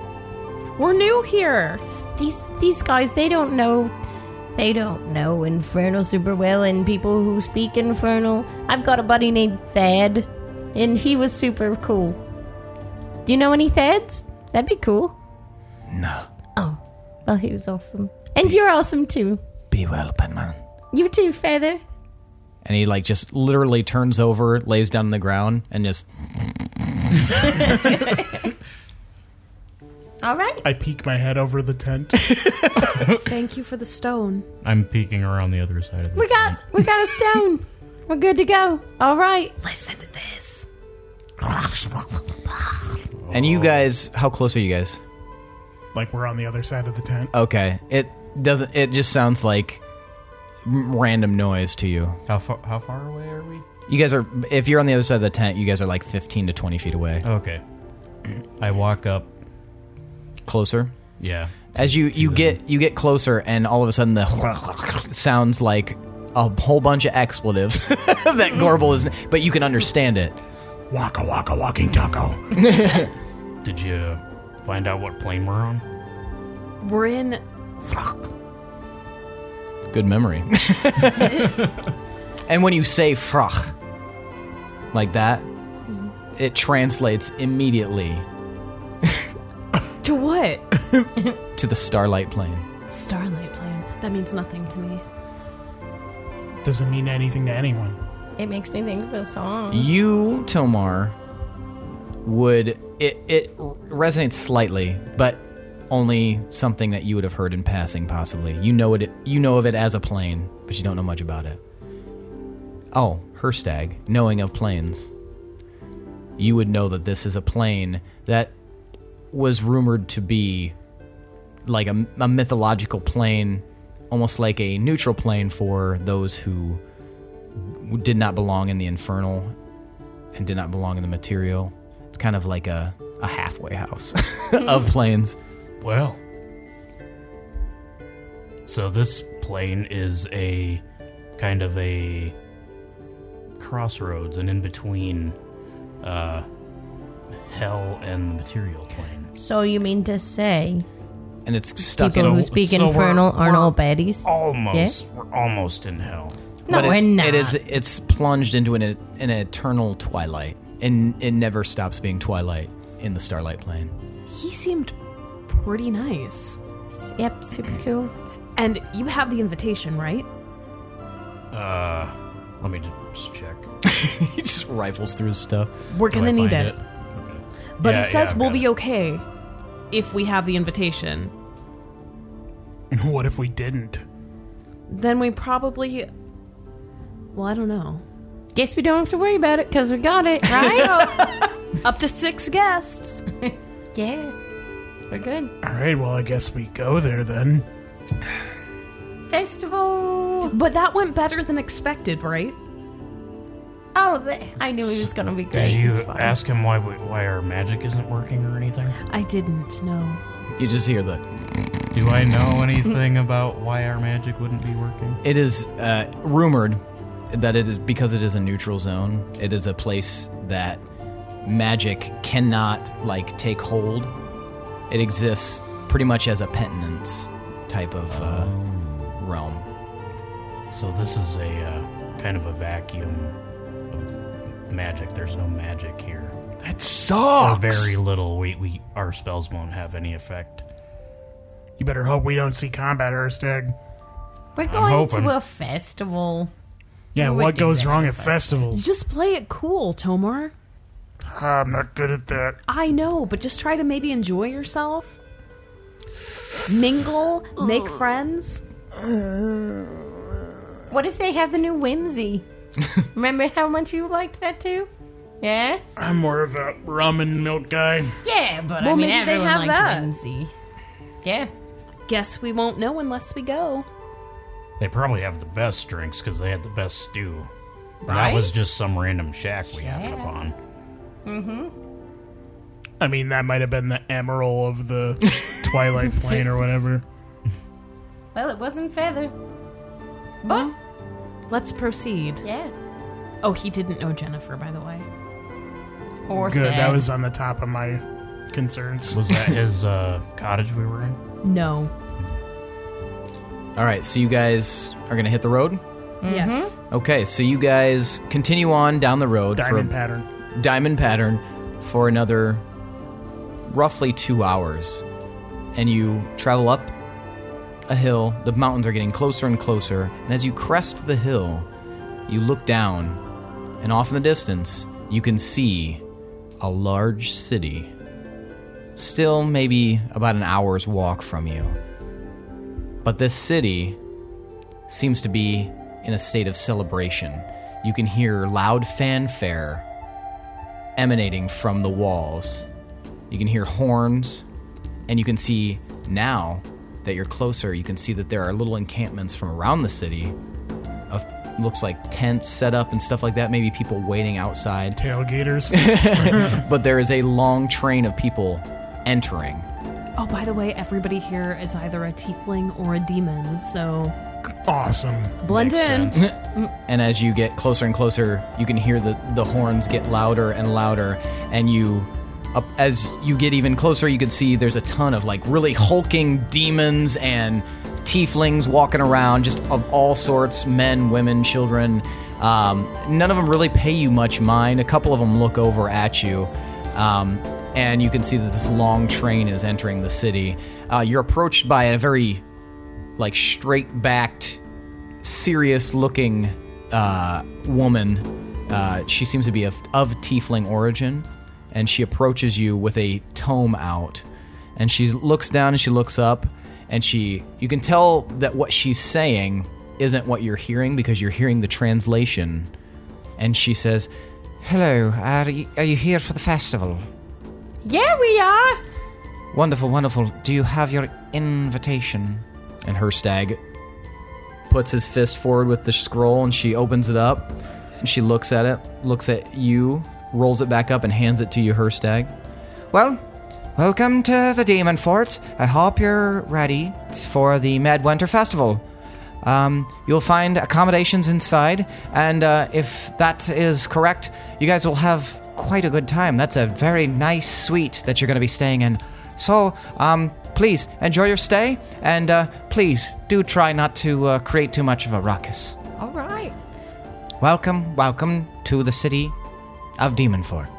Speaker 1: we're new here.
Speaker 8: These these guys, they don't know. They don't know Infernal super well, and people who speak Infernal. I've got a buddy named Thad, and he was super cool. Do you know any Thads? That'd be cool.
Speaker 3: No.
Speaker 8: Oh, well, he was awesome, and you're awesome too.
Speaker 3: Be well, Penman.
Speaker 8: You too, Feather.
Speaker 3: And he like just literally turns over, lays down on the ground, and just
Speaker 8: All right.
Speaker 7: I peek my head over the tent.
Speaker 1: Thank you for the stone.
Speaker 6: I'm peeking around the other side of the
Speaker 8: We got we got a stone. We're good to go. All right.
Speaker 1: Listen to this.
Speaker 3: and you guys. How close are you guys?
Speaker 7: Like we're on the other side of the tent.
Speaker 3: Okay. It doesn't. It just sounds like m- random noise to you.
Speaker 6: How far? How far away are we?
Speaker 3: You guys are. If you're on the other side of the tent, you guys are like 15 to 20 feet away.
Speaker 6: Okay. I walk up.
Speaker 3: Closer.
Speaker 6: Yeah.
Speaker 3: As you you get you get closer, and all of a sudden the sounds like a whole bunch of expletives that Gorbel is. But you can understand it.
Speaker 7: Waka waka walking taco.
Speaker 6: Did you find out what plane we're on?
Speaker 1: We're in
Speaker 3: Good memory. and when you say frach like that,
Speaker 1: Mm-hmm.
Speaker 3: it translates immediately
Speaker 1: to what?
Speaker 3: to the starlight plane.
Speaker 1: Starlight plane. That means nothing to me.
Speaker 7: Doesn't mean anything to anyone.
Speaker 8: It makes me think of a song.
Speaker 3: You, Tomar, would it it resonates slightly, but only something that you would have heard in passing, possibly. You know it. You know of it as a plane, but you don't know much about it. Oh, her stag, knowing of planes, you would know that this is a plane that was rumored to be like a, a mythological plane, almost like a neutral plane for those who did not belong in the infernal and did not belong in the material. It's kind of like a, a halfway house of planes.
Speaker 6: Well. So this plane is a kind of a crossroads, and in between, uh, hell and the material plane.
Speaker 8: So you mean to say
Speaker 3: and it's stuck
Speaker 4: People
Speaker 3: in.
Speaker 4: who
Speaker 6: So-
Speaker 4: speak
Speaker 6: so we're-
Speaker 4: infernal aren't all baddies.
Speaker 6: Almost. We're almost in hell.
Speaker 4: no,
Speaker 3: but it-
Speaker 4: we're not.
Speaker 3: It is. It's plunged into an an eternal twilight, and it never stops being twilight in the starlight plane.
Speaker 1: He seemed pretty nice.
Speaker 8: Yep, super cool.
Speaker 1: And you have the invitation, right?
Speaker 6: Uh, let me just check.
Speaker 3: he just rifles through his stuff.
Speaker 1: We're
Speaker 6: Do I
Speaker 1: gonna need
Speaker 6: find
Speaker 1: it.
Speaker 6: Okay.
Speaker 1: But
Speaker 6: Yeah,
Speaker 1: it says
Speaker 6: yeah, I've
Speaker 1: we'll
Speaker 6: got
Speaker 1: be
Speaker 6: it.
Speaker 1: okay if we have the invitation.
Speaker 5: What if we didn't?
Speaker 1: Then we probably. Well, I don't know.
Speaker 8: Guess we don't have to worry about it because we got it, right?
Speaker 1: Up to six guests.
Speaker 8: yeah. We're good.
Speaker 5: All right, well, I guess we go there then.
Speaker 8: Festival.
Speaker 1: But that went better than expected, right?
Speaker 8: Oh, th- I knew he was going to be great.
Speaker 6: Did you
Speaker 8: It's fine.
Speaker 6: ask him why we, why our magic isn't working or anything?
Speaker 1: I didn't know.
Speaker 3: You just hear the.
Speaker 6: Do I know anything about why our magic wouldn't be working?
Speaker 3: It is uh, rumored that it is because it is a neutral zone. It is a place that magic cannot like take hold. It exists pretty much as a penitence type of uh, realm.
Speaker 6: So this is a uh, kind of a vacuum of magic. There's no magic here.
Speaker 5: That
Speaker 6: Or
Speaker 5: sucks.
Speaker 6: very little. We, we our spells won't have any effect.
Speaker 7: You better hope we don't see combat, Erstag.
Speaker 8: We're going
Speaker 6: hoping.
Speaker 8: to a festival.
Speaker 7: Yeah,
Speaker 8: We
Speaker 7: what
Speaker 8: did
Speaker 7: goes
Speaker 8: that
Speaker 7: wrong
Speaker 8: at
Speaker 7: at festivals?
Speaker 1: Just play it cool, Tomar.
Speaker 7: I'm not good at that.
Speaker 1: I know, but just try to maybe enjoy yourself. Mingle, make friends.
Speaker 8: What if they have the new whimsy? Remember how much you liked that too? Yeah?
Speaker 7: I'm more of a rum and milk guy.
Speaker 8: Yeah, but
Speaker 1: Well,
Speaker 8: I mean,
Speaker 1: maybe they
Speaker 8: everyone
Speaker 1: have
Speaker 8: liked
Speaker 1: that.
Speaker 8: whimsy. Yeah.
Speaker 1: Guess we won't know unless we go.
Speaker 6: They probably have the best drinks because they had the best stew. And
Speaker 8: Right?
Speaker 6: That was just some random shack we happened
Speaker 8: Shack.
Speaker 6: upon.
Speaker 7: I mean, that might have been the emerald of the Twilight Plane or whatever.
Speaker 8: Well, it wasn't feather. But
Speaker 6: Mm-hmm.
Speaker 1: Let's proceed.
Speaker 8: yeah.
Speaker 1: Oh, he didn't know Jennifer, by the way.
Speaker 8: Or
Speaker 7: Good,
Speaker 8: sad.
Speaker 7: that was on the top of my concerns.
Speaker 6: Was that his uh, cottage we were in?
Speaker 1: No.
Speaker 3: All right, so you guys are gonna hit the road.
Speaker 8: Mm-hmm.
Speaker 1: Yes.
Speaker 3: Okay, so you guys continue on down the road
Speaker 7: Diamond
Speaker 3: for
Speaker 7: pattern.
Speaker 3: diamond pattern for another roughly two hours, and you travel up a hill. The mountains are getting closer and closer, and as you crest the hill, you look down, and off in the distance, you can see a large city. Still, maybe about an hour's walk from you. But this city seems to be in a state of celebration. You can hear loud fanfare emanating from the walls. You can hear horns, and you can see now that you're closer, you can see that there are little encampments from around the city of looks like tents set up and stuff like that, maybe people waiting outside
Speaker 7: Tailgaters.
Speaker 3: but there is a long train of people entering.
Speaker 1: Oh, by the way, everybody here is either a tiefling or a demon, so
Speaker 7: awesome.
Speaker 1: blend
Speaker 6: Makes
Speaker 1: in.
Speaker 6: sense.
Speaker 3: And as you get closer and closer, you can hear the, the horns get louder and louder. And you, up, as you get even closer, you can see there's a ton of like really hulking demons and tieflings walking around, just of all sorts men, women, children. Um, none of them really pay you much mind. A couple of them look over at you. Um, and you can see that this long train is entering the city. Uh, you're approached by a very like straight backed, serious looking uh, woman. Uh, she seems to be of, of tiefling origin, and she approaches you with a tome out. And she looks down and she looks up, and she you can tell that what she's saying isn't what you're hearing because you're hearing the translation. And she says, "Hello, are you, are you here for the festival?
Speaker 8: Yeah, we are.
Speaker 3: Wonderful, wonderful. Do you have your invitation? And her stag puts his fist forward with the scroll and she opens it up and she looks at it, looks at you, rolls it back up and hands it to you, her stag. Well, welcome to the Demon Fort. I hope you're ready for the Midwinter Festival. Um, you'll find accommodations inside, and uh, if that is correct, you guys will have quite a good time. That's a very nice suite that you're going to be staying in. So, um, please enjoy your stay, and uh, please do try not to uh, create too much of a ruckus.
Speaker 4: All right.
Speaker 3: Welcome, welcome to the city of Demonfort.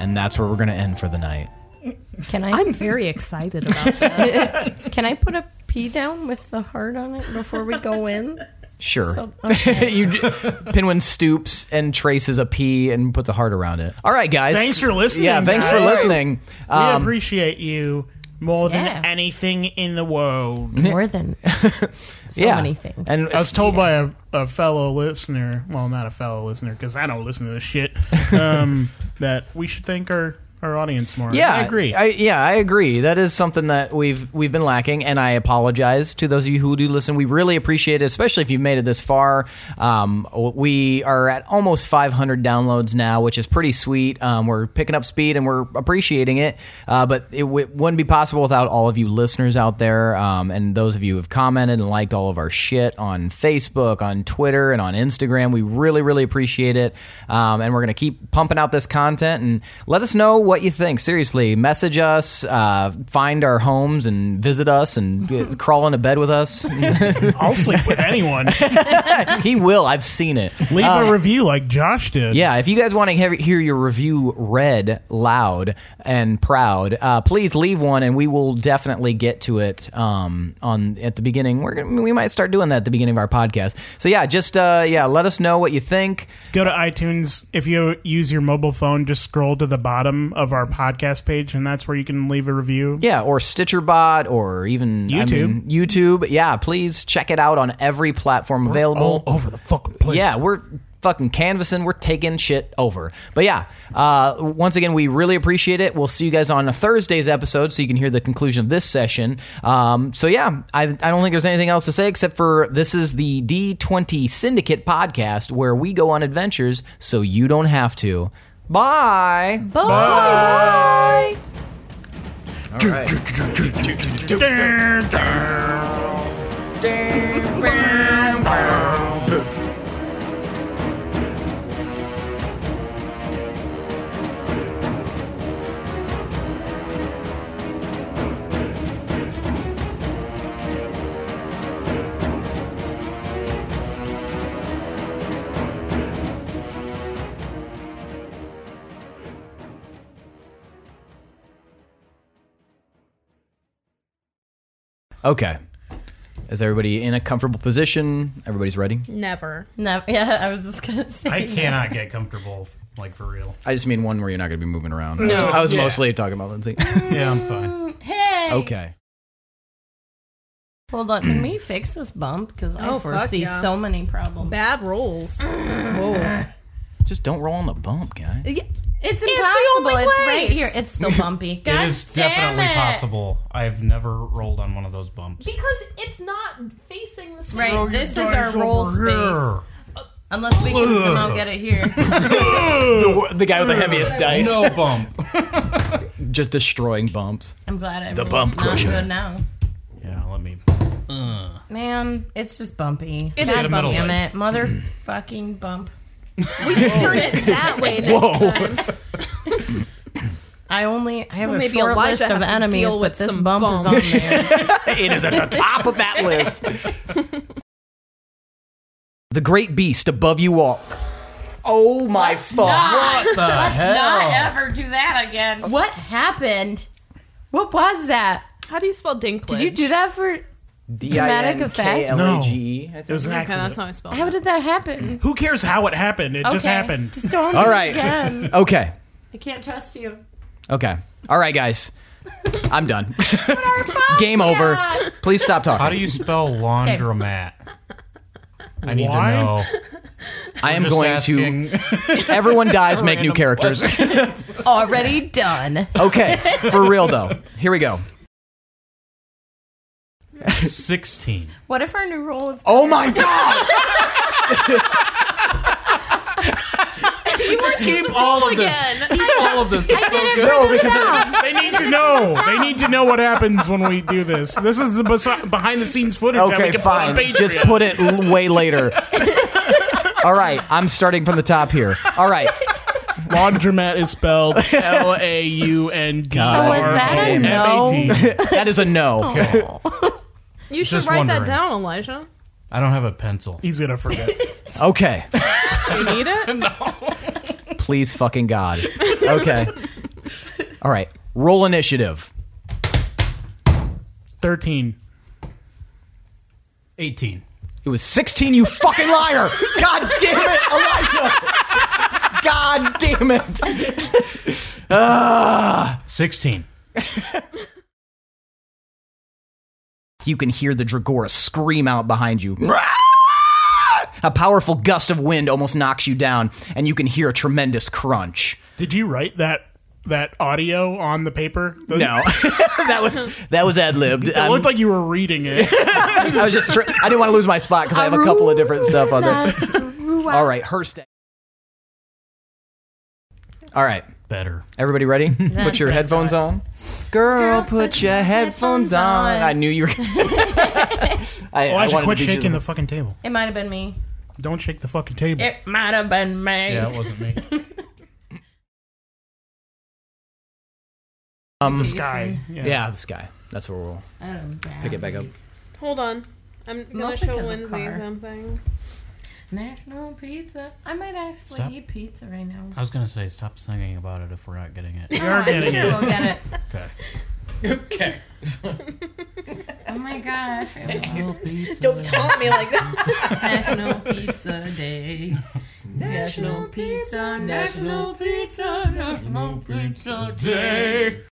Speaker 3: And that's where we're going to end for the night.
Speaker 4: Can I
Speaker 1: I'm very excited about that.
Speaker 4: can I put a P down with the heart on it before we go in?
Speaker 3: Sure.
Speaker 4: So-
Speaker 3: you d- Pinwin stoops and traces a P and puts a heart around it. All right, guys.
Speaker 7: Thanks for listening,
Speaker 3: Yeah, thanks for
Speaker 7: guys.
Speaker 3: listening.
Speaker 7: We
Speaker 3: Um,
Speaker 7: appreciate you more than
Speaker 4: Yeah.
Speaker 7: anything in the world.
Speaker 4: More than so
Speaker 3: yeah.
Speaker 4: many things.
Speaker 3: And
Speaker 7: I was told by a, a fellow listener, well, not a fellow listener, because I don't listen to this shit, um, that we should thank our, our audience more.
Speaker 3: yeah,
Speaker 7: I agree.
Speaker 3: yeah, I agree. That is something that we've we've been lacking, and I apologize to those of you who do listen. We really appreciate it, especially if you've made it this far. Um, we are at almost 500 downloads now, which is pretty sweet. Um, we're picking up speed, and we're appreciating it. Uh, but it, w- wouldn't be possible without all of you listeners out there, um, and those of you who have commented and liked all of our shit on Facebook, on Twitter, and on Instagram. We really, really appreciate it. Um, and we're going to keep pumping out this content and let us know what you think. Seriously, message us, uh, find our homes, and visit us, and get- crawl into bed with us.
Speaker 7: I'll sleep with anyone.
Speaker 3: he will. I've seen it.
Speaker 7: Leave a review like Josh did.
Speaker 3: Yeah, if you guys want to hear, hear your review read loud and proud, uh, please leave one, and we will definitely get to it um, on at the beginning. We're gonna, we might start doing that at the beginning of our podcast. So yeah, just uh, yeah, let us know what you think.
Speaker 7: Go to iTunes. If you use your mobile phone, just scroll to the bottom of our podcast page, and that's where you can leave a review.
Speaker 3: Yeah, or StitcherBot, or even I mean, YouTube. Yeah, please check it out on every platform available.
Speaker 7: All over the fucking place.
Speaker 3: Yeah, we're fucking canvassing. We're taking shit over. But yeah, uh, once again, we really appreciate it. We'll see you guys on a Thursday's episode so you can hear the conclusion of this session. Um, so yeah, I, I don't think there's anything else to say except for this is the D20 Syndicate podcast where we go on adventures so you don't have to. Bye.
Speaker 1: Bye.
Speaker 3: Okay. Is everybody in a comfortable position? Everybody's ready?
Speaker 1: Never.
Speaker 4: no, yeah, I was just gonna say.
Speaker 6: I cannot get comfortable, f- like for real.
Speaker 3: I just mean one where you're not going to be moving around. I was, I was mostly talking about Lindsay.
Speaker 6: Yeah, I'm fine.
Speaker 4: Hey,
Speaker 3: okay.
Speaker 4: hold on. Can we fix this bump? Because I
Speaker 1: Oh, fuck
Speaker 4: foresee
Speaker 1: yeah.
Speaker 4: so many problems.
Speaker 1: Bad rolls. Whoa.
Speaker 3: Just don't roll on the bump, guys.
Speaker 4: It's
Speaker 1: the
Speaker 4: impossible.
Speaker 1: only
Speaker 4: It's
Speaker 1: place.
Speaker 4: right here. It's still bumpy.
Speaker 8: God
Speaker 6: it is
Speaker 8: damn
Speaker 6: definitely
Speaker 8: it.
Speaker 6: possible. I've never rolled on one of those bumps.
Speaker 1: Because it's not facing the sun.
Speaker 4: right, this is our roll space. Unless we can somehow get it here.
Speaker 3: The, the guy with the heaviest dice.
Speaker 6: No bump.
Speaker 3: Just destroying bumps.
Speaker 4: I'm glad I the
Speaker 3: bump crusher.
Speaker 4: Good now.
Speaker 6: Yeah, let me.
Speaker 4: Man, it's just bumpy.
Speaker 1: It
Speaker 4: God
Speaker 1: is
Speaker 6: middle
Speaker 4: damn it. Motherfucking bump.
Speaker 1: We should turn it that way next time.
Speaker 4: I only I have a
Speaker 1: maybe
Speaker 4: short
Speaker 1: Elijah
Speaker 4: list of
Speaker 1: has to
Speaker 4: enemies,
Speaker 1: deal
Speaker 4: but
Speaker 1: with
Speaker 4: this
Speaker 1: some
Speaker 4: bump is
Speaker 1: bump.
Speaker 4: on there.
Speaker 3: It is at the top of that list. the great beast above you all. Oh my fuck.
Speaker 6: What the hell?
Speaker 4: ever do that again. What happened? What was that?
Speaker 1: How do you spell dinklage?
Speaker 4: Did you do that for? Dramatic effect?
Speaker 3: E D-I-N-K-L-A-G-E, I
Speaker 7: It was
Speaker 3: think.
Speaker 7: an
Speaker 1: Okay, that's
Speaker 7: accident.
Speaker 1: how I spell
Speaker 4: How
Speaker 1: it.
Speaker 4: did that happen?
Speaker 7: Who cares how it happened? It just
Speaker 4: Okay.
Speaker 7: happened.
Speaker 4: Just don't.
Speaker 3: All
Speaker 4: do it
Speaker 3: right.
Speaker 4: Again.
Speaker 3: Okay.
Speaker 4: I can't trust you.
Speaker 3: Okay. All right, guys. I'm done. Game over. Please stop talking.
Speaker 6: How do you spell laundromat? I need
Speaker 7: Why?
Speaker 6: to know.
Speaker 3: I am
Speaker 6: Just
Speaker 3: going
Speaker 6: asking.
Speaker 3: to. Everyone dies, make new
Speaker 6: Random
Speaker 3: characters.
Speaker 4: Already done.
Speaker 3: okay. For real, though. Here we go.
Speaker 6: 16.
Speaker 4: What if our new rule is?
Speaker 3: Oh my god!
Speaker 6: Just keep all of this. Keep all of this. It's so good.
Speaker 3: No, because
Speaker 7: They need to know. They need to know what happens when we do this. This is the besi- behind the scenes footage that we
Speaker 3: okay,
Speaker 7: can put on
Speaker 3: fine. Just
Speaker 7: Patreon.
Speaker 3: put it l- way later. All right, I'm starting from the top here. All right.
Speaker 7: Laundromat is spelled L A U N D
Speaker 8: So
Speaker 7: R
Speaker 8: was that a
Speaker 7: M
Speaker 8: no?
Speaker 7: A T.
Speaker 3: that is a no.
Speaker 1: You should
Speaker 6: Just
Speaker 1: write that
Speaker 6: wondering.
Speaker 1: down, Elijah.
Speaker 6: I don't have a pencil.
Speaker 7: He's gonna forget.
Speaker 3: Okay.
Speaker 1: You need it?
Speaker 3: Please fucking God. Okay. All right. Roll initiative.
Speaker 7: Thirteen.
Speaker 6: 18.
Speaker 3: It was 16, you fucking liar! God damn it, Elijah! God damn it!
Speaker 6: 16.
Speaker 3: You can hear the Dragora scream out behind you. A powerful gust of wind almost knocks you down, and you can hear a tremendous crunch.
Speaker 7: Did you write that that audio on the paper?
Speaker 3: No, that was that was ad libbed.
Speaker 7: It looked like you were reading it.
Speaker 3: I was just tr- I didn't want to lose my spot because I have a couple of different stuff on there. All right, Hurst. All right,
Speaker 6: Better.
Speaker 3: everybody ready? put your headphones on. Girl, put, your headphones on.
Speaker 8: on.
Speaker 3: I knew you were. I,
Speaker 7: Oh, I, should
Speaker 3: wanted
Speaker 7: quit
Speaker 3: to do
Speaker 7: shaking the
Speaker 3: the-
Speaker 7: fucking table.
Speaker 8: It might have been me.
Speaker 7: Don't shake the fucking table.
Speaker 8: It might have been me.
Speaker 6: Yeah, it wasn't me.
Speaker 3: um,
Speaker 7: Sky. Yeah.
Speaker 3: yeah, this guy. That's where we'll pick it back up.
Speaker 1: Hold on. I'm gonna
Speaker 8: Mostly
Speaker 1: show
Speaker 8: 'cause of
Speaker 1: Lindsay
Speaker 8: car.
Speaker 1: something.
Speaker 8: National pizza. I might actually
Speaker 6: Stop.
Speaker 8: eat pizza right now.
Speaker 6: I was going to say, stop singing about it if we're not getting it.
Speaker 7: We are getting
Speaker 8: Sure,
Speaker 7: it.
Speaker 8: we'll get it.
Speaker 6: Okay.
Speaker 2: Okay.
Speaker 8: Oh my gosh.
Speaker 1: Don't taunt me like that.
Speaker 8: National Pizza Day. National Pizza, National Pizza, National Pizza Day.